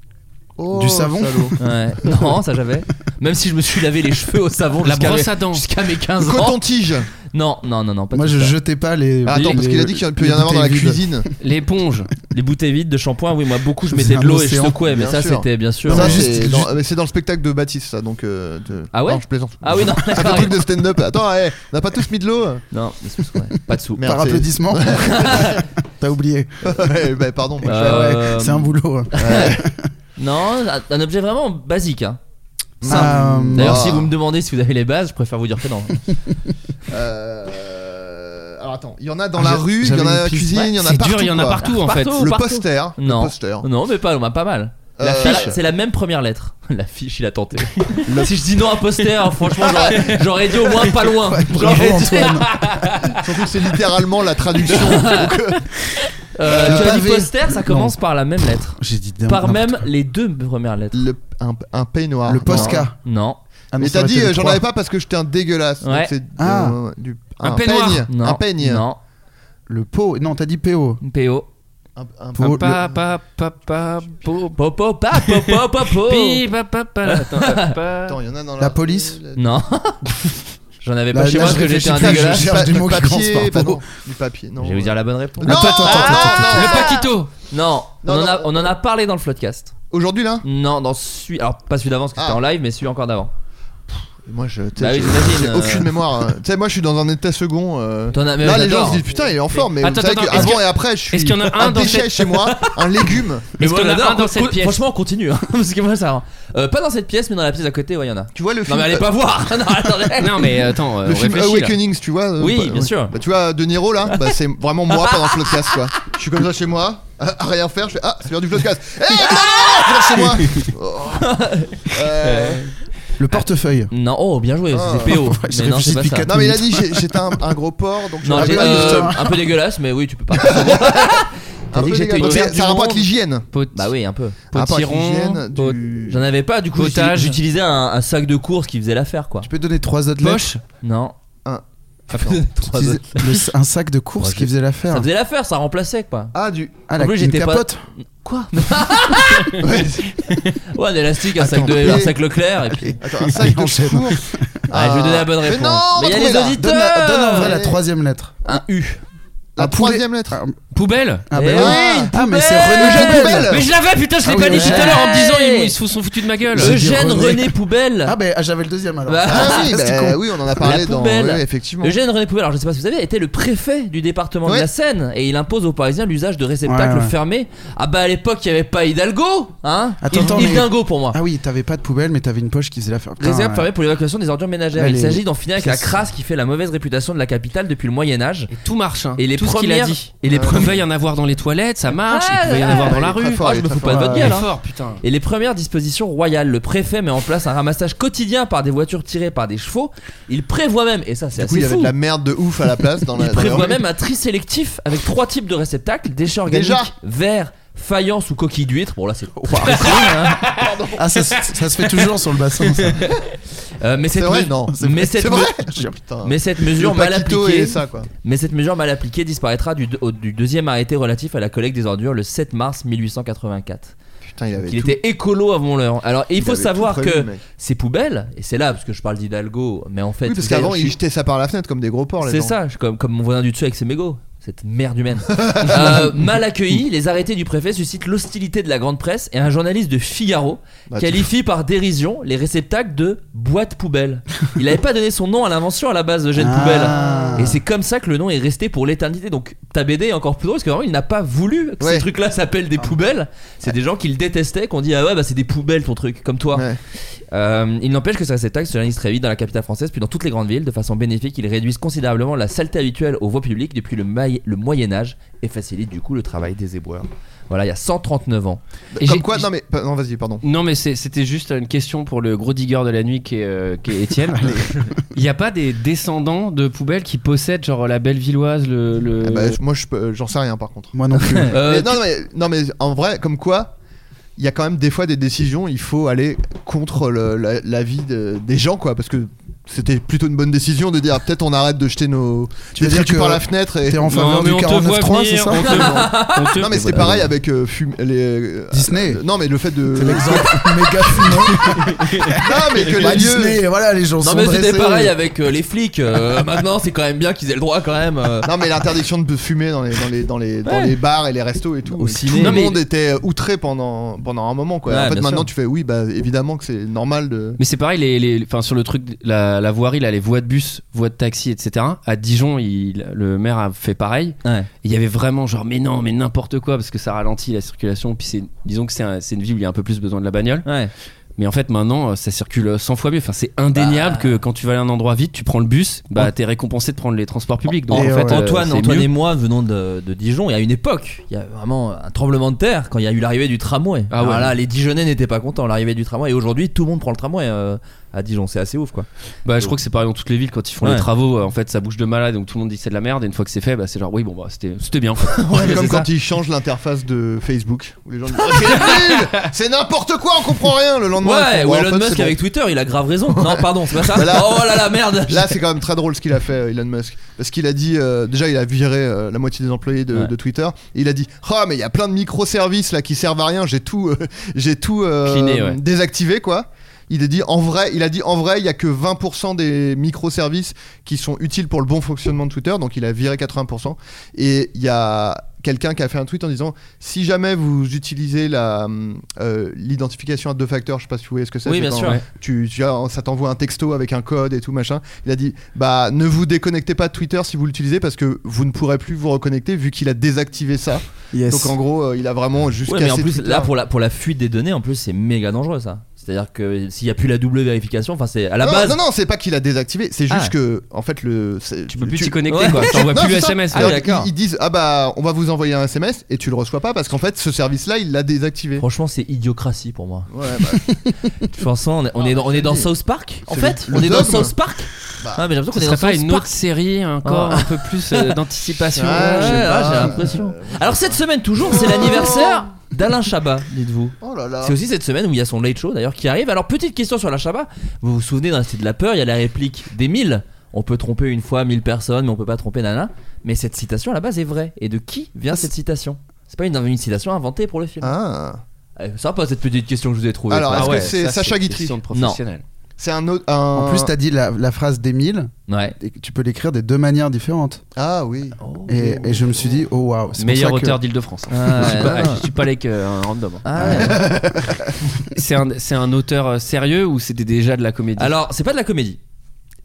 Oh,
Du savon
salaud.
Ouais. non, ça j'avais. Même si je me suis lavé les cheveux au savon
La
jusqu'à mes- <laughs>
brosse à dents.
jusqu'à mes 15
Le
ans.
coton-tige.
Non, non, non, non, pas
Moi,
tout
je
ça.
jetais pas les.
Attends, parce
les-
qu'il a dit qu'il peut y
les
en avoir dans la
bouteilles vides.
cuisine.
L'éponge.
Les bouteilles vides de shampoing, oui, moi beaucoup, je
C'est
mettais
un
de l'eau et je
océan,
secouais, mais
bien
ça
sûr.
c'était bien sûr.
Ça,
mais
c'est
juste-
dans, mais c'est dans le spectacle de Baptiste, ça. Donc, euh, de-
Ah ouais
Non, je plaisante.
Ah oui, non,
C'est un
d'accord.
truc de stand-up. Attends, hé, on n'a pas tous mis
<laughs>
de l'eau
Non, mais c'est- ouais, pas de sous.
Merde,
Par
c'est-
applaudissement. T'as oublié.
Ouais, bah, Pardon. moi, je-
Euh,
Ouais, c'est un boulot. hein.
Non, un objet vraiment basique. hein.
Euh,
D'ailleurs,
Ah.
si vous me demandez si vous avez les bases, je préfère vous dire que non.
Euh, Alors attends, il y en a dans
Ah,
la
j'a-
rue, il y
j'avais
en a
une
dans la
piste.
cuisine, il y en a
C'est
partout.
dur, il y en a
quoi.
partout, en fait.
Partout.
Le
partout.
poster.
Non.
Le poster.
Non, mais pas, on m'a pas mal.
Euh,
L'affiche, c'est la même première lettre. <laughs> L'affiche, il a tenté. Si je dis non à poster, franchement, j'aurais- j'aurais dit au moins pas loin. <laughs> J'aurais
bravo,
dit-
Antoine.
Surtout que c'est littéralement
<laughs>
la traduction. Donc, euh,
Euh,
Le
tu as dit
pavé.
poster, ça commence par la même lettre.
J'ai dit dingue,
Par
n'importe
même
quoi.
les deux premières lettres.
le, un, un peignoir.
Le
Non.
Posca.
Non.
Ah non,
Mais
ça
t'as
aurait
dit,
été
euh,
le
j'en
trois.
avais pas parce que j'étais un dégueulasse. Donc
Ouais.
c'est, euh,
Ah.
du-
Un peignoir.
peigne.
Non.
Un peigne.
Non.
Le pot. Non, t'as dit PO.
PO.
Un, un-
Po- le-
Pa, pa, pa, pa, po,
Po, po, pa, po, po, po,
<laughs>
po.
pi, pa, pa, pa, Oh. attends, pa, pa.
Attends, il y en a dans la.
La police
Non. <laughs> J'en avais pas
Là-
chez
là,
moi
je
parce que j'étais
réfléchis
un
pas, je
dégueulasse.
cherche
Ah, Pas-
des
du
mots qui
papier.
commencent
bah
par po.
non, Du papier. Non.
Je vais vous dire la bonne réponse.
Non
Attends, attends, attends, attends, attends.
Le paquito.
Non,
Non,
on,
non,
en a,
on-
on en a parlé dans le floodcast.
Aujourd'hui là
Non, dans celui. Alors, pas celui d'avant parce que c'était
Ah.
en live, mais celui encore d'avant.
Moi je. t'sais,
Bah oui,
j'ai-
j'imagine,
j'ai
euh.
aucune mémoire. hein. Tu sais, moi je suis dans un état second. euh,
T'en as- mais
Là, les
j'adore.
gens se disent putain, il est en forme, mais vous
Attends,
savez
attends,
que
est-ce
avant
que-
et après, je suis
est-ce qu'il y en a un dans
déchet
cette-
chez moi, un légume.
Est-ce qu'on
Mais
a
voilà,
un dans
on-
cette
on-
pièce
Franchement, on continue. hein, <laughs> parce que moi, ça. rend. Euh, pas dans cette pièce, mais dans la pièce d'à côté, ouais, il y en a.
Tu vois le
Non,
film euh,
mais allez pas voir. <laughs> non, attendez.
<laughs> Non, mais attends, euh,
Le
on
film
réfléchit, là.
Awakenings, tu vois euh,
Oui,
bah,
bien
ouais.
sûr.
Bah, tu vois, De Niro là, bah, c'est vraiment moi pendant le podcast, quoi. Je suis comme ça chez moi, à à rien faire, je fais Ah, c'est l'heure du podcast. Eh, non, non, non, non, c'est
<laughs>
l'heure chez moi. Oh. Euh,
Ah.
Le portefeuille.
Non, oh, bien joué,
Ah.
c'est
<laughs>
PO.
je
mais non, c'est
réfléchis
pas
depuis
ça.
quatre-
Non, mais il a dit j'ai- J'étais un, un gros porc, donc je
Non,
Ah,
j'ai
bah,
euh,
juste,
un peu dégueulasse, mais oui, tu
<laughs>
peux pas.
un
T'as dit
peu
que j'étais
dégueulasse.
une
Donc,
merde
c'est-
du
Ça a un rapport avec
monde.
l'hygiène.
Pot-
Bah oui, un peu.
Un rapport avec l'hygiène,
Potiron, pot-
du.
J'en avais pas, du coup, j'uti-
Potage.
j'utilisais un, un sac de course qui faisait l'affaire, quoi.
Tu peux donner trois autres lettres
poche.
Non.
Un- <laughs>
Trois
Tu disais-
autres.
le- Un sac de course qui faisait
Ça
l'affaire.
faisait l'affaire, ça remplaçait, quoi.
Ah, du.
Ah,
En
la
plus,
une
j'étais pas-
capote.
Quoi
Ouais,
Ouais, un élastique, un sac,
Attends,
de,
et-
un sac Leclerc, et puis.
Attends, un sac de
enchaîne.
four.
Ah, je vais donner la bonne
Mais
réponse.
non,
Mais il y a
retrouvez-la.
les auditeurs.
Donne, la- donne en vrai la
Allez.
troisième lettre.
Un U.
La
Un poulet.
troisième lettre.
Ah,
Poubelle
ah,
Eh
bah,
oui, une
ah mais c'est
poubelle.
René
Eugène
Poubelle.
Poubelle.
Mais je l'avais, putain, je l'ai
Ah oui,
pas dit
ouais.
tout à l'heure en me disant ils, ils se sont foutus de ma gueule.
Je- dis
Eugène
René.
René Poubelle.
Ah, bah ah, j'avais le deuxième alors.
Bah,
Ah oui,
Ah, c'est
bah,
con.
oui, on en a parlé
La
dans.
poubelle.
oui, effectivement.
Eugène René Poubelle, alors je sais pas si vous savez, était le préfet du département
Ouais.
de la Seine et il impose aux Parisiens l'usage de réceptacles
Ouais, ouais.
fermés. Ah bah à l'époque il y avait pas Hidalgo, hein
Attends,
Il-
attends, mais-
Hidalgo pour moi.
Ah oui, t'avais pas de poubelle, mais t'avais une poche qui faisait la faire.
Réserve
Putain, ouais.
fermée pour l'évacuation des ordures ménagères.
Ouais,
il
les-
s'agit d'en finir avec
ça,
la
c'est-
crasse qui fait la mauvaise réputation de la capitale depuis le Moyen Âge.
Et tout marche. Hein.
Et les
tout ce qu'il a
premières-
dit.
et les
Il pouvait y en avoir dans les toilettes, ça marche.
Ouais,
il pouvait y en
ouais.
avoir dans la
Il est très
rue.
fort,
Ah, je
il est
me
très
fous pas de
fort.
votre
Il est
gueule. hein.
fort, putain.
Et les premières dispositions royales, le préfet met en place un ramassage quotidien par des voitures tirées par des chevaux. Il prévoit même, et ça c'est
Du coup,
assez
il y avait
fou,
de la merde de ouf à la place dans la.
il
dans la
prévoit
rue.
même un tri sélectif avec trois types de réceptacles déchets organiques,
Déjà
verre, faïence ou coquille d'huître. Bon là c'est pas très, hein.
Ah, ça, se- ça se fait toujours sur le bassin.
<laughs>
Ça.
Euh, mais
C'est
cette
vrai,
me-
non. c'est
mais
vrai,
cette
c'est
me-
vrai. Je dis, putain.
mais cette
Le
mesure mal
Paquito
appliquée,
et ça, quoi.
mais cette mesure mal appliquée disparaîtra du, au- du deuxième arrêté relatif à la collecte des ordures le 7 mars 1884.
Putain, il avait.
Qu'il
tout-
était écolo avant l'heure. Alors il faut
avait tout
savoir
prévu,
que
mec.
ces poubelles, et c'est là parce que je parle d'Hidalgo, mais en fait,
Oui, parce
vous savez,
qu'avant,
je
il
suis-
jetait ça par la fenêtre comme des gros porcs, les
C'est
gens.
ça, je- comme, comme mon voisin du dessus avec ses mégots. Cette merde
<laughs>
humaine. Euh, mal accueillis, les arrêtés du préfet suscitent l'hostilité de la grande presse et un journaliste de Figaro
Bah, tu-
qualifie par dérision les réceptacles de boîte
<laughs>
poubelle. Il n'avait pas donné son nom à l'invention à la base de Gêne
Ah.
Poubelle. Et c'est comme ça que le nom est resté pour l'éternité. Donc ta BD est encore plus drôle parce que vraiment il n'a pas voulu que
Ouais. Ah.
ces trucs-là s'appellent des poubelles. C'est des gens qui le détestaient, qu'on dit Ah ouais, bah c'est des poubelles ton truc, comme toi.
Ouais.
Euh, il n'empêche que ces réceptacles se réalisent très vite dans la capitale française, puis dans toutes les grandes villes, de façon bénéfique. Ils réduisent considérablement la saleté habituelle aux voies publiques depuis le, maï- le Moyen Âge et facilitent du coup le travail des éboueurs. Voilà, il y a 139 ans.
Et j'ai-
Comme quoi, non, mais. Non, vas-y, pardon.
Non mais c'est- c'était juste une question pour le gros digger de la nuit qui est, euh, qui est Étienne.
<laughs>
Il n'y a pas des descendants de poubelles qui possèdent genre la belle villoise, le... le-
Ah bah, moi, je peux- j'en sais rien, par contre.
Moi non plus.
Euh,
Mais non, mais, non, mais en vrai, comme quoi, il y a quand même des fois des décisions, il faut aller contre le- la- l'avis de- des gens, quoi, parce que c'était plutôt une bonne décision de dire ah, peut-être on arrête de jeter nos.
Tu veux
des
dire
trucs
que
par la fenêtre et.
T'es en
Non,
faveur
mais
du
on te
49.3,
voit
c'est
venir,
ça
on te- on
<laughs>
te-
Non, mais c'était pareil avec euh, fum- les. euh,
Disney.
euh, non, mais le fait de.
C'est l'exemple <laughs> méga fumant.
non, mais que
Bah,
les lieux.
Disney, voilà, les gens
Non
sont
mais c'était
dressés.
pareil avec euh, les flics. Euh, <laughs> maintenant c'est quand même bien qu'ils aient le droit quand même. euh.
Non mais l'interdiction de fumer dans les dans les dans les, dans
Ouais.
les bars et les restos et tout.
Au
Et
ciné.
tout
Non,
le
mais-
monde était euh, outré pendant pendant un moment quoi.
Ouais,
en fait
bien
maintenant
sûr.
tu fais oui bah évidemment que c'est normal de.
Mais c'est pareil, les, les- enfin, sur le truc, la, la voirie, là, les voies de bus, voies de taxi, etc. À Dijon, il- le maire a fait pareil.
Ouais.
Il y avait vraiment genre, mais non, mais n'importe quoi, parce que ça ralentit la circulation. Puis c'est, disons que c'est, un- c'est une ville où il y a un peu plus besoin de la bagnole.
Ouais.
Mais en fait, maintenant, euh, ça circule 100 fois mieux. Enfin, c'est indéniable que quand tu vas à un endroit vite, tu prends le bus, bah,
Bah. Ant-
t'es récompensé de prendre les transports publics. Donc,
Et
en
ouais.
fait, euh,
Antoine,
c'est
Antoine
mieux.
et moi venons de, de Dijon. Il y a une époque, il y a vraiment un tremblement de terre quand il y a eu l'arrivée du tramway.
Ah
Alors
ouais.
là, les Dijonnais n'étaient pas contents l'arrivée du tramway. Et aujourd'hui, tout le monde prend le tramway euh, à Dijon. C'est assez ouf quoi.
Bah, je crois que c'est pareil dans toutes les villes quand ils font
Ouais.
les travaux. euh, En fait, ça bouge de malade, donc tout le monde dit que c'est de la merde. Et une fois que c'est fait, bah, c'est genre, oui, bon, bah, c'était, c'était bien.
<laughs>
C'est <laughs>
C'est
comme
ça.
quand ils changent l'interface de Facebook où les gens disent Ah, c'est nul c'est n'importe quoi on comprend rien le lendemain. ils
Ouais,
font,
ou
en
Elon
fait,
Musk
c'est
avec Twitter, il a grave
<laughs>
raison. Non, pardon, c'est pas ça.
Bah là-
oh là là, merde.
bon. Là, c'est quand même très drôle ce qu'il a fait, euh, Elon Musk. Parce qu'il a dit, euh, déjà, il a viré euh, la moitié des employés de,
Ouais.
de Twitter. Et il a dit Ah, mais il y a plein de microservices là qui servent à rien, j'ai tout, euh, j'ai tout euh,
Cleané, ouais.
désactivé, quoi. Il a dit en vrai, il a dit en vrai, il y a que 20% des microservices qui sont utiles pour le bon fonctionnement de Twitter, donc il a viré 80%. Et il y a quelqu'un qui a fait un tweet en disant si jamais vous utilisez la euh, l'identification à deux facteurs, je sais pas si vous voyez ce que c'est.
Oui,
c'est
bien
quand
sûr.
Tu, tu as- ça t'envoie un texto avec un code et tout machin. Il a dit bah ne vous déconnectez pas de Twitter si vous l'utilisez parce que vous ne pourrez plus vous reconnecter vu qu'il a désactivé ça.
Yes.
Donc en gros, euh, il a vraiment juste
Ouais, mais
cassé
en plus,
Twitter.
là, pour la, pour la fuite des données, en plus, c'est méga dangereux ça. C'est-à-dire que s'il n'y a plus la double vérification, enfin, c'est à la
non,
base.
non, non, c'est pas qu'il a désactivé, c'est juste
Ah.
que en fait le c'est-
Tu peux plus t'y connecter,
Ouais. <laughs>
quoi. T'envoies
Non,
plus le
c'est ça.
SMS.
Ah,
quoi.
Alors,
oui, d'accord.
ils, ils disent ah bah on va vous envoyer un SMS et tu le reçois pas parce qu'en fait ce service là il l'a désactivé.
Franchement, c'est idiocratie pour moi.
Ouais, bah,
De toute façon, on est, on est dans, on est dans South Park en
C'est
fait
le-
On
le
est dans
dogme.
South Park
Bah,
Ah, mais j'ai l'impression
Ce
qu'on est
serait
dans
pas
South
une
Park.
autre série encore
Ah.
un peu plus <laughs> euh, d'anticipation
Ah, je sais
Ouais, ouais,
pas.
j'ai
euh,
l'impression. Alors, cette semaine, toujours,
<laughs>
c'est l'anniversaire d'Alain Chabat, dites-vous.
oh là là.
C'est aussi cette semaine où il y a son late show d'ailleurs qui arrive. Alors petite question sur la Chabat. Vous vous souvenez d'un site de la peur, il y a la réplique des 1000. On peut tromper une fois 1000 personnes, mais on peut pas tromper nana. Mais cette citation à la base est vraie. Et de qui vient cette citation C'est pas une, une citation inventée pour le film.
Ah.
Eh, Ça va pas cette petite question que je vous ai trouvée.
Alors,
quoi.
est-ce que c'est Sacha Guitry
Guitry.
Non.
C'est un autre. un-
En plus, t'as dit la, la phrase d'Emile,
Ouais.
et tu peux l'écrire des deux manières différentes.
Ah oui.
Et, et je me suis dit, oh waouh, c'est pour
Meilleur
ça que-
auteur d'Île-de-France. hein.
Ah,
je, suis
ouais,
pas,
non, non.
je suis pas allé qu'un random. hein.
Ah ouais.
C'est un, c'est un auteur euh, sérieux ou c'était déjà de la comédie
Alors, c'est pas de la comédie.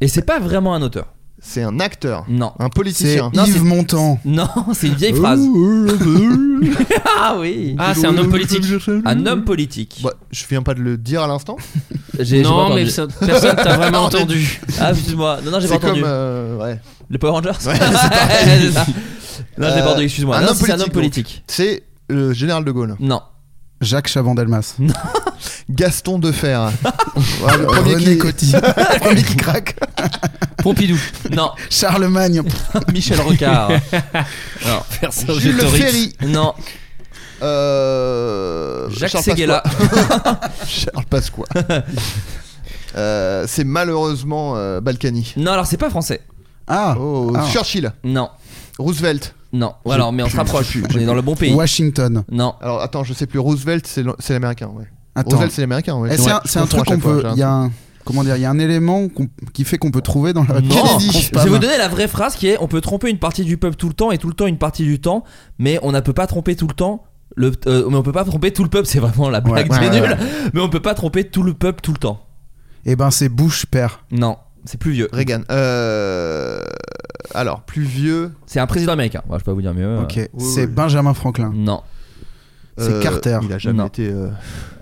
Et c'est pas vraiment un auteur.
C'est un acteur.
Non.
Un
C'est
politicien.
Non, c'est-
Yves Montand.
<laughs>
Non, <laughs> c'est une vieille phrase. ah oui.
Ah, c'est un homme politique.
Un homme politique.
Bah, je viens pas de le dire à l'instant.
J'ai- j'ai pas
non,
entendu.
mais ça- personne t'a <laughs> vraiment entendu.
Ah, excuse-moi. Non, non, j'ai pas
C'est
entendu.
comme. euh, ouais.
Les Power <laughs> Rangers
Ouais, c'est pareil.
C'est ça. Non, j'ai pas entendu, excuse-moi.
un
Non,
homme
c'est un homme politique.
politique, C'est le général de Gaulle.
Non.
Jacques Chaban-Delmas.
Gaston Defer.
<laughs>
Ouais, le premier
René
qui- <laughs>
Coty.
le premier qui craque.
<laughs> Pompidou. Non.
<laughs>
Charlemagne.
Michel Rocard.
Personne.
Jules
J'ai Torix.
Ferry.
Non.
Euh,
Jacques
Charles
Seguela.
Pasqua. <laughs> Charles
<laughs>
Pasqua. Euh, c'est malheureusement euh, Balkany.
Non, alors c'est pas français.
Ah,
Oh,
Ah.
Churchill,
Non.
Roosevelt.
Non. Alors, mais on se rapproche. On est dans le bon pays.
Washington.
Non.
Alors attends, je sais plus. Roosevelt, c'est l- c'est l'américain. Ouais.
Attends.
Roosevelt, c'est l'américain. Ouais.
Eh, c'est
Ouais,
un,
je
c'est un
confonds à
truc qu'on
chaque fois, j'ai un
peut. Il y a
truc.
un. Comment dire Il y a un élément qu'on- qui fait qu'on peut trouver dans la réponse.
Non,
Kennedy.
qu'on se
je vais vous
parle.
donner la vraie phrase qui est on peut tromper une partie du peuple tout le temps et tout le temps une partie du temps, mais on ne peut pas tromper tout le temps. Le, euh, mais on peut pas tromper tout le peuple, <laughs> c'est vraiment la blague,
Ouais,
c'est
ouais, ouais,
nul. Mais on peut pas tromper tout le peuple tout le temps.
Eh ben, c'est Bush père.
Non, c'est plus vieux.
Reagan. Euh, Alors, plus vieux.
C'est un président américain. Ouais, je peux pas vous dire mieux. euh.
Ok.
oui,
c'est
oui.
Benjamin Franklin.
Non.
C'est
euh,
Carter.
Il a jamais
Non.
été euh,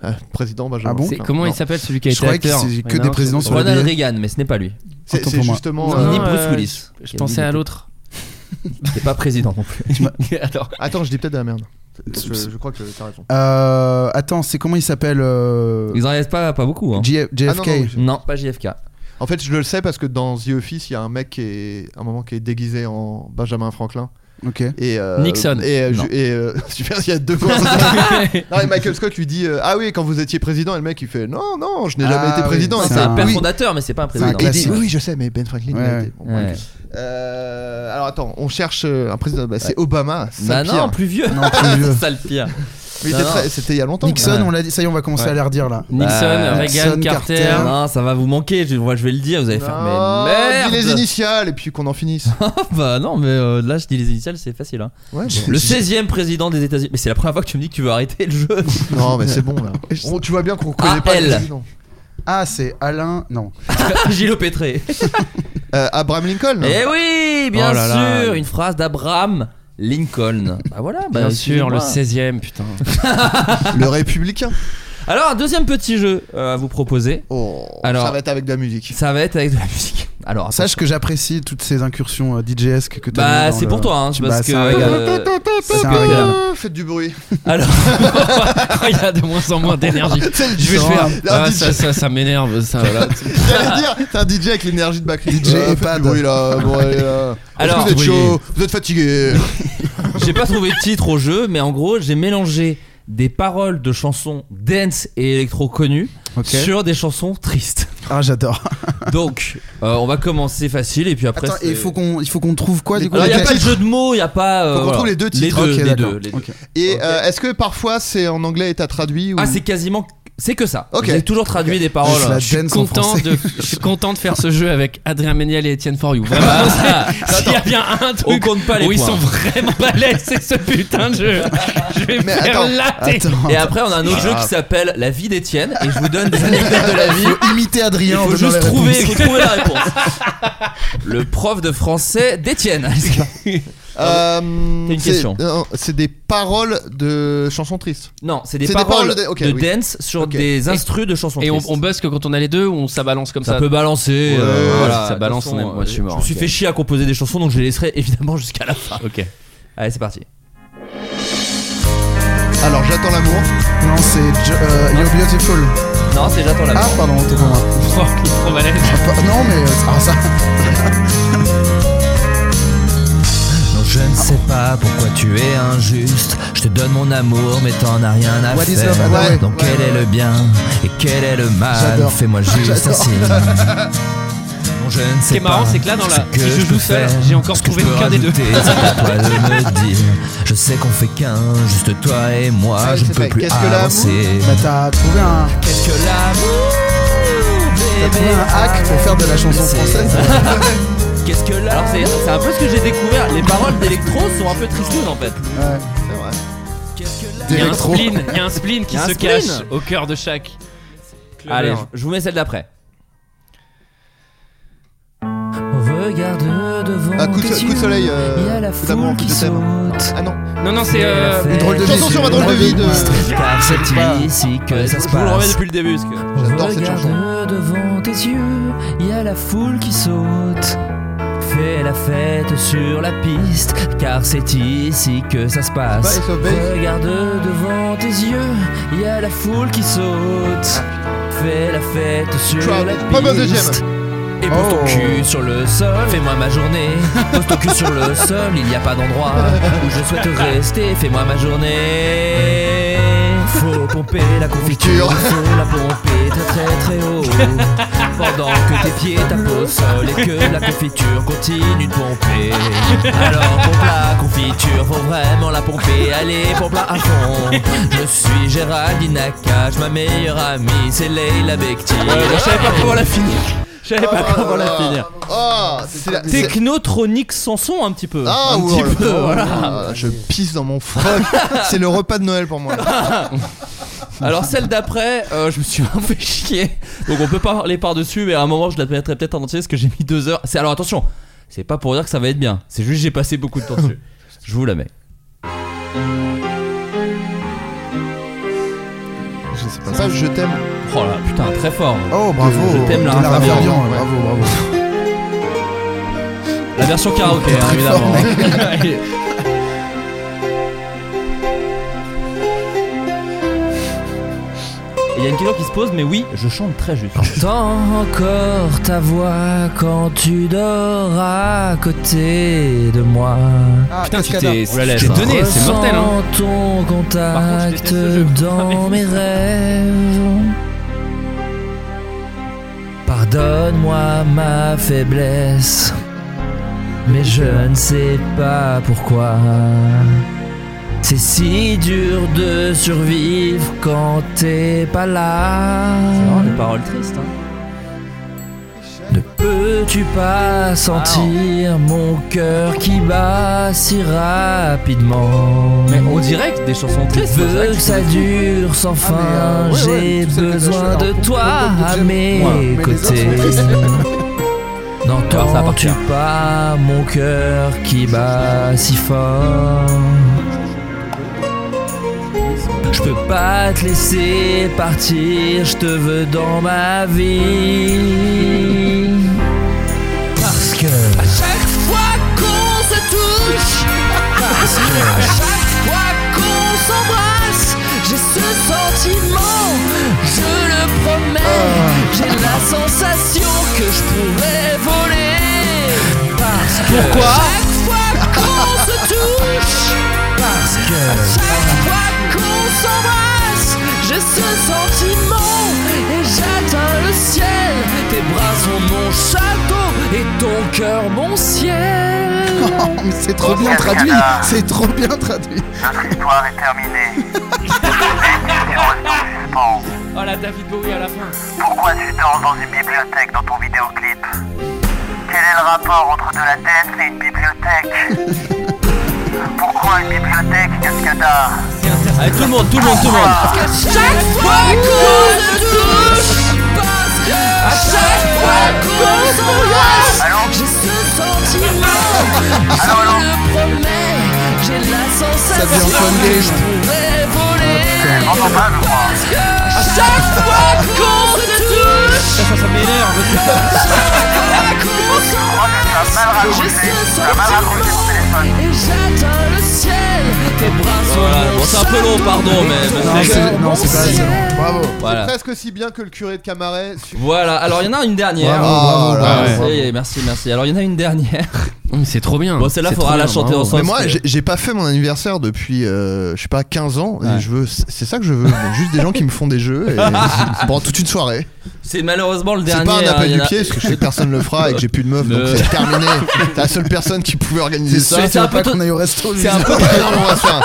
euh, président. Benjamin
Ah bon
C'est-
Franklin.
Comment
Non.
il s'appelle celui qui a
Je
été
croyais que
acteur
c'est que
Mais
des
non,
présidents
c'est-
sur le
Ronald
billet.
Reagan, mais ce n'est pas lui.
C'est
Autant
c'est
pour moi.
justement.
Non,
Ni
euh,
Bruce
euh,
Willis.
Je, je pensais à l'autre.
T'es pas président non plus.
Attends.
Attends, je dis peut-être de la merde. Je, je crois que t'as raison.
Euh, attends, c'est comment il s'appelle euh,
Ils en restent pas, pas beaucoup. hein.
J- JFK.
Ah non, non, oui,
Non, pas JFK.
En fait, je le sais parce que dans The Office, il y a un mec qui est, à un moment, qui est déguisé en Benjamin Franklin.
Ok.
Et, euh,
Nixon.
Et, euh,
Non.
ju- et, euh, <laughs> super, il y a deux fois. non, et Michael Scott lui dit euh, Ah oui, quand vous étiez président. Et le mec, il fait Non, non, je n'ai
Ah
jamais été
oui,
président.
c'est
Et
C'est un
un-
père
oui.
fondateur, mais c'est pas un
C'est un
président.
il dit
classique.
Oui, je sais, mais Ben Franklin. il
Ouais,
a
ouais.
été- Bon,
Ouais.
bref. Euh, alors attends, on cherche euh, un président. Bah, c'est Obama. c'est
Bah
ça le pire.
non, plus vieux.
Non, plus vieux.
<laughs> C'est ça le pire.
Mais
Non,
c'était
non.
très- C'était il y a longtemps.
Nixon,
Ouais.
on l'a dit. Ça y est, on va commencer
Ouais.
à l'air dire là.
Nixon,
Bah,
Reagan,
Nixon,
Carter.
Carter.
Non, ça va vous manquer. Je, moi, je vais le dire. Vous allez faire.
Non,
Mais merde.
dis les initiales et puis qu'on en finisse.
Ah <laughs> bah non, mais euh, là, je dis les initiales, c'est facile. hein.
Ouais, bon.
Le 16e président des États-Unis. Mais c'est la première fois que tu me dis que tu veux arrêter le jeu.
Non, mais c'est bon là. On- Oh, tu vois bien qu'on connaît pas
AL.
le président.
Ah, c'est Alain. Non.
Ah, Gilles Pétré.
Euh, Abraham Lincoln.
Eh oui, bien
Oh là là.
sûr, une phrase d'Abraham Lincoln. Bah voilà, bah,
Bien sûr, le
excusez-moi.
16ème, putain.
Le républicain.
Alors, un deuxième petit jeu euh, à vous proposer.
Oh,
Alors-
ça va être avec de la musique.
Ça va être avec de la musique. Alors,
Sache que j'apprécie toutes ces incursions euh, DJesque que tu
Bah, c'est pour toi, hein,
Bah,
parce
c'est
que.
un régal.
<laughs> euh,
C'est un régal.
Euh, Faites du bruit.
alors,
<laughs>
<laughs>
Il y a de moins <laughs> en moins d'énergie.
C'est le
Je vais
genre.
faire.
Un
Ah,
DJ.
ça, ça, ça m'énerve. Ça,
<laughs>
voilà.
J'allais dire, t'es un DJ avec l'énergie de Bakri.
DJ
faites
EHPAD.
du bruit <laughs> là. Bon, allez, là.
Alors,
Alors, vous êtes
oui.
chaud, vous êtes fatigué.
j'ai pas trouvé de titre au jeu, mais en gros, j'ai mélangé des paroles de chansons dance et électro connues
Ok.
sur des chansons tristes.
Ah, j'adore.
Donc, euh, on va commencer facile et puis après.
Attends, et
c'est-
il faut qu'on, il faut qu'on trouve quoi du coup
Alors, il n'y a
les
pas de
titres
jeu de mots, il n'y a pas. euh,
Faut qu'on
voilà.
trouve les deux titres.
Les deux,
Ok,
les
d'accord.
deux, les deux.
Ok.
Et euh, est-ce que parfois c'est en anglais et t'as traduit ou...
Ah, c'est quasiment. C'est que ça.
Ok.
J'ai toujours traduit des paroles.
Juste la
euh,
dance en
Content
français.
de, je suis content de faire ce jeu avec Adrien Méniel et Étienne <laughs> For You.
Ah,
Vraiment,
<laughs>
c'est- s'il y a bien un truc
On compte pas les
où ils
points.
sont vraiment balèzes, c'est ce putain de jeu. Je vais me
Mais
faire
attends,
latter.
Attends.
Et après, on a un autre jeu qui s'appelle La vie d'Étienne et je vous donne <laughs> des anecdotes de la vie.
Faut imiter
Il <laughs>
Adrien. en
faut
donnant
juste
la
trouver,
réponse.
faut trouver la <laughs> réponse. Le prof de français d'Étienne.
Euh,
T'as une
c'est-
question.
non, C'est des paroles de chansons tristes.
Non, c'est des,
C'est des
paroles
paroles de- ok,
de
oui.
dance sur
Ok.
des instrus de chansons.
Et on,
tristes.
on buzz que quand on a les deux ou on- ça balance comme ça.
ça, peut balancer.
Ouais,
euh,
ouais,
voilà,
ça balance,
De toute façon, euh,
moi, je suis mort,
Je me suis
ok.
fait chier à composer des chansons, donc je les laisserai <laughs> évidemment jusqu'à la fin.
Ok.
Allez, c'est parti.
Alors j'attends l'amour.
Non, c'est Jo- euh, You're Beautiful.
Non, c'est j'attends la
Ah,
mort.
pardon, t'es
<laughs>
pour moi.
Oh, il est trop balèze.
Pas- Non, mais euh, ah, ça.
Non, je ne sais pas pourquoi tu es injuste. Je te donne mon amour, mais t'en as rien à
What is
faire.
love, ouais.
Donc, quel est le bien et quel est le mal
<laughs> J'adore.
Fais-moi juste un
J'adore.
signe. Non, je ne
Ce
sais
qui est marrant,
pas
c'est que là, dans la,
ce que
si je
peux
joue seul,
faire,
j'ai encore
ce que
trouvé
je peux
qu'un des deux.
rajouter, c'est à toi de me dire. Je sais qu'on fait qu'un, juste toi et moi.
Ouais,
je ne
c'est
peux
vrai.
plus
Qu'est-ce que l'amour
avancer.
Bah, t'as trouvé un.
Qu'est-ce que l'amour
T'as trouvé un hack pour faire de la chanson française
Qu'est-ce que là Alors c'est c'est un peu ce que j'ai découvert. Les paroles d'Electro sont un peu tristounes en fait.
Ouais.
C'est vrai.
Il y a un
D'électro.
spleen, il y a un spleen
Il
qui
y a un
se
spleen.
cache au cœur de chaque.
Allez,
Clever.
je je vous mets celle d'après. Regarde devant.
Ah, coup de, coup de soleil. euh, tout d'abord, je t'aime. Ah non.
Non, non, c'est. euh,
Une drôle de
Chanson
vie.
sur un drôle de vie de-
C'est pas-
ici que
ça
se
passe.
le remets depuis le début. parce que-
J'adore cette chanson.
devant tes yeux, il y a la foule qui saute. Fais la fête sur la piste, car c'est ici que ça se passe.
C'est pas SOB.
Regarde devant tes yeux, il y a la foule qui saute. Fais la fête sur
Trump.
la
Pas mal de
piste. Et pose ton
Oh.
cul sur le sol, fais-moi ma journée. Pose ton cul sur le sol, il n'y a pas d'endroit où je souhaite rester, fais-moi ma journée. Faut pomper la confiture,
Confiture.
faut la pomper très très très haut. Pendant que tes pieds tapent au sol et que la confiture continue de pomper. Alors pompe la confiture, faut vraiment la pomper, allez pompe-la à fond. Je suis Géraldine Nakache, ma meilleure amie c'est Leila Bekti. je savais pas comment la finir. Je
Oh
savais pas Ah, comment la finir.
Ah, c'est la. c'est-
Technotronique sans son un petit peu.
Ah,
un
ouais,
petit
oh là
peu,
là,
voilà.
ah, Je pisse dans mon <laughs> froc. c'est le repas de Noël pour moi.
Alors celle d'après, euh, je me suis <laughs> un peu chier. Donc on peut pas parler par-dessus, mais à un moment je la mettrai peut-être en entier parce que j'ai mis deux heures. C'est alors attention, c'est pas pour dire que ça va être bien. C'est juste que j'ai passé beaucoup de temps dessus. Je vous la mets.
Je sais pas. Ça, je t'aime.
Oh là, putain, très fort.
Oh bravo.
Je t'aime, Lara
Lara
Fabian.
Fabian,
Ouais.
Bravo, bravo.
La version karaoké, hein, évidemment. <laughs> Il y a une question qui se pose, mais oui, je chante très juste. J'entends encore ta voix quand tu dors à côté de moi.
Ah,
Putain, tu
Cascada.
t'es
On la laisse,
tu t'es
hein.
donné, c'est mortel hein.
Ressens ton
Par contre, je
contact
déteste ce jeu.
dans mes rêves. Pardonne-moi ma faiblesse, mais je ne sais pas pourquoi. C'est si dur de survivre quand t'es pas là.
hein.
C'est vraiment des paroles tristes. hein. Ne peux-tu pas sentir mon cœur qui bat si rapidement Mais on dirait que des chansons tristes. Veux que ça dure sans fin.
euh, ouais, ouais,
J'ai
tout ça,
besoin
tout ça,
de
tout ça,
toi
tout ça,
à
tout ça.
mes
Ouais. Mais les autres sont
côtés.
tristes.
N'entends-tu pas mon cœur qui bat si fort je peux pas te laisser partir, je te veux dans ma vie. Parce que à chaque fois qu'on se touche, parce que à chaque fois qu'on s'embrasse, j'ai ce sentiment, je le promets, j'ai la sensation que je pourrais voler. Parce que Pourquoi chaque fois qu'on se touche, parce que chaque fois qu'on s'embrasse, j'ai ce sentiment et j'atteins le ciel. Tes bras sont mon château et ton cœur mon ciel.
Oh, mais c'est trop bien traduit. C'est trop bien traduit.
Notre histoire est terminée.
<laughs>
Oh la David Bowie à la fin.
Pourquoi tu danses dans une bibliothèque dans ton vidéoclip Quel est le rapport entre de la dance et une bibliothèque
<laughs>
Pourquoi une bibliothèque, Cascada
Allez, tout le monde, tout le monde, tout le monde. chaque fois qu'on se touche, parce que à chaque fois qu'on s'embrasse, j'ai ce sentiment. Je le promets, j'ai la sensation
devient Antoine
que
Gay.
je pourrais voler. Parce que à chaque fois qu'on se touche,
Ça, ça m'énerve.
qu'on s'embrasse, j'ai ce sentiment. Et j'atteins le ciel, tes bras sont
Voilà,
mon
bon, c'est un peu long, pardon, mais.
Non, c'est- Non, c'est pas
Ciel.
assez long. Bravo.
Voilà.
Presque aussi bien que le curé de Camaret. Su-
Voilà, alors il y en a une dernière.
Bravo, bravo,
Ah,
bravo,
ouais.
bravo.
Merci, merci, merci. Alors il y en a une dernière.
Hum, C'est trop bien.
Bon, celle-là,
C'est
faudra
trop
la
bien,
chanter
bravo.
ensemble.
Mais moi,
que-
j'ai j'ai pas fait mon anniversaire depuis, euh, je sais pas, 15 ans.
Ouais.
Et je veux, c'est ça que je veux. juste des gens qui me font
<laughs>
des jeux et, pendant toute une soirée.
C'est malheureusement le
C'est
dernier.
pas un
hein,
appel
il y
du
en a-
pied parce que je sais que personne le fera et que j'ai plus de meuf. Donc
Le-
c'est terminé. T'es la seule personne qui pouvait organiser ça.
C'est
tu
un
veux
peu
pas
tôt-
qu'on aille au resto.
C'est un
Lisa
peu.
<laughs>
Non, on va se faire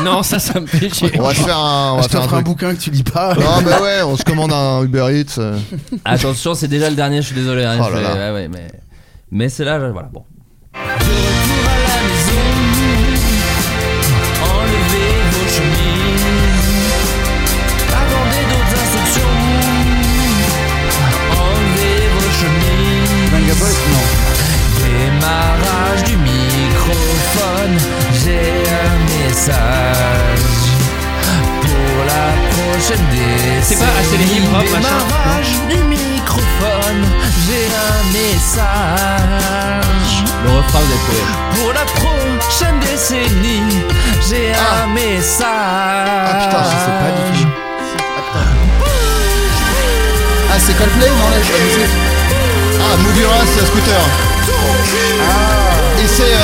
un,
<laughs> Non, ça, ça me fait chier.
on va se faire un, on va
Je
se faire un
t'offre un
truc.
bouquin que tu lis pas.
Non, bah ouais, on se commande un Uber Eats. euh.
<laughs> Attention, c'est déjà le dernier, je suis désolé. hein,
Oh
je
là
vais-
là.
ouais, ouais, mais mais c'est là, voilà, bon.
Manga Boy, non.
Démarrage du microphone, j'ai un message pour la prochaine décennie.
C'est pas assez les hip-hop, machin.
Démarrage du microphone, j'ai un message. Le refrain, vous Pour la prochaine décennie, j'ai un message.
Ah putain, je sais pas du tout.
Ah, c'est Coldplay Non, là, je la musique.
Ah, Mougura, c'est un scooter. Et c'est. euh,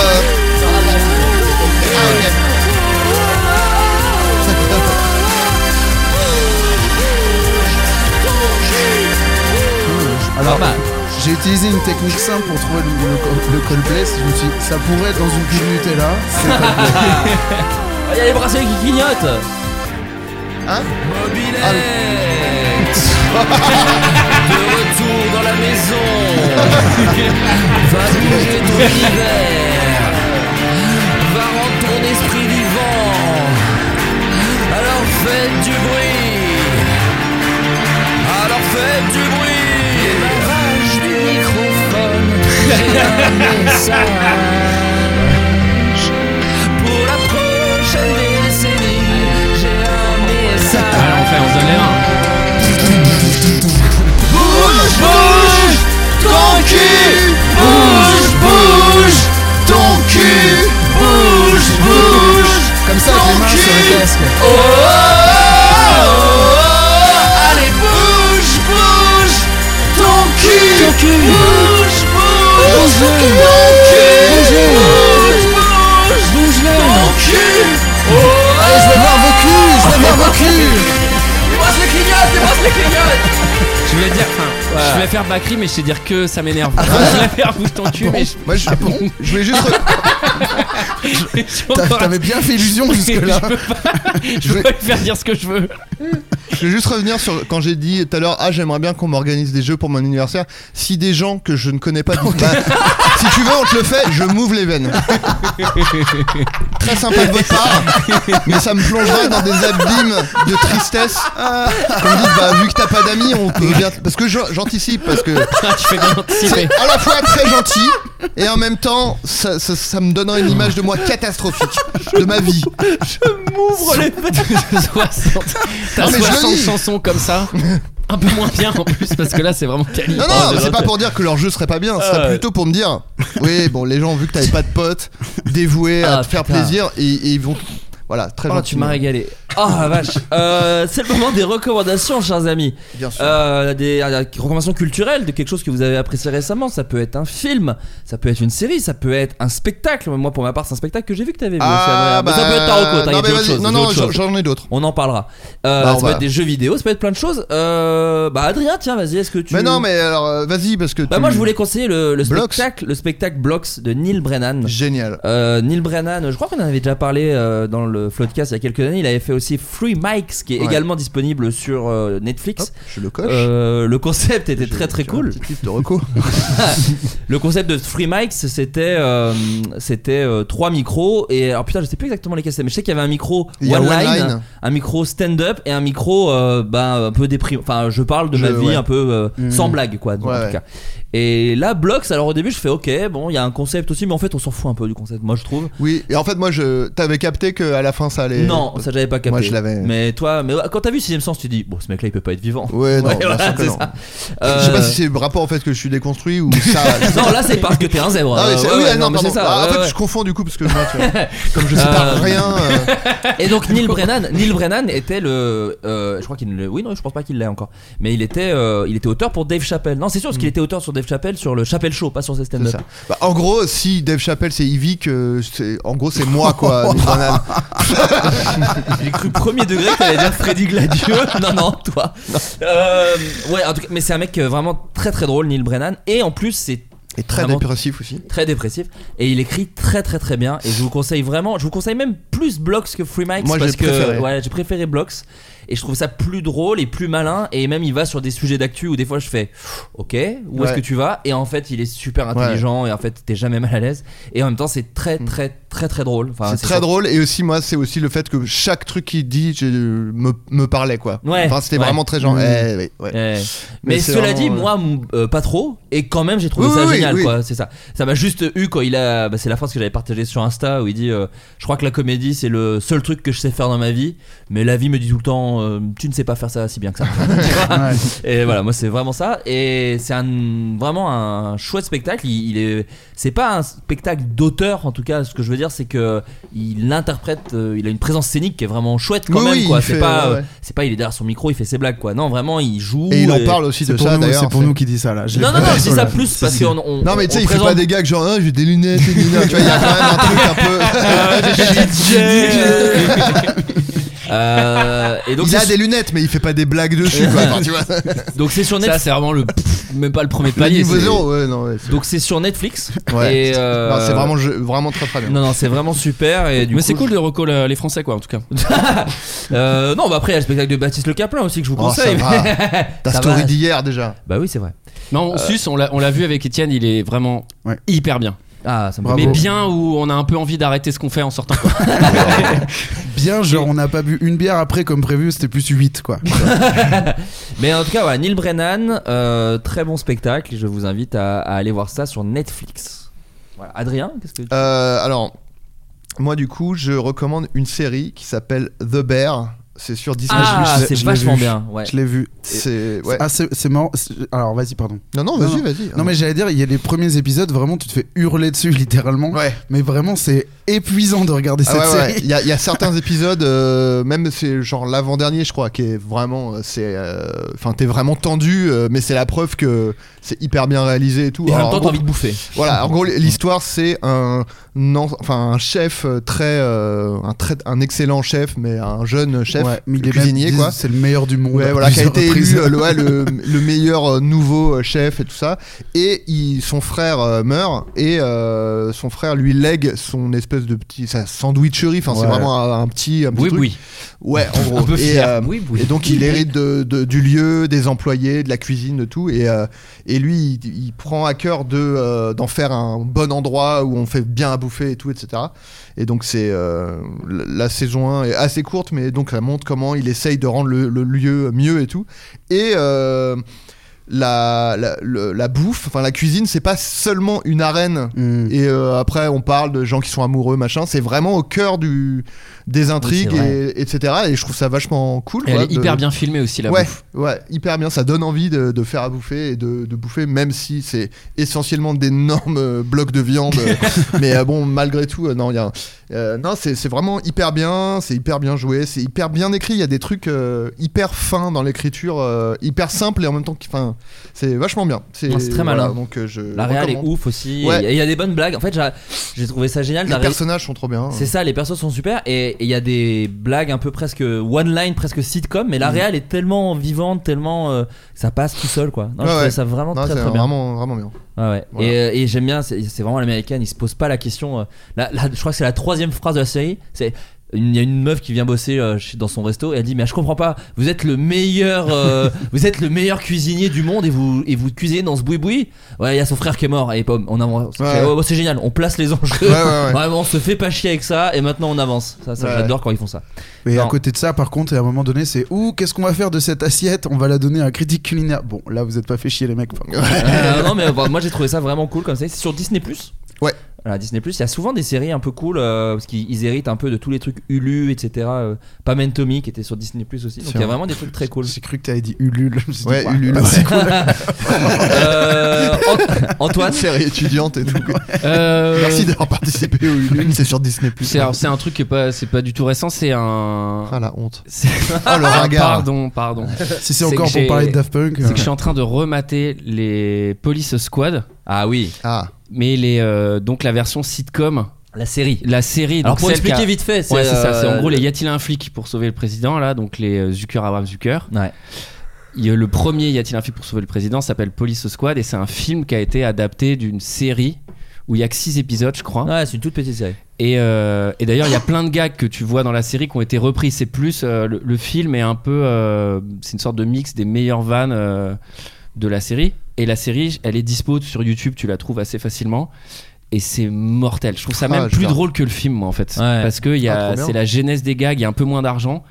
Ah, ok.
Alors,
mal.
j'ai utilisé une technique simple pour trouver le, le, le Coldplay. Je me suis dit, ça pourrait être dans une pub Nutella. C'est Coldplay.
Il y a les bracelets qui clignotent.
Hein
Mobilette De <laughs> retour dans la maison Va bouger ton hiver Va rendre ton esprit vivant Alors faites du bruit Alors faites du bruit Démarrage du microphone J'ai un <laughs> message Pour la prochaine décennie J'ai un message
Alors, on fait, on se donne les mains.
Bouge, bouge, ton cul Bouge, bouge, ton cul Bouge, bouge
Comme ça, avec les mains sur le casque.
Oh, oh, oh, oh. Allez, bouge, bouge Ton cul Ton cul Bouge, bouge Ton cul Bouge, bouge Bouge Ton cul Oh,
Allez, je vais voir vos culs Je vais voir vos culs
Brasse les clignotes, les brasse les clignotes
Je voulais dire, enfin, je voulais faire Bakri, mais je sais dire que ça m'énerve. je voulais faire bouge ton cul, mais je.
Moi, je, je voulais
<laughs>
juste. re-
je peux
T'a-
pas-
T'avais bien fait illusion jusque-là.
<laughs> Je peux pas, je
vais-
peux pas lui faire dire ce que je veux.
Je vais juste revenir sur quand j'ai dit tout à l'heure, ah j'aimerais bien qu'on m'organise des jeux pour mon anniversaire. Si des gens que je ne connais pas, disent, bah, si tu veux on te le fait, je m'ouvre les veines. Très sympa de votre part, mais ça me plongera dans des abîmes de tristesse. Comme dit, bah vu que t'as pas d'amis, on peut bien. Parce que je- j'anticipe, parce que
Ah, tu fais bien
<laughs>
anticiper.
c'est à la fois très gentil et en même temps ça, ça- ça me donnera une image de moi catastrophique de ma vie.
Ouvre les fenêtres
60. T'as
Ah,
Non, mais je le
60
dis.
chansons comme ça. Un peu moins bien en plus, parce que là, c'est vraiment quali.
Non,
Oh,
non,
de
c'est
l'autre.
pas pour dire que leur jeu serait pas bien, ce serait
Ah ouais.
plutôt pour me dire Oui, bon, les gens, vu que t'avais pas de potes, dévoués à
Ah,
te faire
putain.
plaisir, et, et ils vont. Voilà, très
Oh,
gentiment.
tu m'as régalé. Oh
Ah,
la vache. <laughs> Euh, c'est le moment des recommandations, chers amis.
Bien sûr.
Euh, des, euh, des recommandations culturelles de quelque chose que vous avez apprécié récemment. Ça peut être un film, ça peut être une série, ça peut être un spectacle. Moi, pour ma part, c'est un spectacle que j'ai vu que t'avais vu. aussi, Adrien.
Ah,
Mais ça peut être ta reco,
bah,
t'inquiète,
non, mais
j'ai autre
vas-y,
chose,
non,
j'ai
non,
autre
j'en
chose.
j'en ai d'autres.
On en parlera. Euh,
Bah, on
ça peut
va.
être des jeux vidéo, ça peut être plein de choses. Euh, bah Adrien, tiens, vas-y, est-ce que tu.
Mais non, mais alors, euh, vas-y, parce que.
Bah
tu-
moi, je voulais conseiller le, le
Blocks.
spectacle, le spectacle Blocks de Neil Brennan.
Génial.
Euh, Neil Brennan, je crois qu'on en avait déjà parlé euh, dans le Floodcast il y a quelques années. Il avait fait aussi Free Mics, qui est
Ouais.
également disponible sur euh,
Hop,
Netflix.
je le coche.
Euh, le concept était
Je-
très très
j'ai un
cool.
petit clip de reco. <laughs>
<laughs> Le concept de Free Mics, c'était euh, c'était euh, trois micros et alors putain, je sais plus exactement lesquels c'est, mais je sais qu'il y avait un micro
Il y a
one
One
line,
Line.
un micro stand up et un micro euh, ben, un peu déprimé. Enfin, je parle de ma
Je-
vie
ouais. Mhm.
un peu euh, sans blague quoi, donc,
Ouais,
en
ouais.
tout cas. Et là, Blocks, alors au début, je fais OK, bon, il y a un concept aussi, mais en fait, on s'en fout un peu du concept, moi je trouve.
Oui, et en fait, moi, je. T'avais capté qu'à la fin, ça allait.
Non, ça j'avais pas capté.
bah, Moi, je l'avais.
Mais toi, mais quand t'as vu Sixième Sens, tu dis bon, ce mec-là, il peut pas être vivant.
Ouais, <laughs> non, bien
voilà,
sûr que
c'est
non.
ça.
Je sais
Euh,
pas si c'est le rapport au fait que je suis
<laughs>
déconstruit ou ça.
Non, là, c'est parce que t'es un zèbre.
Ah, mais c'est-
Euh, ouais,
oui,
ouais,
ah, non,
mais
pardon.
c'est ça.
Ah, en
ouais,
fait,
ouais.
je confonds du coup, parce que moi, tu vois,
<laughs>
comme je sais pas
Euh,
rien. euh,
Et
<laughs>
donc Neil Brennan, Neil Brennan était le,
Mm.
euh, je crois qu'il, ne le- oui non, je pense pas qu'il l'ait encore, mais il était, euh, il était auteur pour Dave Chappelle. Non, c'est sûr parce qu'il était auteur sur Dave Dave Chappelle sur le Chappelle Show, pas sur ses <laughs> stand-up.
Bah, en gros, si Dave Chappelle c'est Yvick, euh, c'est- en gros c'est moi quoi. le banal.
J'ai cru premier degré que t'allais dire Freddy Gladieux. <laughs> Non, non, toi. Euh, ouais, en tout cas, mais c'est un mec euh, vraiment très très drôle, Neil Brennan. Et en plus, c'est
Et très
Vraiment.
dépressif aussi.
très dépressif. Et il écrit très très très bien. Et je vous conseille vraiment, je vous conseille même plus Blocks que Free Mike's
Moi, j'ai
parce que
préféré.
ouais, j'ai préféré Blocks. Et je trouve ça plus drôle et plus malin. Et même, il va sur des sujets d'actu où des fois je fais Ok, où est-ce
Ouais.
que tu vas Et en fait, il est super intelligent. Et en fait, t'es jamais mal à l'aise. Et en même temps, c'est très très très très drôle. Enfin,
Mm. c'est très drôle et aussi moi c'est aussi le fait que chaque truc qu'il dit je- me, me parlait quoi.
Ouais.
Enfin c'était
Ouais.
vraiment très genre.
Mmh.
eh, ouais, ouais.
Eh.
Mais
Mais,
c'est
cela
vraiment,
dit,
euh,
moi, m- euh, pas trop. Et quand même, j'ai trouvé
Oui,
ça
oui, oui,
génial,
oui.
quoi. C'est ça. Ça m'a juste eu quand il a. bah, c'est la phrase que j'avais partagée sur Insta où il dit euh, Je crois que la comédie, c'est le seul truc que je sais faire dans ma vie. Mais la vie me dit tout le temps euh, Tu ne sais pas faire ça si bien que ça. Tu vois
Ouais.
et voilà, moi, c'est vraiment ça. Et c'est un, vraiment un chouette spectacle. Il, il est. C'est pas un spectacle d'auteur, en tout cas. Ce que je veux dire, c'est que il interprète. euh, il a une présence scénique qui est vraiment chouette quand
Oui,
même,
oui,
quoi.
il
C'est
fait-
pas.
ouais,
euh,
ouais.
c'est pas il est derrière son micro, il fait ses blagues, quoi. Non, vraiment, il joue.
Et il en parle aussi de
C'est pour,
ça
nous,
d'ailleurs.
c'est pour
c'est-
nous qui dit ça là. Je l'ai
Non, non,
pas
non,
fait
je dis
sur
ça
le-
plus
Si,
parce
si.
qu'on. on-
Non mais tu sais
on
il fait
présente-
pas des gags genre Ah, j'ai des lunettes, et des lunettes. tu vois il y a quand même un truc un
<laughs>
peu.
Euh, et donc
il a
c'est
des lunettes mais il fait pas des blagues dessus quoi. Enfin, tu vois.
sur- donc <laughs> c'est sur
Ça,
Netflix.
c'est vraiment le. pff, Même pas le premier
Le
palier.
niveau
c'est-
zéro, ouais, non, ouais, c'est-
Donc c'est sur Netflix.
Ouais.
Et, euh,
Non, c'est vraiment, je- vraiment très très bien.
Non non c'est vraiment super et du
Mais
coup,
c'est cool de recall euh, les Français, quoi, en tout cas.
euh, non bah après il y a le spectacle de Baptiste Le Caplin aussi que je vous
Oh, ça
conseille.
va. Ta
<laughs> Ça
story
va.
d'hier déjà.
Bah oui c'est vrai.
Non,
Euh.
on Sus, on l'a on l'a vu avec Étienne, il est vraiment
Ouais.
hyper bien.
Ah ça me
Bravo.
Oh.
Mais bien où on a un peu envie d'arrêter ce qu'on fait
<laughs>
en sortant. quoi.
Bien, genre, on n'a pas bu une bière après comme prévu, c'était plus 8 quoi.
Mais en tout cas voilà Neil Brennan euh, très bon spectacle et je vous invite à, à aller voir ça sur Netflix. Voilà. Adrien qu'est-ce que
Ah,
tu...
Euh, alors, moi du coup, je recommande une série qui s'appelle The Bear. C'est sur Disney.
ah
je l'ai-
c'est
je l'ai
vachement
vu.
bien ouais.
<laughs> Je l'ai vu.
C'est ouais.
Ah, c'est c'est marrant. c'est- Alors, vas-y, pardon.
Non non,
Non,
vas-y, vas-y.
Non, mais j'allais dire, il y a les premiers épisodes, vraiment, tu te fais hurler dessus <laughs> littéralement.
Ah ouais.
Mais vraiment, c'est épuisant de regarder
Ah
cette
ouais, ouais.
série.
Il y, a- il y a certains épisodes, euh, même c'est genre l'avant-dernier, je crois, qui est vraiment, euh, c'est, euh, enfin, t'es vraiment tendu, euh, mais c'est la preuve que c'est hyper bien réalisé et tout.
Et en même
Alors,
temps t'as
gros,
envie de bouffer.
Voilà, en gros, l'histoire, c'est un, non, enfin, un chef euh, très, euh, un très, un excellent chef, mais un jeune chef,
Ouais, mais il est même-
cuisinier,
disent,
quoi.
C'est le meilleur du monde.
Ouais,
à
voilà, qui a
plusieurs
été
reprises.
élu euh, le, ouais, le- le meilleur euh, nouveau euh, chef et tout ça. Et il- son frère euh, meurt et euh, son frère lui lègue son espèce de petit sa sandwicherie. Enfin, c'est
Ouais.
vraiment un, un petit, un petit
Oui,
truc.
oui.
Ouais, en gros.
Un peu
et,
fier.
euh,
Oui, oui.
et donc il hérite de, de- du lieu, des employés, de la cuisine, de tout. Et, euh, et lui, il, il prend à cœur de euh, d'en faire un bon endroit où on fait bien à bouffer et tout, etc. Et donc c'est euh, la, la saison 1 est assez courte, mais donc ça montre comment il essaye de rendre le, le lieu mieux et tout. Et euh, la, la, le- la bouffe, enfin la cuisine, c'est pas seulement une arène
Mm.
et euh, après, on parle de gens qui sont amoureux, machin. C'est vraiment au cœur du, des intrigues,
Oui, c'est
et, etc. Et je trouve ça vachement cool.
Et Elle
quoi,
est
de-
hyper bien filmée aussi, la
Ouais,
bouffe.
ouais, hyper bien. Ça donne envie de, de faire à bouffer et de, de bouffer, même si c'est essentiellement d'énormes euh, blocs
<laughs>
de viande. Mais euh, bon, malgré tout, euh, non, il y a. euh, non, c'est c'est vraiment hyper bien. C'est hyper bien joué. C'est hyper bien écrit. Il y a des trucs euh, hyper fins dans l'écriture, euh, hyper simple et en même temps, qui- enfin, c'est vachement bien.
Ouais, c'est très malin.
donc, euh, je
La réal est
recommande.
ouf aussi.
Ouais.
et Il y a des bonnes blagues. En fait, j'a- j'ai trouvé ça génial.
Les
la ré-
personnages sont trop bien.
C'est ça, les persos sont super et et il y a des blagues un peu presque one line, presque sitcom, mais la
Mm.
réal est tellement vivante, tellement euh, ça passe tout seul quoi. Non, je
Ouais,
trouvais
ouais.
ça vraiment
Non,
très
c'est
très bien.
vraiment, vraiment bien.
Ouais, ouais.
Voilà.
Et, euh, et j'aime bien, c'est c'est vraiment l'américaine, il se pose pas la question. euh, là, là, je crois que c'est la troisième phrase de la série. C'est il y a une meuf qui vient bosser euh, chez- dans son resto et elle dit mais je comprends pas vous êtes le meilleur
<laughs>
euh, vous êtes le meilleur cuisinier du monde et vous et vous cuisinez dans ce boui boui ouais il y a son frère qui est mort et pomme on avance
Ouais,
c'est
ouais.
ouais, ouais, c'est génial on place les enjeux
Ouais, ouais,
<laughs>
ouais.
vraiment on se fait pas chier avec ça et maintenant on avance ça, ça
Ouais.
j'adore quand ils font ça
<laughs> Et à
Non.
côté de ça, par contre, à un moment donné, c'est ouh, qu'est-ce qu'on va faire de cette assiette On va la donner à un critique culinaire. Bon, là, vous êtes pas fait chier, les mecs. par contre.
Euh, non mais bah, moi j'ai trouvé ça vraiment cool comme ça c'est sur Disney Plus
Ouais.
Voilà, Disney Plus, il y a souvent des séries un peu cool euh, parce qu'ils ils héritent un peu de tous les trucs Hulu, etc. Euh, Pamentomy qui était sur Disney Plus aussi. Donc il y a vraiment des trucs très cool.
J'ai cru que t'avais dit Ulule. <laughs> Je me suis dit,
Ouais,
ouah,
Ulule.
c'est cool.
<laughs> Euh, Ant- Antoine,
série
<laughs>
étudiante et tout. quoi.
Euh,
Merci d'avoir participé au Ulule, c'est sur Disney+.
C'est un, c'est un truc qui est pas, c'est pas du tout récent, c'est un.
Ah la
<laughs>
honte.
c'est-
Ah le regard.
Pardon, pardon.
Si c'est
C'est
encore
que
pour
j'ai-
parler de Daft Punk.
C'est que je suis en train de remater les Police Squad,
ah oui,
Ah.
mais les euh, donc la version sitcom,
la série.
la série.
Alors
donc
pour
celle qui a-
expliquer vite fait, c'est
Ouais, c'est ça.
euh,
C'est en gros les y a-t-il un flic pour sauver le président là, donc les euh, Zucker Abraham Zucker.
Ouais.
Il y a le premier Y a-t-il un flic pour sauver le président s'appelle Police Squad et c'est un film qui a été adapté d'une série où il y a que 6 épisodes, je crois.
Ouais, c'est une toute petite série.
Et, euh, et d'ailleurs, il y a plein de gags que tu vois dans la série qui ont été repris. C'est plus euh, le, le film est un peu, euh, c'est une sorte de mix des meilleures vannes euh, de la série. Et la série, elle est dispo sur YouTube, tu la trouves assez facilement. Et c'est mortel. Je trouve ça
Ah,
même
je
plus
verrai.
drôle que le film, moi, en fait,
Ouais.
parce que il y
Ah,
a,
trop bien.
c'est la genèse des gags, il y a un peu moins d'argent.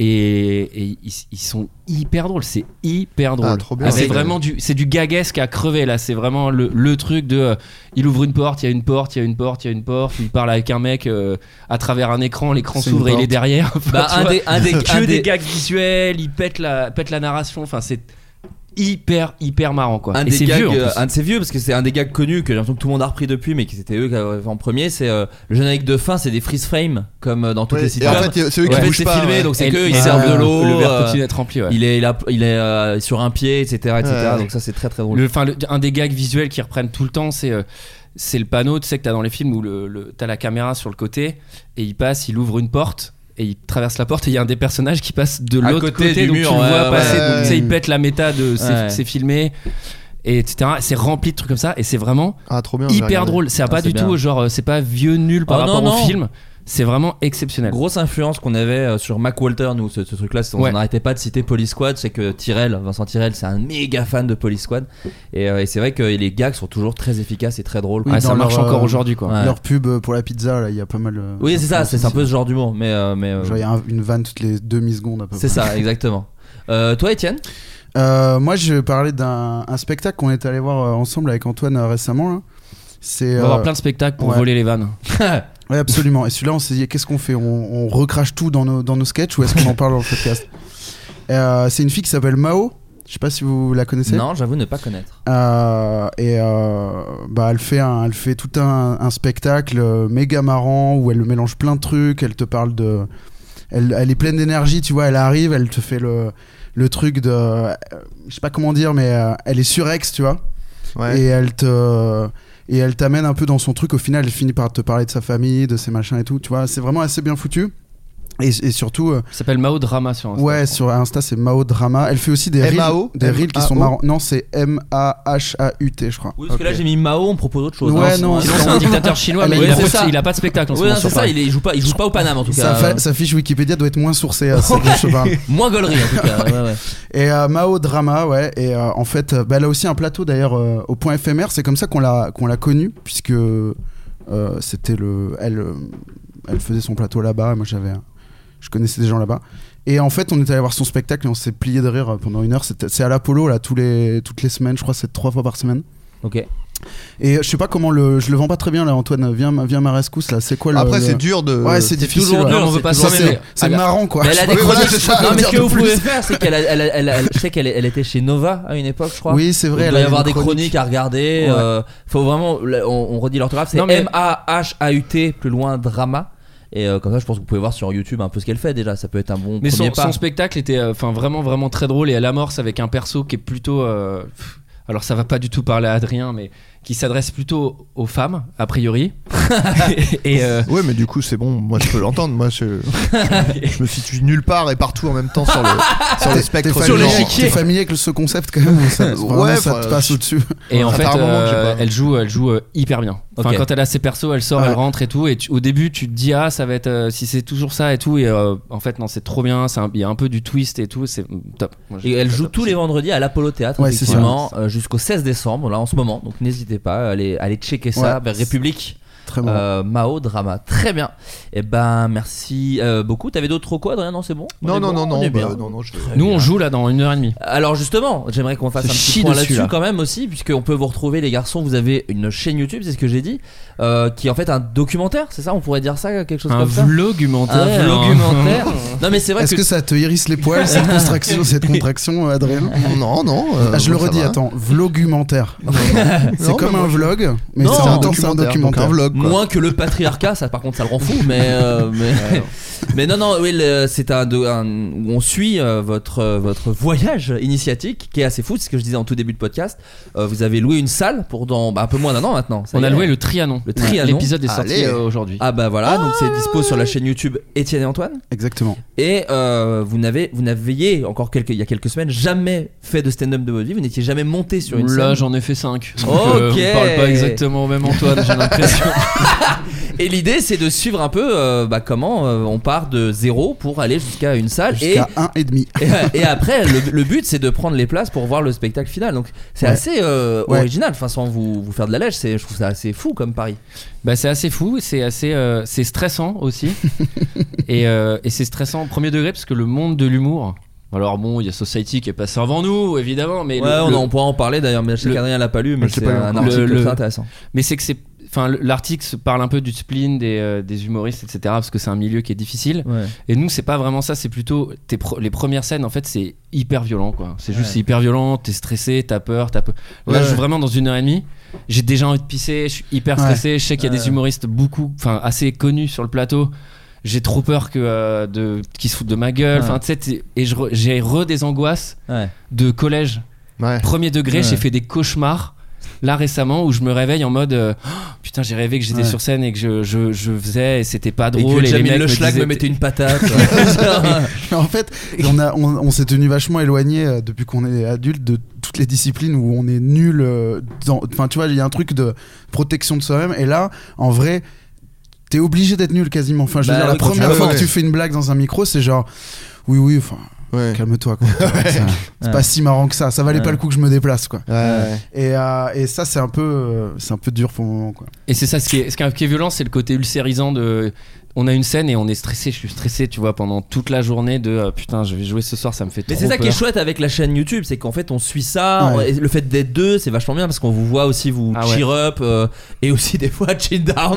Et, et ils, ils sont hyper drôles, c'est hyper drôle.
Ah, trop bien.
Ah, c'est
Ouais.
vraiment du, c'est du gaguesque à crever là. C'est vraiment le, le truc de, euh, il ouvre une porte, il y a une porte, il y a une porte, il y a une porte. Il parle avec un mec euh, à travers un écran, l'écran
C'est une
s'ouvre et il est
porte.
derrière. Enfin,
Bah,
tu
un
vois,
des, <laughs> un des,
<laughs> que
un
des
des-
gags visuels, il pète la, pète la narration. Enfin, c'est hyper hyper marrant quoi.
Un
et
des
c'est
gags,
vieux. en
euh,
plus.
un de ces vieux parce que c'est un des gags connus que j'ai l'impression que tout le monde a repris depuis, mais qui c'était eux qui avaient fait en premier. C'est euh, le générique de fin, c'est des freeze frames comme euh, dans toutes
Ouais,
les
et
sitcoms.
en fait, c'est eux
Ouais.
qui
En fait,
bougent
c'est
pas.
filmé,
ouais.
donc c'est
Et-
que ils
ouais,
servent de l'eau.
Le verre
euh,
continue d'être rempli. ouais.
il est, là- il est euh, sur un pied, etc., etc.
Ouais.
Donc ça, c'est très très drôle.
Le, enfin, le- un des gags visuels qui reprennent tout le temps, c'est euh, c'est le panneau, tu sais que t'as dans les films où le, le- t'as la caméra sur le côté et il passe, il ouvre une porte et il traverse la porte et il y a un des personnages qui passe de
À
l'autre
côté
côté,
du
donc
mur,
tu le
ouais,
vois
ouais,
passer,
ouais,
donc, tu sais,
ouais.
il pète la méta de c'est
Ouais.
c'est filmé. Et etc. C'est rempli de trucs comme ça et c'est vraiment
Ah trop bien. je vais
hyper
regarder.
drôle. C'est pas
c'est
du
bien.
tout genre euh, c'est pas vieux nul par
Oh,
rapport
non,
au
non.
film. C'est vraiment exceptionnel.
Grosse influence qu'on avait euh, sur Mac Walter, nous, ce, ce truc-là, c'est- on
Ouais.
n'arrêtait pas de citer Police Squad, c'est que Tyrell, Vincent Tyrell, c'est un méga fan de Police Squad, et, euh, et c'est vrai que les gags sont toujours très efficaces et très drôles.
Oui,
Ouais,
dans
Ah, ça marche
leur,
encore
euh,
aujourd'hui quoi.
Ouais.
Leur pub euh, pour la pizza, là, il y a pas mal. euh,
Oui, c'est ça,
d'influences
c'est c'est un
aussi.
peu ce genre d'humour, mais, euh, mais euh,
Genre, il y a un- une vanne toutes les demi-secondes à peu
c'est
près.
ça, exactement. Euh, toi, Étienne
Euh, moi, je vais parler d'un un spectacle qu'on est allé voir euh, ensemble avec Antoine euh, récemment. là. C'est.
On va avoir
euh,
plein de spectacles pour
ouais.
voler les vannes.
Ouais, absolument. Et celui-là, on s'est dit, qu'est-ce qu'on fait on, on recrache tout dans nos, dans nos sketchs ou est-ce qu'on en parle dans le podcast Euh, C'est une fille qui s'appelle Mao. Je sais pas si vous la connaissez.
Non, j'avoue ne pas connaître.
Euh, et euh, bah, elle fait un- elle fait tout un, un spectacle euh, méga marrant où elle mélange plein de trucs. Elle te parle de, elle, elle est pleine d'énergie, tu vois. Elle arrive, elle te fait le le truc de, euh, je sais pas comment dire, mais euh, elle est surex, tu vois.
Ouais.
Et elle te et elle t'amène un peu dans son truc. Au final, elle finit par te parler de sa famille, de ses machins et tout. Tu vois, c'est vraiment assez bien foutu. Et, et surtout, euh,
Ça s'appelle Mao Drama sur Insta.
ouais, sur Insta, c'est Mao Drama. Elle fait aussi des reels,
M.A.O.,
des reels qui sont
M.A.O..
marrants. Non, c'est M A H A U T, je crois.
Oui, parce que là, j'ai mis Mao, on propose autre chose.
Ouais,
hein,
non,
Sinon,
sinon-
c'est un dictateur chinois,
Elle
Ah, mais
est-
il a,
c'est
pas-
ça.
il a pas de spectacle en ce
Ouais,
moment.
non, c'est
sur
ça,
Paris.
il, est- il joue pas, il joue pas au Paname en tout
Sa,
cas.
fa- sa fiche Wikipédia doit être moins euh, sourcée à
<laughs>
ça, je sais pas.
Moins gaulerie en tout cas. ouais, ouais.
Et euh, Mao Drama, ouais. Et euh, en fait, euh, bah, elle a aussi un plateau d'ailleurs euh, au point éphémère. C'est comme ça qu'on l'a qu'on l'a connue, puisque euh, c'était le, elle, euh, elle faisait son plateau là-bas. et Moi, j'avais, un- je connaissais des gens là-bas. Et en fait, on est allé voir son spectacle et on s'est plié de rire pendant une heure. C'était- C'est à l'Apollo là tous les toutes les semaines, je crois, c'est trois fois par semaine.
Ok.
Et je sais pas comment le, je le vends pas très bien là, Antoine. Viens, viens à ma rescousse là. C'est quoi le
Après
le-
c'est dur de.
euh, Ouais, c'est difficile.
toujours
ouais.
dur,
Non, on veut
c'est
pas
Ça,
s'en
toujours
c'est
mêler.
c'est
Elle a-
marrant quoi.
Mais elle a des
Oui, voilà,
chroniques.
c'est ça,
non, mais
dire
ce que
de
vous
plus.
pouvez faire, c'est qu'elle a- elle a- elle a- je sais qu'elle elle était chez Nova à une époque, je crois.
Oui, c'est vrai.
Il
elle
doit y
a
avoir des
une
chroniques à regarder.
Ouais.
euh, faut vraiment, là, on, on redit l'orthographe, c'est
Non, mais-
M-A-H-A-U-T, plus loin drama. Et euh, comme ça, je pense que vous pouvez voir sur YouTube un peu ce qu'elle fait déjà. Ça peut être un bon
Mais
premier
son,
pas.
son spectacle était euh, enfin vraiment vraiment très drôle et elle amorce avec un perso qui est plutôt euh, pff, alors ça va pas du tout parler à Adrien mais qui s'adresse plutôt aux femmes a priori
<laughs>
et euh,
<laughs> Ouais, mais du coup, c'est bon, moi je peux l'entendre. Moi je... je me situe nulle part et partout en même temps sur le, sur le
T'es
spectre.
familier,
du genre.
l'échiquier.
t'es familier avec ce concept quand même ou ça, vraiment,
Ouais,
ça
enfin,
te passe
je-
au-dessus.
et en
Ça
fait
fait un moment que je sais
euh,
pas.
elle joue elle joue euh, hyper bien enfin
Ok.
quand elle a ses persos elle sort
Ouais.
elle rentre et tout et tu- au début tu te dis ah ça va être euh, si c'est toujours ça et tout et euh, en fait non c'est trop bien c'est un- il y a un peu du twist et tout c'est mm, top Moi, j'ai-
Et elle joue tous les vendredis à l'Apollo Théâtre,
Ouais, c'est ça.
effectivement, euh, jusqu'au 16 décembre, là en ce moment. Donc n'hésitez pas à aller, à aller checker ça
Ouais.
vers République.
Très marrant.
Euh, Mao Drama. Très bien. Et ben merci euh, beaucoup. T'avais d'autres trop quoi, Adrien Non, c'est bon. On
Non,
est
non,
bon
non,
On
non,
est
bah,
bien.
non, non, je vais-
Nous, on joue là dans une heure et demie.
Alors justement, j'aimerais qu'on fasse
Se
un petit
chie
point
dessus,
là-dessus
là.
quand même aussi, puisqu'on peut vous retrouver les garçons. Vous avez une chaîne YouTube, c'est ce que j'ai dit, euh, qui est en fait un documentaire, c'est ça On pourrait dire ça quelque chose
Un hein.
comme ça.
vlogumentaire.
Un
<laughs>
vlogumentaire. non mais c'est vrai
Est-ce
que,
que ça te hérisse les poils cette contraction, cette contraction, Adrien
<laughs> Non, non. euh,
Ah, je le
ça
redis,
va.
attends,
<laughs>
vlogumentaire. C'est
Non,
comme
mais
un
moi, je-
vlog, mais
Non,
c'est
C'est un
en même temps, c'est
documentaire,
un
donc
documentaire.
un vlog. quoi.
moins que le patriarcat, ça par contre ça le rend fou, mais euh, mais, <laughs> mais non non oui le- c'est un, de- un- où on suit euh, votre euh, votre voyage initiatique qui est assez fou, c'est ce que je disais en tout début de podcast. Euh, vous avez loué une salle pour dans bah, un peu moins d'un an maintenant. ça
On
y
a
est.
loué le Trianon.
Le Trianon.
L'épisode est sorti
Allez.
euh, aujourd'hui.
Ah bah voilà, donc c'est dispo sur la chaîne YouTube Étienne et Antoine.
Exactement.
Et euh, vous n'avez, vous n'aviez encore quelques, il y a quelques semaines, jamais fait de stand-up de votre vie. Vous n'étiez jamais monté sur une
Là,
scène.
j'en ai
<laughs>
fait 5.
Ok.
on parle pas exactement au même Antoine,
<laughs>
j'ai l'impression.
Et l'idée, c'est de suivre un peu, euh, bah, comment euh, on part de zéro pour aller jusqu'à une salle. Et,
Jusqu'à un et demi.
et, et après, le, le but, c'est de prendre les places pour voir le spectacle final. Donc, c'est
Ouais.
assez euh,
Ouais.
original. Enfin, sans vous, vous faire de la lèche, c'est, je trouve ça assez fou comme pari.
Bah, c'est assez fou, c'est assez, euh, c'est stressant
<laughs>
aussi, et, euh, et c'est stressant en premier degré parce que le monde de l'humour. Alors bon, il y a Society qui est passé avant nous, évidemment, mais le-
ouais, on,
le-
en- on pourra en parler d'ailleurs. Mais je sais
le-
qu'Adrien l'a pas lu, mais
Je l'ai
c'est
pas lu
un
encore.
article
Le- le-
très intéressant.
mais c'est que c'est, enfin, le- l'article se parle un peu du spleen des, euh, des humoristes, etc. Parce que c'est un milieu qui est difficile.
Ouais.
Et nous, c'est pas vraiment ça, c'est plutôt tes pro- les premières scènes, en fait, c'est hyper violent, quoi. C'est juste
Ouais.
c'est hyper violent, t'es stressé, t'as peur, t'as peur. Là,
Ouais.
je suis vraiment dans une heure et demie, j'ai déjà envie de pisser, je suis hyper stressé, je sais qu'il y a
Ouais.
des humoristes beaucoup, enfin, assez connus sur le plateau. J'ai trop peur que euh, de qu'ils se foutent de ma gueule,
Ouais.
enfin, tu sais, t'es- et je re- j'ai re des angoisses
Ouais.
de collège.
Ouais.
Premier degré,
Ouais.
j'ai fait des cauchemars. Là récemment, où je me réveille en mode euh, Oh, putain, j'ai rêvé que j'étais
Ouais.
sur scène et que je, je, je faisais et c'était pas
Et que
drôle. les
Jamil
mecs
Le Schlag me
disaient-
mettait une <laughs> patate.
<laughs>
<laughs> En fait, on, a- on, on s'est tenu vachement éloigné euh, depuis qu'on est adulte de toutes les disciplines où on est nul. euh, dans- Enfin, tu vois, il y a un truc de protection de soi-même. Et là, en vrai, t'es obligé d'être nul quasiment. Enfin, je veux
Bah
dire, la
oui, quand tu
première
veux,
fois
ouais.
que tu fais une blague dans un micro, c'est genre, oui, oui, enfin,
Ouais.
calme-toi. quoi. Ça- C'est
<laughs> Ouais.
pas si marrant que ça. Ça valait
Ouais.
pas le coup que je me déplace, quoi.
Ouais.
Et, euh, et ça, c'est un peu, euh, c'est un peu dur pour le moment, quoi.
Et c'est ça, ce qui est, ce qui est- qui est violent, c'est le côté ulcérisant de. On a une scène et on est stressé, je suis stressé, tu vois, pendant toute la journée de euh, putain, je vais jouer ce soir, ça me fait trop
Mais c'est ça qui est
peur.
chouette avec la chaîne YouTube, c'est qu'en fait on suit ça,
Ouais.
on- et le fait d'être deux, c'est vachement bien parce qu'on vous voit aussi vous
Ah ouais.
cheer up euh, et aussi <laughs> des fois cheer
<laughs>
down.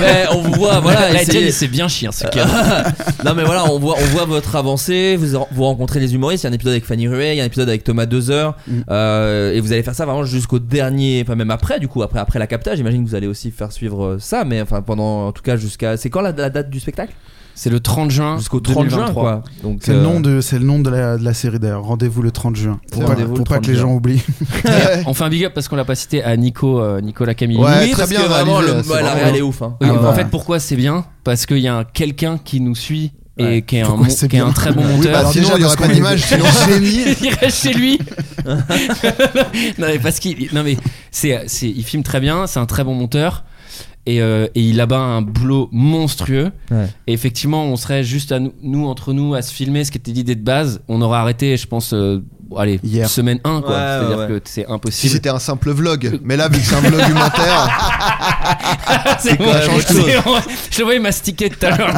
Mais on vous voit hein, voilà, Euh,
Ouais,
essayer-
Étienne, c'est bien chiant ce cas.
<laughs> non mais voilà, on voit on voit votre avancée, vous vous rencontrez les humoristes, il y a un épisode avec Fanny Ruet, il y a un épisode avec Thomas Dezer
Mm.
euh, et vous allez faire ça vraiment jusqu'au dernier enfin même après du coup après après la captage, j'imagine que vous allez aussi faire suivre euh, ça mais enfin pendant en tout cas jusqu'à c'est quand la, la date du spectacle
C'est le 30 juin.
Jusqu'au 30 juin
2023.
quoi. Donc
C'est le
euh,
nom de, c'est le nom de la, de la série d'ailleurs. Rendez-vous le 30 juin. Pour, pas,
Rendez-vous le
pour pas
30
que les gens
juin.
oublient.
On fait un big up parce qu'on l'a pas cité à Nico, euh, Nicolas Camille.
Ouais,
oui,
très
parce
bien
que vraiment
réalisé,
le-
c'est
ouais, la
vraiment
réelle
bien.
est ouf hein.
Oui,
Ah,
en
bah.
fait, pourquoi c'est bien Parce qu'il y a un- quelqu'un qui nous suit et
Ouais.
qui est, un,
Pourquoi
mon-
c'est
qui est
bien
un très bon
Oui,
monteur.
bah,
Alors,
sinon,
déjà,
il y
de
aurait
ce
pas
qu'on
d'image,
est-
sinon.
<laughs> génie.
<laughs> il reste chez lui. non mais parce qu'il, non mais c'est, c'est, il filme très bien, c'est un très bon monteur et, euh, et il abat un boulot monstrueux.
Ouais.
Et effectivement, on serait juste à nous, nous, entre nous à se filmer, ce qui était l'idée de base. On aurait arrêté, je pense, euh, allez,
Hier.
semaine 1 quoi.
Ouais,
C'est-à-dire
ouais,
que c'est
<laughs> Si
<laughs> impossible.
c'était un simple vlog, mais là, vu que c'est un
<laughs>
vlog humanitaire,
Ah, c'est
quoi, change tout.
c'est bon. <laughs> Je le voyais mastiquer tout à l'heure.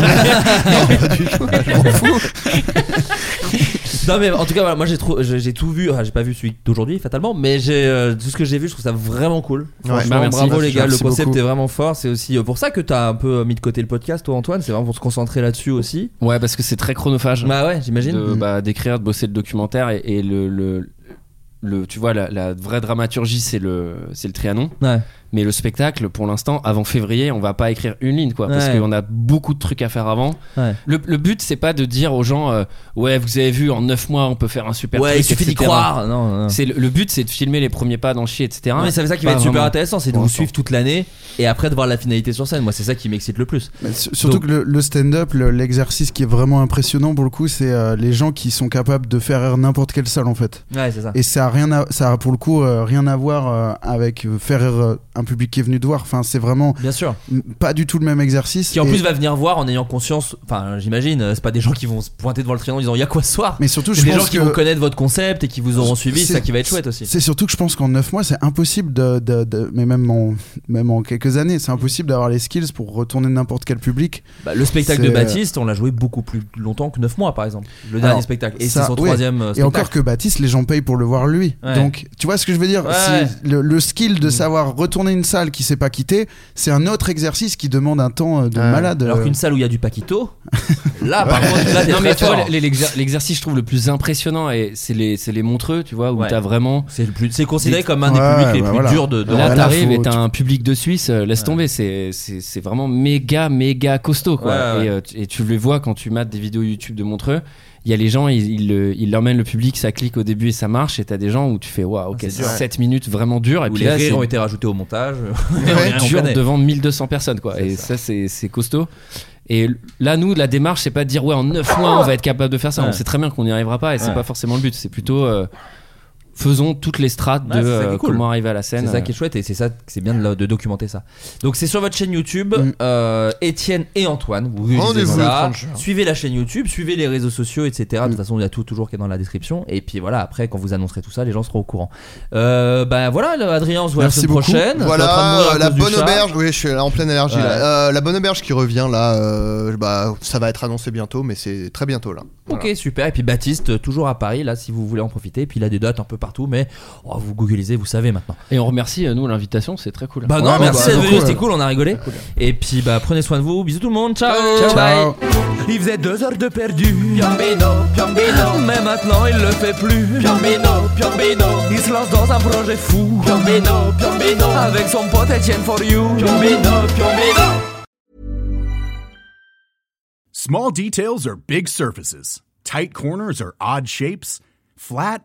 Non mais en tout cas voilà, moi j'ai trop j'ai j'ai tout vu, enfin, j'ai pas vu celui d'aujourd'hui fatalement, mais j'ai euh, tout ce que j'ai vu, je trouve ça vraiment cool. Franchement,
bah, merci.
bravo les gars,
Merci
le concept
beaucoup.
est vraiment fort, c'est aussi euh, pour ça que t'as un peu euh, mis de côté le podcast toi Antoine, c'est vraiment pour se concentrer là-dessus aussi.
ouais, parce que c'est très chronophage.
Bah ouais, j'imagine.
de, bah, d'écrire de bosser le documentaire et, et le, le, le- tu vois la, la vraie dramaturgie c'est le c'est le Trianon
Ouais.
mais le spectacle pour l'instant avant février on va pas écrire une ligne quoi parce
Ouais.
qu'on a beaucoup de trucs à faire avant
Ouais.
le, le but c'est pas de dire aux gens euh, ouais vous avez vu en 9 mois on peut faire un super
Ouais,
truc
il suffit d'y
etc..
croir. Non, non.
c'est le, le but c'est de filmer les premiers pas dans chier etc
Non, mais c'est ça qui va
Pas
être super
vraiment.
intéressant, c'est de
Pour
vous
l'instant.
suivre toute l'année et après de voir la finalité sur scène. Moi, c'est ça qui m'excite le plus.
Mais su- Surtout
Donc-
que le, le stand-up, le- l'exercice qui est vraiment impressionnant pour le coup, c'est euh, les gens qui sont capables de faire rire n'importe quelle salle en fait.
Ouais, c'est ça.
Et ça a rien, à- ça a pour le coup euh, rien à voir euh, avec faire rire euh, un public qui est venu te voir. Enfin, c'est vraiment
Bien sûr.
m- pas du tout le même exercice.
Qui en
Et-
plus va venir voir en ayant conscience, enfin j'imagine, euh, c'est pas des gens qui vont se pointer devant le triangle en disant il y a quoi ce soir
mais surtout,
C'est
je
des
pense
gens qui
que-
vont connaître votre concept et qui vous auront suivi, c'est
C'est-
ça qui va être chouette aussi.
C'est surtout que je pense qu'en 9 mois, c'est impossible de, de- de- mais même en, même en quelques années, c'est impossible d'avoir les skills pour retourner n'importe quel public.
Bah, le spectacle de
c'est- euh,
Baptiste, on l'a joué beaucoup plus longtemps que 9 mois par exemple. Le dernier
Alors,
spectacle. Et
ça,
c'est son
oui.
troisième euh,
Et
spectacle.
encore que Baptiste, les gens payent pour le voir lui.
Ouais.
Donc, tu vois ce que je veux dire
Ouais,
C'est Le, le skill
Mm.
de savoir retourner une salle qui s'est pas quittée, c'est un autre exercice qui demande un temps euh, de
Ouais.
malade.
Alors
Euh,
qu'une salle où il y a du paquito, là par contre, là t'es
Non mais
très
tu vois,
fort.
les- les- l'exer- l'exercice je trouve le plus impressionnant et c'est les c'est les montreux tu vois où
Ouais.
t'as vraiment
C'est le plus- c'est considéré
Des-
comme un des
Ouais,
publics les
bah
plus
voilà.
durs de, de-
Là,
là,
t'arrives
faut-
et t'as un public de Suisse, euh, laisse tomber, c'est- c'est c'est vraiment méga, méga costaud. Quoi.
Ouais, ouais.
Et, euh, tu- Et, tu le vois quand tu mates des vidéos YouTube de Montreux, il y a les gens, ils, ils, le- ils leur mènent le public, ça clique au début et ça marche, et t'as des gens où tu fais, waouh, ok,
Ah, C'est
c'est
dur. hein.
7 minutes vraiment dures, et
où
puis
les
là, c'est
rires ont été rajoutés au montage.
Ouais,
On
dur
connaît.
devant 1200 personnes, quoi.
C'est
Et
ça.
ça, c'est c'est costaud. Et l- là, nous, la démarche, c'est pas de dire, ouais, en 9 mois, on va être capable de faire ça.
Ouais.
On sait très bien qu'on n'y arrivera pas, et c'est
Ouais.
pas forcément le but. C'est plutôt. euh, Faisons toutes les strates
Ouais,
de
c'est ça qui est
euh,
cool.
comment arriver à la scène.
C'est ça qui est chouette et c'est ça c'est bien de, la- de documenter ça. Donc c'est sur votre chaîne YouTube
Mm.
euh, Étienne et Antoine, vous réalisez
Rendez-vous le
ça.
30 juin.
Suivez la chaîne YouTube, suivez les réseaux sociaux etc. De toute façon, il y a tout toujours qui est dans la description et puis voilà, après quand vous annoncerez tout ça, les gens seront au courant. Euh, bah voilà, le- Adrien, on se voit
Merci
la semaine
beaucoup.
prochaine. T'es en train de mourir
Voilà, euh,
à
la
cause du
bonne
chat.
auberge. Oui, je suis là en pleine allergie.
Ouais.
là. Euh, la bonne auberge qui revient là, euh, bah, ça va être annoncé bientôt, mais c'est très bientôt là.
Ok, super. Et puis Baptiste, euh, toujours à Paris, là, si vous voulez en profiter. Et puis il a des dates un peu partout, mais oh, vous googlisez, vous savez maintenant.
Et on remercie euh, nous l'invitation, c'est très cool.
Bah non,
Ouais,
merci
bah,
d'être
beaucoup,
venu,
ouais.
c'était cool, on a rigolé. Et puis bah prenez soin de vous, bisous tout le monde, ciao,
ciao.
bye. Il faisait deux heures de perdu, Piombino, Piombino, mais maintenant il le fait plus, Piombino, Piombino, il se lance dans un projet fou, Piombino, Piombino, avec son pote Etienne For You, Piombino, Piombino.
Small details are big surfaces. Tight corners are odd shapes. Flat,